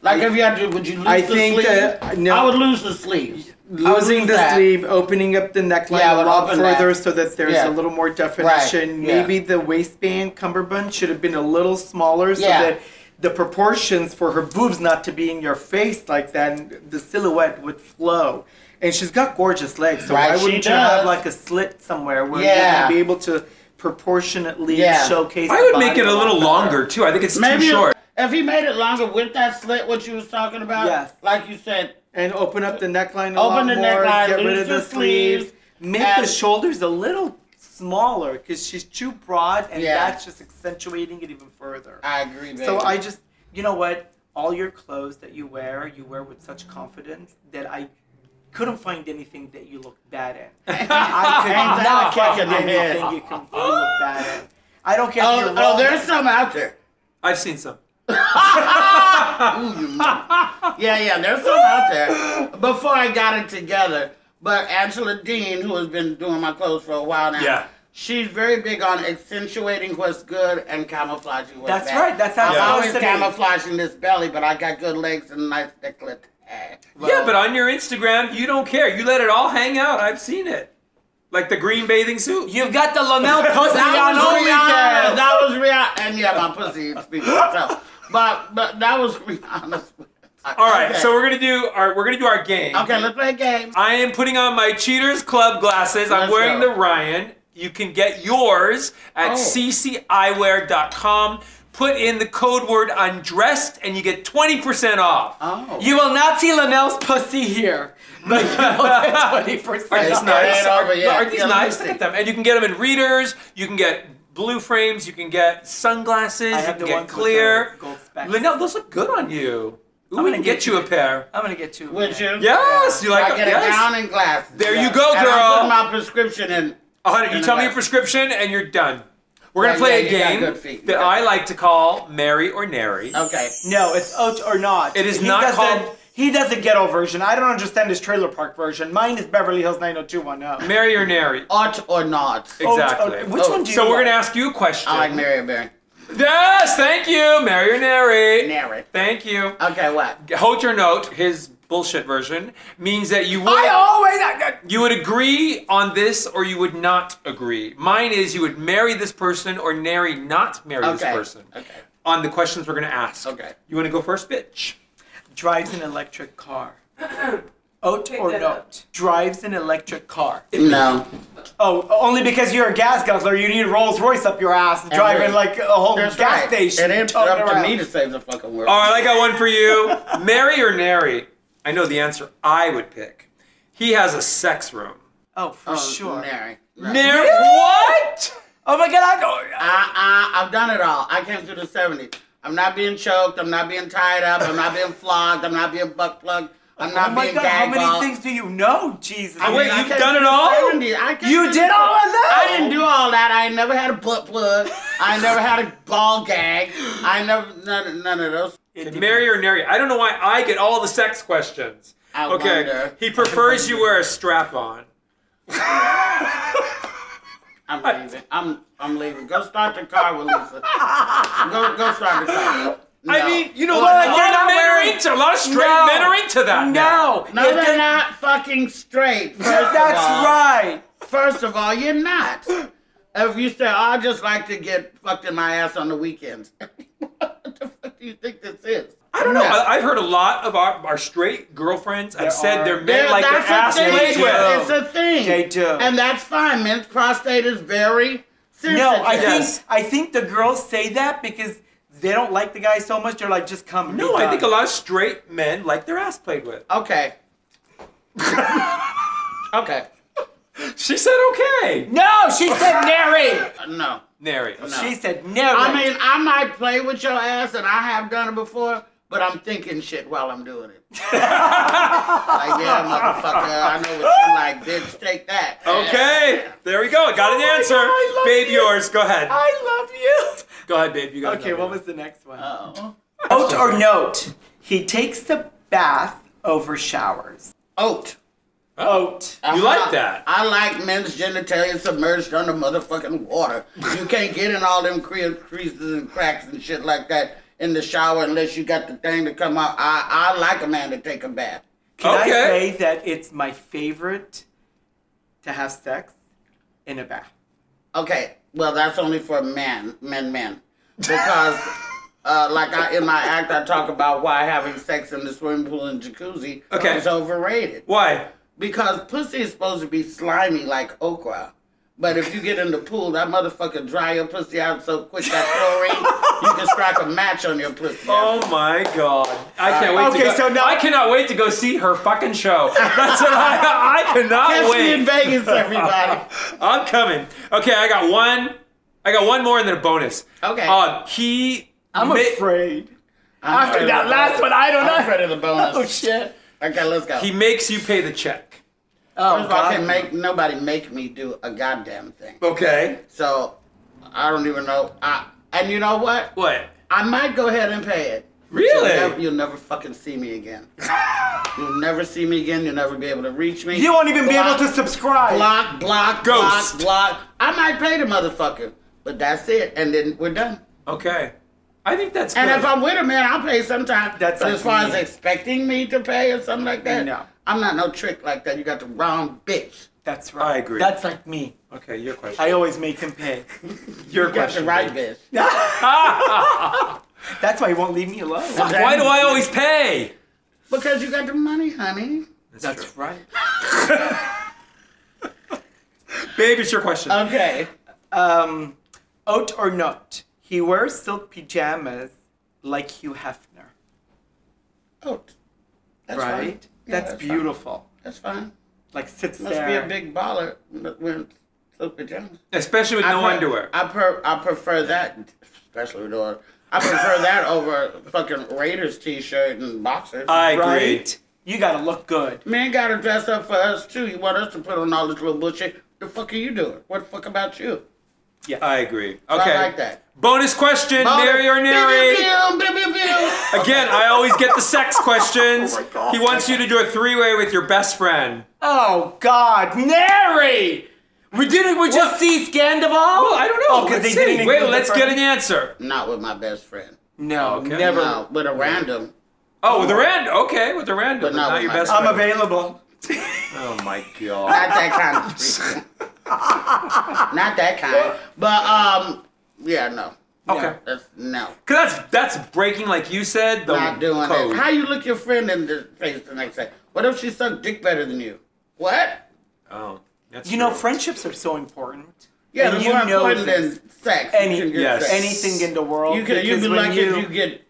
[SPEAKER 3] Like if you had to, would you lose
[SPEAKER 1] I
[SPEAKER 3] the
[SPEAKER 1] think
[SPEAKER 3] sleeves?
[SPEAKER 2] uh,
[SPEAKER 1] that- no.
[SPEAKER 3] I would lose the sleeves.
[SPEAKER 1] losing
[SPEAKER 3] Lose
[SPEAKER 1] the
[SPEAKER 3] that.
[SPEAKER 1] sleeve, opening up the neckline
[SPEAKER 3] Yeah, I
[SPEAKER 1] a
[SPEAKER 3] would
[SPEAKER 1] lot
[SPEAKER 3] open
[SPEAKER 1] further
[SPEAKER 3] that.
[SPEAKER 1] so that there's
[SPEAKER 3] Yeah.
[SPEAKER 1] a little more definition.
[SPEAKER 3] Right, yeah.
[SPEAKER 1] Maybe the waistband cummerbund should have been a little smaller so
[SPEAKER 3] Yeah.
[SPEAKER 1] that the proportions for her boobs not to be in your face like that, and the silhouette would flow. And she's got gorgeous legs, so
[SPEAKER 3] Right,
[SPEAKER 1] why
[SPEAKER 3] she
[SPEAKER 1] wouldn't you have
[SPEAKER 3] does.
[SPEAKER 1] like a slit somewhere where
[SPEAKER 3] Yeah.
[SPEAKER 1] you're gonna be able to proportionately
[SPEAKER 3] Yeah.
[SPEAKER 1] showcase?
[SPEAKER 2] I
[SPEAKER 1] the
[SPEAKER 2] would make
[SPEAKER 1] body
[SPEAKER 2] it a
[SPEAKER 1] lot
[SPEAKER 2] little
[SPEAKER 1] better.
[SPEAKER 2] longer too. I think it's
[SPEAKER 3] Maybe
[SPEAKER 2] too short.
[SPEAKER 3] If, if he made it longer with that slit, what you was talking about,
[SPEAKER 1] Yes.
[SPEAKER 3] like you said,
[SPEAKER 1] and open up the neckline a lot
[SPEAKER 3] Open the
[SPEAKER 1] more,
[SPEAKER 3] neckline,
[SPEAKER 1] get
[SPEAKER 3] lose
[SPEAKER 1] rid of the
[SPEAKER 3] the sleeves,
[SPEAKER 1] sleeves, make
[SPEAKER 3] and-
[SPEAKER 1] the shoulders a little smaller because she's too broad, and
[SPEAKER 3] Yeah. Ah,
[SPEAKER 1] that's just accentuating it even further.
[SPEAKER 3] I agree. Baby.
[SPEAKER 1] so I just, you know what? All your clothes that you wear, you wear with such confidence that I couldn't find anything that you look
[SPEAKER 3] (laughs)
[SPEAKER 1] bad in. I
[SPEAKER 3] Ain't
[SPEAKER 1] could
[SPEAKER 3] that
[SPEAKER 1] not
[SPEAKER 3] a kick
[SPEAKER 1] find
[SPEAKER 3] in the head?
[SPEAKER 1] anything you can you look bad in. I don't care if
[SPEAKER 3] oh,
[SPEAKER 1] you're
[SPEAKER 3] oh,
[SPEAKER 1] wrong.
[SPEAKER 3] there's
[SPEAKER 1] (laughs)
[SPEAKER 3] some out there.
[SPEAKER 2] I've seen some.
[SPEAKER 3] Yeah, yeah, there's some out there. Before I got it together, but Angela Dean, who has been doing my clothes for a while now,
[SPEAKER 2] Yeah.
[SPEAKER 3] she's very big on accentuating what's good and camouflaging what's
[SPEAKER 1] That's
[SPEAKER 3] bad.
[SPEAKER 1] right, that's how
[SPEAKER 3] I'm
[SPEAKER 1] it's
[SPEAKER 3] always
[SPEAKER 1] supposed to be.
[SPEAKER 3] camouflaging this belly, but I got good legs and a nice decollete.
[SPEAKER 2] yeah, but on your Instagram, you don't care. You let it all hang out. I've seen it. Like the green bathing suit.
[SPEAKER 4] You've got the Lamel
[SPEAKER 3] (laughs)
[SPEAKER 4] pussy on
[SPEAKER 3] That was Rihanna.
[SPEAKER 4] OnlyFans.
[SPEAKER 3] That was Rihanna. And yeah, my pussy speaks for itself. But but that was (laughs) Rihanna's.
[SPEAKER 2] all right, so we're gonna do our we're gonna do our game.
[SPEAKER 3] okay. Let's play a game.
[SPEAKER 2] I am putting on my Cheaters Club glasses. I'm
[SPEAKER 3] Let's
[SPEAKER 2] wearing
[SPEAKER 3] go.
[SPEAKER 2] the Ryan. You can get yours at
[SPEAKER 3] Oh.
[SPEAKER 2] cciwear.com. Put in the code word undressed and you get 20% off.
[SPEAKER 3] Oh.
[SPEAKER 4] You will not see Lamel's pussy here, but you will get twenty
[SPEAKER 3] (laughs)
[SPEAKER 2] Are these
[SPEAKER 4] percent.
[SPEAKER 3] it
[SPEAKER 2] nice?
[SPEAKER 3] ain't over
[SPEAKER 2] Are,
[SPEAKER 3] yet.
[SPEAKER 2] are these
[SPEAKER 3] Yeah, let me
[SPEAKER 2] nice? Look
[SPEAKER 3] see.
[SPEAKER 2] at them. And you can get them in readers. You can get blue frames. You can get sunglasses.
[SPEAKER 1] I
[SPEAKER 2] you
[SPEAKER 1] have
[SPEAKER 2] can
[SPEAKER 1] the
[SPEAKER 2] get
[SPEAKER 1] ones with
[SPEAKER 2] clear.
[SPEAKER 1] the gold specs.
[SPEAKER 2] Linnell, those look good on you. Ooh, we
[SPEAKER 1] gonna
[SPEAKER 2] can
[SPEAKER 1] get
[SPEAKER 2] get you a
[SPEAKER 1] you-
[SPEAKER 2] pair.
[SPEAKER 1] I'm gonna get you.
[SPEAKER 3] Would you?
[SPEAKER 2] Yes, you like
[SPEAKER 3] I get
[SPEAKER 2] yes.
[SPEAKER 3] a gown and glasses.
[SPEAKER 2] There you go,
[SPEAKER 3] And
[SPEAKER 2] girl.
[SPEAKER 3] I put my prescription in.
[SPEAKER 2] A hundred-
[SPEAKER 3] in
[SPEAKER 2] You
[SPEAKER 3] the
[SPEAKER 2] tell me your
[SPEAKER 3] glasses.
[SPEAKER 2] prescription and you're done. We're gonna
[SPEAKER 3] Yeah,
[SPEAKER 2] play a
[SPEAKER 3] yeah, you got good
[SPEAKER 2] game
[SPEAKER 3] feet.
[SPEAKER 2] that
[SPEAKER 3] Okay.
[SPEAKER 2] I like to call Mary or Nary.
[SPEAKER 3] Okay.
[SPEAKER 1] No, it's oat or not.
[SPEAKER 2] It is
[SPEAKER 1] He
[SPEAKER 2] not
[SPEAKER 1] doesn't-
[SPEAKER 2] called-
[SPEAKER 1] He does a ghetto version. I don't understand his trailer park version. Mine is Beverly Hills 90210.
[SPEAKER 2] Mary or Nary.
[SPEAKER 3] Ought or not.
[SPEAKER 2] (laughs) Exactly.
[SPEAKER 1] oh, which
[SPEAKER 3] Oh,
[SPEAKER 1] one do you
[SPEAKER 2] so we're
[SPEAKER 1] like?
[SPEAKER 2] gonna ask you a question.
[SPEAKER 3] I like Mary Berry.
[SPEAKER 2] Yes, thank you, Mary or Nary.
[SPEAKER 3] Nary.
[SPEAKER 2] Thank you.
[SPEAKER 3] Okay, what?
[SPEAKER 2] Hold your note. His bullshit version means that you would
[SPEAKER 1] I always. I, I-
[SPEAKER 2] you would agree on this or you would not agree. Mine is you would marry this person or Nary not marry this
[SPEAKER 3] Okay,
[SPEAKER 2] person.
[SPEAKER 3] okay.
[SPEAKER 2] On the questions we're gonna ask.
[SPEAKER 3] Okay.
[SPEAKER 2] You want to go first, bitch?
[SPEAKER 1] drives an electric car. Oat or not? Drives an electric car.
[SPEAKER 3] No.
[SPEAKER 1] Oh, only because you're a gas guzzler, you need a Rolls Royce up your ass, and driving
[SPEAKER 3] there-
[SPEAKER 1] like a whole
[SPEAKER 3] That's
[SPEAKER 1] gas
[SPEAKER 3] right.
[SPEAKER 1] station.
[SPEAKER 3] It ain't
[SPEAKER 1] toting
[SPEAKER 3] up to
[SPEAKER 1] around.
[SPEAKER 3] me to save the fucking world.
[SPEAKER 2] All right, Oh, I got one for you. Mary or Nary? I know the answer I would pick. He has a sex room.
[SPEAKER 1] Oh, for
[SPEAKER 3] Oh,
[SPEAKER 1] sure.
[SPEAKER 3] Mary.
[SPEAKER 2] Nary? What?
[SPEAKER 1] Oh my God, I know.
[SPEAKER 3] I, I, I've done it all. I came through the 70s. I'm not being choked. I'm not being tied up. I'm not being flogged. I'm not being butt plugged. I'm not
[SPEAKER 1] Oh my
[SPEAKER 3] being
[SPEAKER 1] God, how
[SPEAKER 3] gag
[SPEAKER 1] many
[SPEAKER 3] balled.
[SPEAKER 1] things do you know, Jesus?
[SPEAKER 3] I mean,
[SPEAKER 2] Wait,
[SPEAKER 3] I
[SPEAKER 2] you've
[SPEAKER 3] came
[SPEAKER 2] done it
[SPEAKER 3] through the
[SPEAKER 2] all?
[SPEAKER 3] 70s. I came
[SPEAKER 1] You
[SPEAKER 3] through
[SPEAKER 1] did
[SPEAKER 3] the-
[SPEAKER 1] all of that?
[SPEAKER 3] I didn't do all that. I ain't never had a butt plug. I ain't never had a ball gag. I ain't never none, none of those.
[SPEAKER 2] Mary or Nary? I don't know why I get all the sex questions.
[SPEAKER 3] I
[SPEAKER 2] okay.
[SPEAKER 3] wonder.
[SPEAKER 2] He prefers you wear a strap on.
[SPEAKER 3] I'm leaving. I'm I'm leaving. Go start the car with Lisa. Go go start the car.
[SPEAKER 2] I
[SPEAKER 3] No.
[SPEAKER 2] mean, you know,
[SPEAKER 3] Well,
[SPEAKER 2] what?
[SPEAKER 1] no.
[SPEAKER 2] a lot of
[SPEAKER 1] Not
[SPEAKER 2] men are
[SPEAKER 1] wearing-
[SPEAKER 2] into a lot of straight
[SPEAKER 1] No.
[SPEAKER 2] men are into that. now.
[SPEAKER 1] No,
[SPEAKER 3] No, they're not
[SPEAKER 2] (laughs)
[SPEAKER 3] fucking straight. First of
[SPEAKER 1] That's
[SPEAKER 3] all.
[SPEAKER 1] right.
[SPEAKER 3] First of all, you're not. If you say, oh, I just like to get fucked in my ass on the weekends. (laughs) what the fuck do you think this is?
[SPEAKER 2] I don't know. I, I've heard a lot of our, our straight girlfriends have said
[SPEAKER 1] are-
[SPEAKER 2] they're men
[SPEAKER 3] There-
[SPEAKER 2] like their ass
[SPEAKER 3] that's a thing.
[SPEAKER 2] played
[SPEAKER 1] Yeah.
[SPEAKER 2] with.
[SPEAKER 3] It's a thing.
[SPEAKER 1] They do.
[SPEAKER 3] And that's fine. Men's prostate is very sensitive.
[SPEAKER 1] No, I
[SPEAKER 2] Yes.
[SPEAKER 1] think I think the girls say that because they don't like the guy so much. They're like, just come.
[SPEAKER 2] No, I think a lot of straight men like their ass played with.
[SPEAKER 3] Okay. okay.
[SPEAKER 2] She said okay.
[SPEAKER 4] No, she said Nary.
[SPEAKER 3] Uh, No.
[SPEAKER 2] Nary.
[SPEAKER 1] (laughs) She said never.
[SPEAKER 3] I mean, I might play with your ass, and I have done it before, but I'm thinking shit while I'm doing it. like, yeah, motherfucker, I know what you like, bitch. Take that.
[SPEAKER 2] Okay, there we go. I got an
[SPEAKER 1] Oh my
[SPEAKER 2] answer.
[SPEAKER 1] God, I love
[SPEAKER 2] babe,
[SPEAKER 1] you.
[SPEAKER 2] yours. Go ahead.
[SPEAKER 1] I love you.
[SPEAKER 2] Go ahead, babe. You got
[SPEAKER 1] Okay,
[SPEAKER 2] another
[SPEAKER 1] what
[SPEAKER 2] one.
[SPEAKER 1] was the next one?
[SPEAKER 3] Oh.
[SPEAKER 1] Oat or note? He takes a bath over showers.
[SPEAKER 3] Oat.
[SPEAKER 2] Oh.
[SPEAKER 1] Oat.
[SPEAKER 2] You like that?
[SPEAKER 3] I like men's genitalia submerged under motherfucking water. You can't get in all them cre- creases and cracks and shit like that in the shower unless you got the thing to come out. I, I like a man to take a bath.
[SPEAKER 1] Can I
[SPEAKER 2] Okay.
[SPEAKER 1] say that it's my favorite to have sex in a bath?
[SPEAKER 3] Okay, well that's only for men, men, men,
[SPEAKER 2] (laughs)
[SPEAKER 3] because uh, like I, in my act I talk about why having sex in the swimming pool and jacuzzi
[SPEAKER 2] Okay.
[SPEAKER 3] is overrated.
[SPEAKER 2] Why?
[SPEAKER 3] Because pussy is supposed to be slimy like okra. But if you get in the pool, that motherfucker dry your pussy out so quick that chlorine, you can strike a match on your pussy.
[SPEAKER 2] Oh my god! I can't wait.
[SPEAKER 1] Okay,
[SPEAKER 2] to go,
[SPEAKER 1] so now-
[SPEAKER 2] I cannot wait to go see her
[SPEAKER 1] (laughs)
[SPEAKER 2] fucking show. That's what I. I cannot
[SPEAKER 3] Catch
[SPEAKER 2] wait.
[SPEAKER 3] me in Vegas, everybody.
[SPEAKER 2] I'm coming. Okay, I got one. I got one more and then a bonus.
[SPEAKER 3] Okay.
[SPEAKER 2] Uh, he.
[SPEAKER 1] I'm
[SPEAKER 2] ma-
[SPEAKER 1] afraid.
[SPEAKER 3] I'm
[SPEAKER 1] (laughs) After
[SPEAKER 3] afraid
[SPEAKER 1] that
[SPEAKER 3] of the
[SPEAKER 1] last
[SPEAKER 3] bonus.
[SPEAKER 1] one, I don't
[SPEAKER 3] I'm
[SPEAKER 1] know.
[SPEAKER 3] afraid of the
[SPEAKER 1] (laughs)
[SPEAKER 3] bonus.
[SPEAKER 1] Oh shit.
[SPEAKER 3] Okay, let's go.
[SPEAKER 2] He makes you pay the check.
[SPEAKER 3] First of all, I
[SPEAKER 1] Oh, God.
[SPEAKER 3] can't make nobody make me do a goddamn thing.
[SPEAKER 2] Okay.
[SPEAKER 3] So I don't even know. I and you know what?
[SPEAKER 2] What?
[SPEAKER 3] I might go ahead and pay it.
[SPEAKER 2] Really?
[SPEAKER 3] You'll never, you'll never fucking see
[SPEAKER 1] (laughs)
[SPEAKER 3] me again. you'll never see me again. You'll never be able to reach me.
[SPEAKER 1] You won't even be able
[SPEAKER 3] Block,
[SPEAKER 1] to subscribe.
[SPEAKER 3] Block, block,
[SPEAKER 2] Ghost.
[SPEAKER 3] block, block. I might pay the motherfucker, but that's it. And then we're done.
[SPEAKER 2] Okay. I think that's.
[SPEAKER 3] And
[SPEAKER 2] good.
[SPEAKER 3] if I'm with a man, I'll pay sometime.
[SPEAKER 1] That's
[SPEAKER 3] but
[SPEAKER 1] like
[SPEAKER 3] as far
[SPEAKER 1] me.
[SPEAKER 3] as expecting me to pay or something like that,
[SPEAKER 1] No.
[SPEAKER 3] I'm not no trick like that. You got the wrong bitch.
[SPEAKER 1] That's right.
[SPEAKER 2] I agree.
[SPEAKER 1] That's like me.
[SPEAKER 2] okay, your question.
[SPEAKER 1] I always make him pay.
[SPEAKER 2] (laughs) your
[SPEAKER 3] You got the
[SPEAKER 2] question.
[SPEAKER 3] right bitch.
[SPEAKER 1] That's why he won't leave me alone.
[SPEAKER 2] Why do I always pay?
[SPEAKER 3] Because you got the money, honey.
[SPEAKER 1] That's right.
[SPEAKER 2] Babe, it's your question.
[SPEAKER 3] Okay.
[SPEAKER 1] Um, oat or not? He wears silk pajamas like Hugh Hefner.
[SPEAKER 3] Oh, that's fine.
[SPEAKER 1] right?
[SPEAKER 3] Yeah,
[SPEAKER 1] that's,
[SPEAKER 3] fine.
[SPEAKER 1] beautiful.
[SPEAKER 3] That's fine.
[SPEAKER 1] Like sits
[SPEAKER 3] Must
[SPEAKER 1] there.
[SPEAKER 3] be a big baller n- wearing silk pajamas.
[SPEAKER 2] Especially with no
[SPEAKER 3] I pre-
[SPEAKER 2] underwear.
[SPEAKER 3] I per I prefer that, especially with underwear. I prefer that over fucking Raiders t-shirt and boxers.
[SPEAKER 2] I agree.
[SPEAKER 1] right? You gotta look good.
[SPEAKER 3] Men gotta dress up for us too. You want us to put on all this little bullshit? The fuck are you doing? What the fuck about you?
[SPEAKER 2] I agree. Okay.
[SPEAKER 3] I like that.
[SPEAKER 2] Bonus question, Mary or Nary?
[SPEAKER 3] Pew, pew, pew, pew, pew, pew.
[SPEAKER 2] Again, I always get the
[SPEAKER 3] (laughs)
[SPEAKER 2] sex questions.
[SPEAKER 5] Oh my God.
[SPEAKER 2] He wants you to do a three-way with your best friend.
[SPEAKER 1] Oh God, Nary!
[SPEAKER 4] We didn't we just see Scandival? Well,
[SPEAKER 2] Oh, I don't know.
[SPEAKER 1] Oh, 'cause
[SPEAKER 2] Let's
[SPEAKER 1] they
[SPEAKER 2] see.
[SPEAKER 1] didn't
[SPEAKER 2] Wait,
[SPEAKER 1] include
[SPEAKER 2] let's
[SPEAKER 1] the
[SPEAKER 2] get an
[SPEAKER 1] first-
[SPEAKER 2] answer.
[SPEAKER 3] Not with my best friend.
[SPEAKER 1] No,
[SPEAKER 2] Okay.
[SPEAKER 1] never.
[SPEAKER 3] No, with a random.
[SPEAKER 2] Oh, with a random. Okay, with a random.
[SPEAKER 3] But
[SPEAKER 2] But
[SPEAKER 3] not
[SPEAKER 2] not
[SPEAKER 3] with
[SPEAKER 2] your
[SPEAKER 3] my-
[SPEAKER 2] best
[SPEAKER 1] I'm
[SPEAKER 2] friend.
[SPEAKER 1] available.
[SPEAKER 5] Oh my
[SPEAKER 3] Not
[SPEAKER 5] god.
[SPEAKER 3] that kind of person.
[SPEAKER 2] (laughs)
[SPEAKER 3] Not that kind. But um yeah, no.
[SPEAKER 2] okay.
[SPEAKER 3] That's no.
[SPEAKER 2] Because that's that's breaking, like you said, the
[SPEAKER 3] Not doing
[SPEAKER 2] code.
[SPEAKER 3] that. How you look your friend in the face the next day? What if she sucked dick better than you? What?
[SPEAKER 2] Oh, that's
[SPEAKER 1] You know,
[SPEAKER 2] true.
[SPEAKER 1] friendships are so important.
[SPEAKER 3] Yeah,
[SPEAKER 1] And
[SPEAKER 3] they're
[SPEAKER 1] you
[SPEAKER 3] more
[SPEAKER 1] know
[SPEAKER 3] important
[SPEAKER 1] this.
[SPEAKER 3] than sex.
[SPEAKER 1] Any-
[SPEAKER 3] You can get
[SPEAKER 2] yes.
[SPEAKER 3] sex.
[SPEAKER 1] anything in the world.
[SPEAKER 3] You can you
[SPEAKER 1] because
[SPEAKER 3] be
[SPEAKER 1] when
[SPEAKER 3] lucky if you get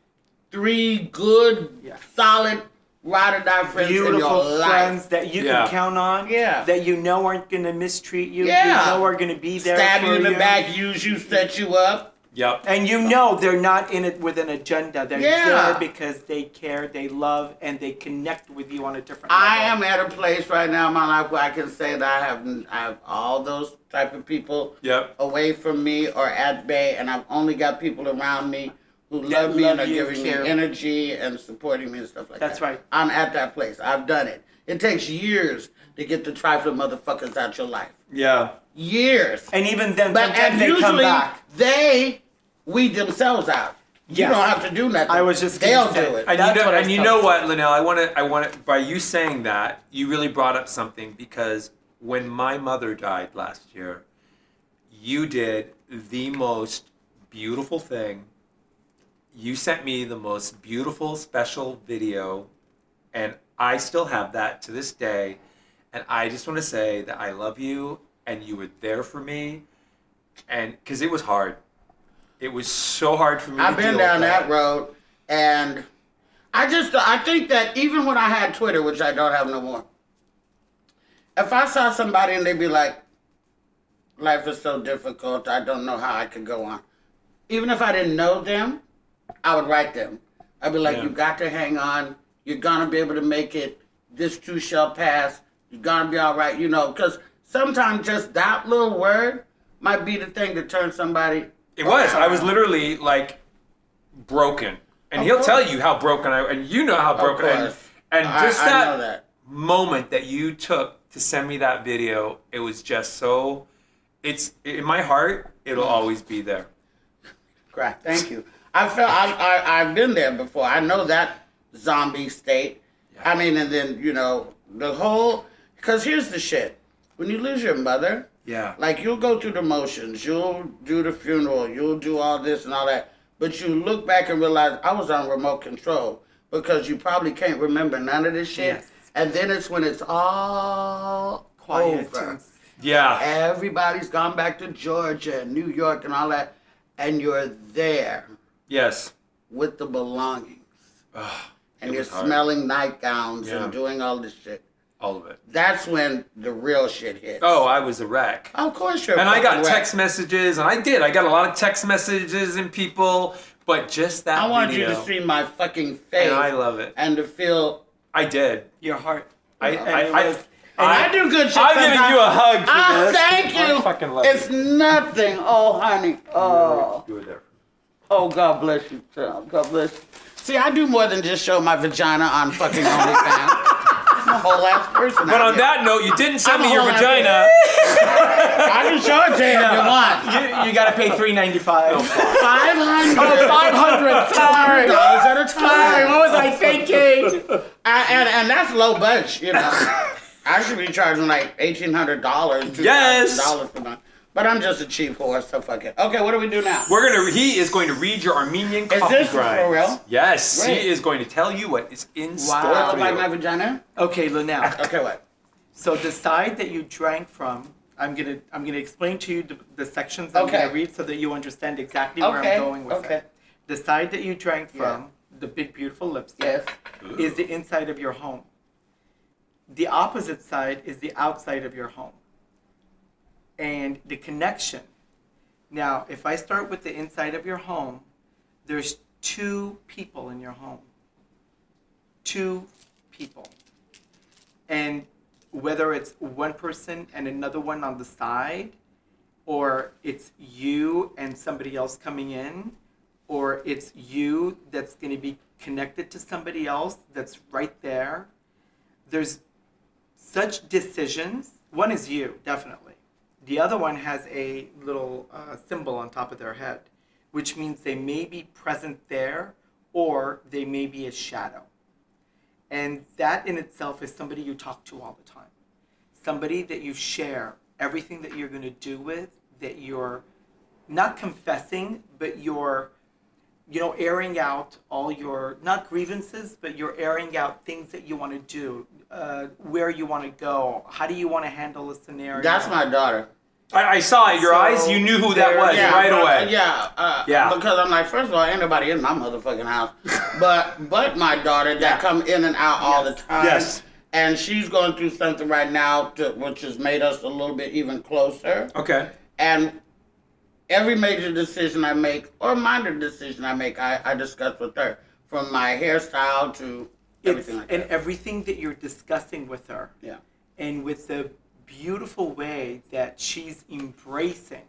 [SPEAKER 3] three good,
[SPEAKER 1] Yeah.
[SPEAKER 3] solid ride or die friends in
[SPEAKER 1] beautiful
[SPEAKER 3] your life.
[SPEAKER 1] friends that you
[SPEAKER 2] Yeah.
[SPEAKER 1] can count on.
[SPEAKER 3] Yeah.
[SPEAKER 1] That you know aren't gonna mistreat you.
[SPEAKER 3] Yeah.
[SPEAKER 1] You know are gonna be there.
[SPEAKER 3] Stab
[SPEAKER 1] for
[SPEAKER 3] you in the back, use you, set you up.
[SPEAKER 2] Yep.
[SPEAKER 1] And you know they're not in it with an agenda. They're
[SPEAKER 3] Yeah.
[SPEAKER 1] there because they care, they love, and they connect with you on a different level.
[SPEAKER 3] I am at a place right now in my life where I can say that I have I have all those type of people
[SPEAKER 2] Yep.
[SPEAKER 3] away from me or at bay, and I've only got people around me who
[SPEAKER 1] That
[SPEAKER 3] love me and are
[SPEAKER 1] love you,
[SPEAKER 3] giving
[SPEAKER 1] care.
[SPEAKER 3] me energy and supporting me and stuff like
[SPEAKER 1] That's
[SPEAKER 3] that.
[SPEAKER 1] right.
[SPEAKER 3] I'm at that place. I've done it. It takes years to get the trifling motherfuckers out your life.
[SPEAKER 2] Yeah.
[SPEAKER 3] Years.
[SPEAKER 1] And even then,
[SPEAKER 3] But
[SPEAKER 1] sometimes
[SPEAKER 3] and
[SPEAKER 1] they come
[SPEAKER 3] usually
[SPEAKER 1] back.
[SPEAKER 3] they weed themselves out.
[SPEAKER 1] Yes.
[SPEAKER 3] You don't have to do nothing.
[SPEAKER 1] I was just gonna
[SPEAKER 3] they'll
[SPEAKER 1] say,
[SPEAKER 3] do it.
[SPEAKER 2] And
[SPEAKER 1] That's
[SPEAKER 2] you know,
[SPEAKER 1] what I
[SPEAKER 2] and you
[SPEAKER 1] thought.
[SPEAKER 2] know what, Linnell? I want to. I want to. By you saying that, you really brought up something because when my mother died last year, you did the most beautiful thing. You sent me the most beautiful special video, and I still have that to this day. And I just want to say that I love you, and you were there for me, and because it was hard. It was so hard for me.
[SPEAKER 3] I've
[SPEAKER 2] to
[SPEAKER 3] been
[SPEAKER 2] deal
[SPEAKER 3] down
[SPEAKER 2] with
[SPEAKER 3] that road, and I just I think that even when I had Twitter, which I don't have no more, if I saw somebody and they'd be like, "Life is so difficult. I don't know how I could go on," even if I didn't know them, I would write them. I'd be like,
[SPEAKER 2] Yeah.
[SPEAKER 3] "You got to hang on. You're gonna be able to make it. This too shall pass. You're gonna be all right." You know, because sometimes just that little word might be the thing to turn somebody.
[SPEAKER 2] It was. I was literally like broken, and he'll
[SPEAKER 3] course.
[SPEAKER 2] tell you how broken I and you know how broken and
[SPEAKER 3] course.
[SPEAKER 2] and
[SPEAKER 3] I-
[SPEAKER 2] just
[SPEAKER 3] I
[SPEAKER 2] that,
[SPEAKER 3] know that.
[SPEAKER 2] moment that you took to send me that video. It was just so. It's in my heart.
[SPEAKER 3] Mm.
[SPEAKER 2] It'll always be there.
[SPEAKER 3] Correct. Thank you. I felt I, I I've been there before. I know that zombie state. I mean, and then you know the whole. Because here's the shit: when you lose your mother,
[SPEAKER 2] Yeah.
[SPEAKER 3] like you'll go through the motions, you'll do the funeral, you'll do all this and all that, but you look back and realize I was on remote control because you probably can't remember none of this shit.
[SPEAKER 1] Yes.
[SPEAKER 3] And then it's when it's all
[SPEAKER 1] Quiet
[SPEAKER 3] over
[SPEAKER 1] and-
[SPEAKER 2] Yeah.
[SPEAKER 3] everybody's gone back to Georgia and New York and all that, and you're there
[SPEAKER 2] Yes.
[SPEAKER 3] with the belongings. and you're
[SPEAKER 2] was hard.
[SPEAKER 3] smelling nightgowns
[SPEAKER 2] Yeah.
[SPEAKER 3] and doing all this shit.
[SPEAKER 2] All of it.
[SPEAKER 3] That's when the real shit hits.
[SPEAKER 2] Oh, I was a wreck.
[SPEAKER 3] Of course you're.
[SPEAKER 2] And I got
[SPEAKER 3] fucking wrecked.
[SPEAKER 2] text messages, and I did. I got a lot of text messages and people, but just that
[SPEAKER 3] I wanted
[SPEAKER 2] video.
[SPEAKER 3] you to see my fucking face.
[SPEAKER 2] And I love it.
[SPEAKER 3] And to feel.
[SPEAKER 2] I did.
[SPEAKER 1] Your
[SPEAKER 2] (laughs)
[SPEAKER 1] heart.
[SPEAKER 2] I.
[SPEAKER 1] And
[SPEAKER 2] I.
[SPEAKER 1] it
[SPEAKER 2] I,
[SPEAKER 1] was-
[SPEAKER 3] And I, do good shit.
[SPEAKER 2] I'm giving
[SPEAKER 3] sometimes.
[SPEAKER 2] you a hug for
[SPEAKER 3] Ah,
[SPEAKER 2] this.
[SPEAKER 3] thank you.
[SPEAKER 2] I fucking love
[SPEAKER 3] it's
[SPEAKER 2] you.
[SPEAKER 3] nothing. Oh, honey. Oh.
[SPEAKER 2] You were there.
[SPEAKER 3] Oh, God bless you, Tom. God bless you. See, I do more than just show my vagina on fucking OnlyFans. I'm a whole ass person.
[SPEAKER 2] But on that note, you didn't send me
[SPEAKER 3] I'm a
[SPEAKER 2] your
[SPEAKER 3] whole lot
[SPEAKER 2] vagina.
[SPEAKER 3] I can show it to you if you want.
[SPEAKER 1] You, you gotta pay three ninety five.
[SPEAKER 3] Oh, Five hundred.
[SPEAKER 1] Five hundred. Sorry.
[SPEAKER 3] dollars at a
[SPEAKER 1] Sorry, (laughs)
[SPEAKER 3] time.
[SPEAKER 1] What was I thinking?
[SPEAKER 3] I, and, and that's low budget, you know. I should be charging like eighteen hundred dollars, two
[SPEAKER 2] Yes.
[SPEAKER 3] thousand dollars per month. But I'm just a cheap whore, so fuck it. Okay, what do we do now?
[SPEAKER 2] (laughs) We're gonna. He is going to read your Armenian
[SPEAKER 3] Is
[SPEAKER 2] coffee
[SPEAKER 3] this
[SPEAKER 2] grinds.
[SPEAKER 3] for real?
[SPEAKER 2] Yes,
[SPEAKER 3] Great.
[SPEAKER 2] he is going to tell you what is in
[SPEAKER 3] Does it
[SPEAKER 2] store
[SPEAKER 3] look
[SPEAKER 2] for
[SPEAKER 3] Uh, like
[SPEAKER 2] you.
[SPEAKER 3] my vagina?
[SPEAKER 1] Okay, Linnell.
[SPEAKER 3] Okay, what?
[SPEAKER 1] So the side that you drank from, I'm gonna I'm gonna explain to you the, the sections I'm
[SPEAKER 3] Okay.
[SPEAKER 1] gonna read so that you understand exactly where
[SPEAKER 3] Okay,
[SPEAKER 1] I'm going with
[SPEAKER 3] okay.
[SPEAKER 1] it. The side that you drank from, the big beautiful lipstick,
[SPEAKER 3] Yes.
[SPEAKER 1] is the inside of your home. The opposite side is the outside of your home. And the connection. Now, if I start with the inside of your home, there's two people in your home. Two people and whether it's one person and another one on the side or it's you and somebody else coming in or it's you that's going to be connected to somebody else that's right there. There's such decisions. One is you, definitely. The other one has a little uh, symbol on top of their head, which means they may be present there or they may be a shadow. And that in itself is somebody you talk to all the time, somebody that you share everything that you're going to do with, that you're not confessing, but you're, you know, airing out all your, not grievances, but you're airing out things that you want to do, uh, where you want to go, how do you want to handle a scenario.
[SPEAKER 3] That's my daughter.
[SPEAKER 2] I, I saw it in your
[SPEAKER 1] So
[SPEAKER 2] eyes. You knew who that
[SPEAKER 1] there-
[SPEAKER 2] was
[SPEAKER 1] Yeah,
[SPEAKER 2] right
[SPEAKER 3] but-
[SPEAKER 2] away.
[SPEAKER 3] Yeah, uh,
[SPEAKER 2] Yeah.
[SPEAKER 3] Because I'm like, first of all, ain't nobody in my motherfucking house, but but my daughter that come in and out all the time.
[SPEAKER 2] Yes.
[SPEAKER 3] And she's going through something right now, to, which has made us a little bit even closer.
[SPEAKER 2] Okay.
[SPEAKER 3] And every major decision I make, or minor decision I make, I, I discuss with her, from my hairstyle to
[SPEAKER 1] It's,
[SPEAKER 3] everything like
[SPEAKER 1] and
[SPEAKER 3] that.
[SPEAKER 1] everything that you're discussing with her.
[SPEAKER 3] yeah.
[SPEAKER 1] and with the beautiful way that she's embracing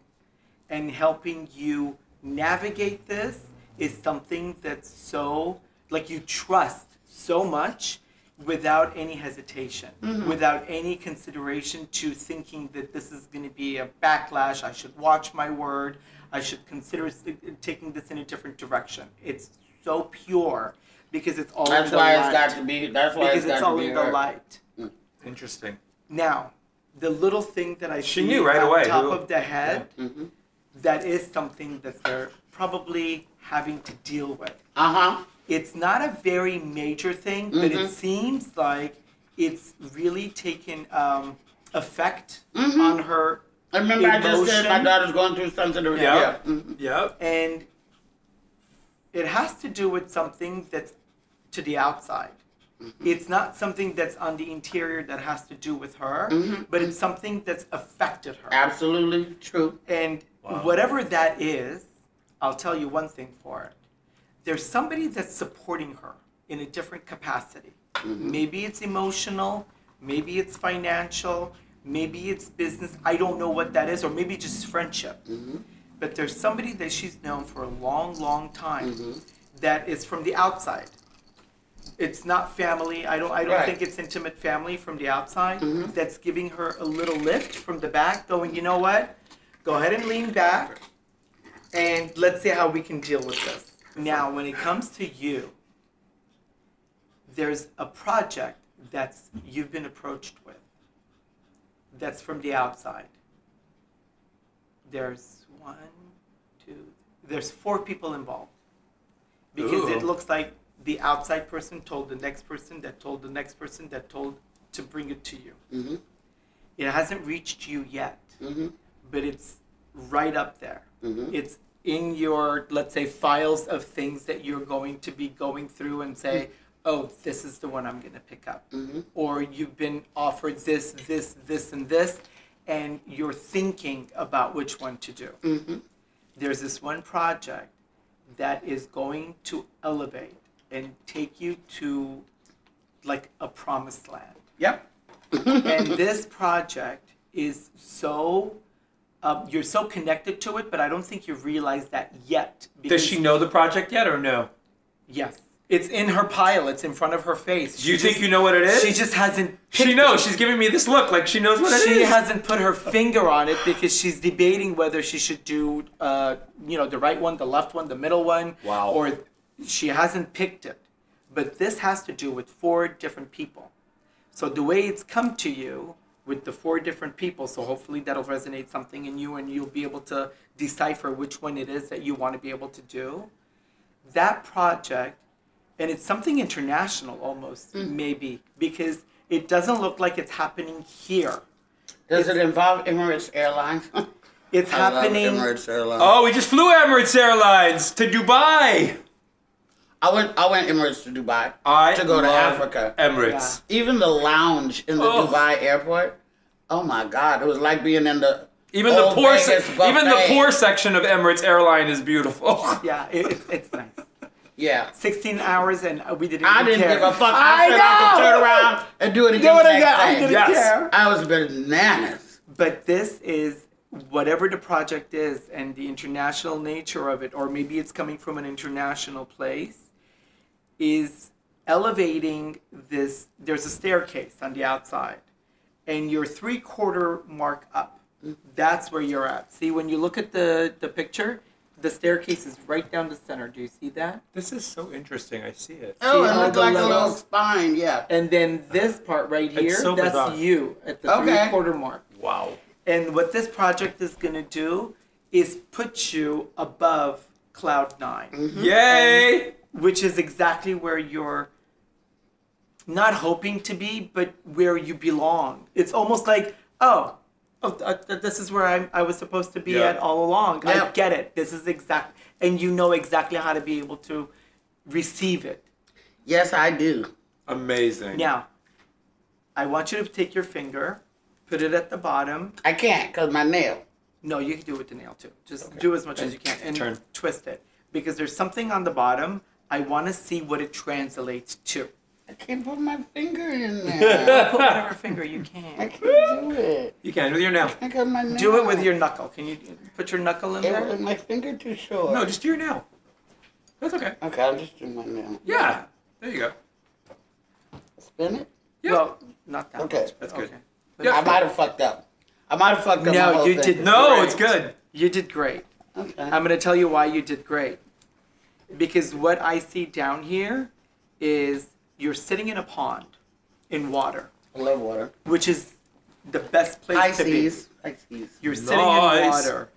[SPEAKER 1] and helping you navigate this is something that's so like you trust so much without any hesitation
[SPEAKER 3] Mm-hmm.
[SPEAKER 1] without any consideration to thinking that this is going to be a backlash i should watch my word i should consider s- taking this in a different direction it's so pure because it's all
[SPEAKER 3] That's
[SPEAKER 1] in the
[SPEAKER 3] why
[SPEAKER 1] light.
[SPEAKER 3] it's got to be. That's why
[SPEAKER 1] because
[SPEAKER 3] it's
[SPEAKER 1] it's
[SPEAKER 3] got
[SPEAKER 1] all
[SPEAKER 3] to be
[SPEAKER 1] in the
[SPEAKER 3] her.
[SPEAKER 1] light
[SPEAKER 2] Interesting.
[SPEAKER 1] now, the little thing that I
[SPEAKER 2] She
[SPEAKER 1] see
[SPEAKER 2] knew right
[SPEAKER 1] on
[SPEAKER 2] away
[SPEAKER 1] top
[SPEAKER 2] who-
[SPEAKER 1] of the head, that is something that they're probably having to deal with.
[SPEAKER 3] Uh huh.
[SPEAKER 1] It's not a very major thing, but it seems like it's really taken um, effect on her.
[SPEAKER 3] I remember I just said my
[SPEAKER 1] Emotion.
[SPEAKER 3] daughter's going through something. To,
[SPEAKER 2] Yeah.
[SPEAKER 3] yeah. Mm-hmm.
[SPEAKER 2] Yep.
[SPEAKER 1] and it has to do with something that's to the outside. It's not something that's on the interior that has to do with her, but it's something that's affected her.
[SPEAKER 3] Absolutely true.
[SPEAKER 1] And whatever that is, I'll tell you one thing for it. There's somebody that's supporting her in a different capacity. Maybe it's emotional, maybe it's financial, maybe it's business. I don't know what that is, or maybe just friendship. But there's somebody that she's known for a long, long time that is from the outside. It's not family. I don't. I don't
[SPEAKER 3] Right.
[SPEAKER 1] think it's intimate family from the outside. That's giving her a little lift from the back, going, you know what? Go ahead and lean back, and let's see how we can deal with this. Now, when it comes to you, there's a project that's you've been approached with. That's from the outside. There's one, two. There's four people involved because it
[SPEAKER 2] Ooh.
[SPEAKER 1] looks like the outside person told the next person that told the next person that told to bring it to you. It hasn't reached you yet, but it's right up there. It's in your, let's say, files of things that you're going to be going through and say, oh, this is the one I'm going to pick up. Or you've been offered this, this, this, and this, and you're thinking about which one to do there's this one project that is going to elevate and take you to like a promised land.
[SPEAKER 3] Yep.
[SPEAKER 2] (laughs)
[SPEAKER 1] and this project is so um, you're so connected to it, but I don't think you realize that yet.
[SPEAKER 2] Does she know the project yet or no?
[SPEAKER 1] Yes, it's in her pile. It's in front of her face.
[SPEAKER 2] Do you think you know what it is?
[SPEAKER 1] She just hasn't.
[SPEAKER 2] She
[SPEAKER 1] picked
[SPEAKER 2] knows.
[SPEAKER 1] it.
[SPEAKER 2] She's giving me this look like she knows what it is.
[SPEAKER 1] she hasn't put her finger on it because she's debating whether she should do, uh, you know, the right one, the left one, the middle one.
[SPEAKER 2] Wow.
[SPEAKER 1] Or she hasn't picked it. But this has to do with four different people. So the way it's come to you with the four different people, so hopefully that'll resonate something in you and you'll be able to decipher which one it is that you want to be able to do. That project, and it's something international almost,
[SPEAKER 3] Mm.
[SPEAKER 1] maybe, because it doesn't look like it's happening here.
[SPEAKER 3] Does it involve Emirates Airlines?
[SPEAKER 1] It's
[SPEAKER 3] I love
[SPEAKER 1] happening.
[SPEAKER 3] Emirates Airlines.
[SPEAKER 2] Oh, we just flew Emirates Airlines to Dubai.
[SPEAKER 3] I went. I went Emirates to Dubai
[SPEAKER 2] I
[SPEAKER 3] to go to
[SPEAKER 2] love
[SPEAKER 3] Africa.
[SPEAKER 2] Emirates.
[SPEAKER 3] Even the lounge in the
[SPEAKER 2] Oh.
[SPEAKER 3] Dubai airport. Oh my God! It was like being in the
[SPEAKER 2] Even
[SPEAKER 3] old
[SPEAKER 2] the poor, se-
[SPEAKER 3] Vegas
[SPEAKER 2] even the
[SPEAKER 3] buffet.
[SPEAKER 2] poor section of Emirates airline is beautiful. (laughs)
[SPEAKER 1] Yeah, it, it's it's nice.
[SPEAKER 3] Yeah.
[SPEAKER 1] 16 hours and uh, we didn't.
[SPEAKER 3] I
[SPEAKER 1] even
[SPEAKER 3] didn't
[SPEAKER 1] care.
[SPEAKER 3] give a fuck.
[SPEAKER 1] I
[SPEAKER 3] I, said I could
[SPEAKER 1] know!
[SPEAKER 3] turn around and do it again.
[SPEAKER 1] Do it
[SPEAKER 3] the next
[SPEAKER 1] again. I
[SPEAKER 3] day.
[SPEAKER 1] didn't
[SPEAKER 2] Yes.
[SPEAKER 1] care.
[SPEAKER 3] I was bananas.
[SPEAKER 1] But this is whatever the project is and the international nature of it, or maybe it's coming from an international place. is elevating this. There's a staircase on the outside, and you're three quarter mark up. That's where you're at. See, when you look at the, the picture, the staircase is right down the center. Do you see that?
[SPEAKER 2] This is so interesting. I see it.
[SPEAKER 3] Oh,
[SPEAKER 1] See
[SPEAKER 3] it
[SPEAKER 1] all
[SPEAKER 3] looked
[SPEAKER 1] the
[SPEAKER 3] like a little
[SPEAKER 1] levels?
[SPEAKER 3] spine, yeah.
[SPEAKER 1] And then this part right
[SPEAKER 2] It's
[SPEAKER 1] here,
[SPEAKER 2] so
[SPEAKER 1] that's
[SPEAKER 2] bizarre.
[SPEAKER 1] you at the
[SPEAKER 3] Okay.
[SPEAKER 1] three quarter mark.
[SPEAKER 2] Wow.
[SPEAKER 1] And what this project is going to do is put you above cloud 9
[SPEAKER 2] Mm-hmm. Yay!
[SPEAKER 1] which is exactly where you're not hoping to be, but where you belong. It's almost like, oh, oh uh, th- this is where I'm, I was supposed to be
[SPEAKER 2] Yeah.
[SPEAKER 1] at all along.
[SPEAKER 3] Yeah.
[SPEAKER 1] I get it. This is exact, and you know exactly how to be able to receive it.
[SPEAKER 3] Yes, I do.
[SPEAKER 2] Amazing.
[SPEAKER 1] Now, I want you to take your finger, put it at the bottom.
[SPEAKER 3] I can't because my nail.
[SPEAKER 1] No, you can do it with the nail too. Just do as much as you can and
[SPEAKER 2] Turn.
[SPEAKER 1] twist it because there's something on the bottom. I want to see what it translates to.
[SPEAKER 3] I can't put my finger in
[SPEAKER 1] (laughs)
[SPEAKER 3] there.
[SPEAKER 1] Put whatever finger you can.
[SPEAKER 3] I can't do it.
[SPEAKER 2] You can with your nail.
[SPEAKER 3] I got my nail.
[SPEAKER 1] (laughs) Do it with your knuckle. Can you put your knuckle in
[SPEAKER 3] It was
[SPEAKER 1] there?
[SPEAKER 3] my finger too short.
[SPEAKER 2] No, just do your nail. That's okay.
[SPEAKER 3] Okay, I'll just do my nail.
[SPEAKER 2] Yeah. There you go.
[SPEAKER 3] Spin it.
[SPEAKER 2] Yeah.
[SPEAKER 1] Well, not that.
[SPEAKER 3] Okay.
[SPEAKER 1] much, but
[SPEAKER 2] That's good.
[SPEAKER 1] okay.
[SPEAKER 3] I might have fucked up. I might have fucked
[SPEAKER 1] No,
[SPEAKER 3] up. my whole
[SPEAKER 1] you
[SPEAKER 3] thing.
[SPEAKER 1] did
[SPEAKER 2] no,
[SPEAKER 1] Great.
[SPEAKER 2] it's good.
[SPEAKER 1] You did great.
[SPEAKER 3] Okay.
[SPEAKER 1] I'm going to tell you why you did great. Because what I see down here is you're sitting in a pond in water,
[SPEAKER 3] I love water.
[SPEAKER 1] which is the best place to be.
[SPEAKER 3] Pisces. Pisces.
[SPEAKER 1] You're sitting in
[SPEAKER 2] Nice.
[SPEAKER 1] water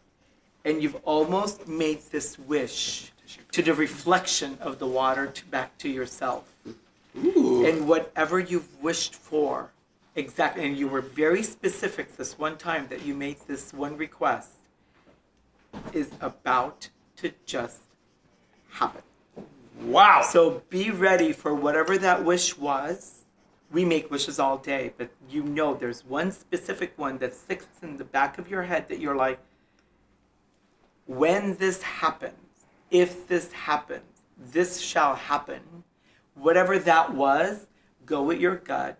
[SPEAKER 1] and you've almost made this wish to the reflection of the water to back to yourself. And whatever you've wished for, exactly, and you were very specific this one time that you made this one request, is about to just happen.
[SPEAKER 2] Wow.
[SPEAKER 1] So be ready for whatever that wish was. We make wishes all day, but you know there's one specific one that sticks in the back of your head that you're like, when this happens, if this happens, this shall happen. Whatever that was, go with your gut.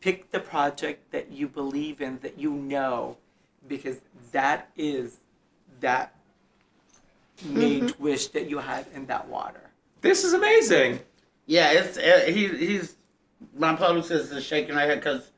[SPEAKER 1] Pick the project that you believe in, that you know, because that is that made wish that you had in that water.
[SPEAKER 2] this is amazing.
[SPEAKER 3] Yeah, it's uh, he, he's my publicist is shaking her head because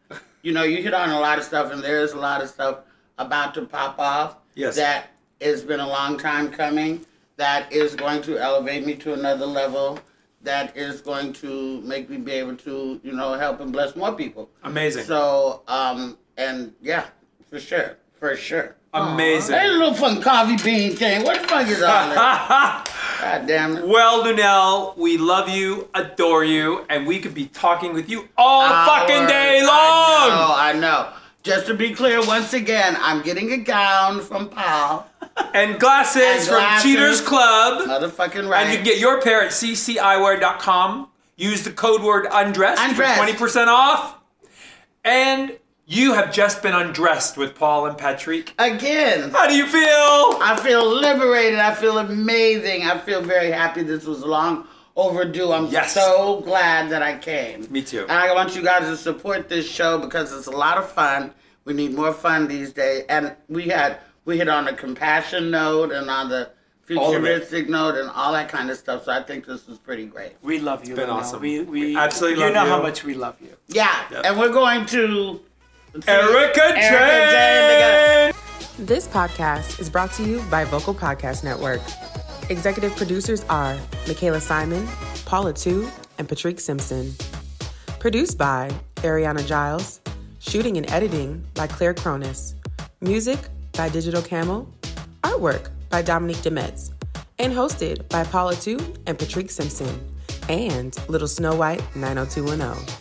[SPEAKER 3] you know you hit on a lot of stuff and there is a lot of stuff about to pop off.
[SPEAKER 2] Yes.
[SPEAKER 3] that has been a long time coming. That is going to elevate me to another level. That is going to make me be able to you know help and bless more people.
[SPEAKER 2] Amazing.
[SPEAKER 3] So um and yeah, for sure, for sure.
[SPEAKER 2] amazing.
[SPEAKER 3] That little fucking coffee bean thing. What the fuck is all that?
[SPEAKER 2] (laughs)
[SPEAKER 3] God damn it.
[SPEAKER 2] Well, Lunel, we love you, adore you, and we could be talking with you all fucking day long.
[SPEAKER 3] Oh, I know. Just to be clear, once again, I'm getting a gown from Paul.
[SPEAKER 2] And glasses
[SPEAKER 3] And
[SPEAKER 2] from
[SPEAKER 3] glasses.
[SPEAKER 2] Cheaters Club.
[SPEAKER 3] Motherfucking right.
[SPEAKER 2] And you can get your pair at cciwear.com. Use the code word undressed,
[SPEAKER 3] Undressed.
[SPEAKER 2] for 20% off. And you have just been undressed with Paul and Patrick.
[SPEAKER 3] again.
[SPEAKER 2] How do you feel?
[SPEAKER 3] I feel liberated. I feel amazing. I feel very happy. This was long overdue. I'm
[SPEAKER 2] Yes.
[SPEAKER 3] so glad that I came.
[SPEAKER 2] Me too.
[SPEAKER 3] And I want you guys to support this show because it's a lot of fun. We need more fun these days. And we had we hit on the compassion note and on the
[SPEAKER 2] All of it.
[SPEAKER 3] futuristic note and all that kind of stuff. So I think this was pretty great.
[SPEAKER 1] We love you. It's
[SPEAKER 2] been awesome.
[SPEAKER 1] We, we
[SPEAKER 2] We absolutely
[SPEAKER 1] you
[SPEAKER 2] love
[SPEAKER 1] know
[SPEAKER 2] you.
[SPEAKER 1] how much we love you.
[SPEAKER 3] Yeah, and we're going to
[SPEAKER 2] Erica Jane!
[SPEAKER 5] This podcast is brought to you by Vocal Podcast Network. Executive producers are Michaela Simon, Paula Tu, and Patrick Simpson. Produced by Ariana Giles. Shooting and editing by Claire Cronus. Music by Digital Camel. Artwork by Dominique Demetz. And hosted by Paula Tu and Patrick Simpson. And Little Snow White 90210.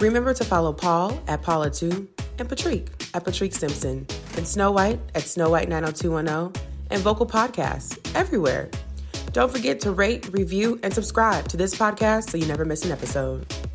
[SPEAKER 5] Remember to follow Paul at Paula2 and Patrick at Patrick Simpson and Snow White at Snow White 90210 and Vocal Podcasts everywhere. Don't forget to rate, review, and subscribe to this podcast so you never miss an episode.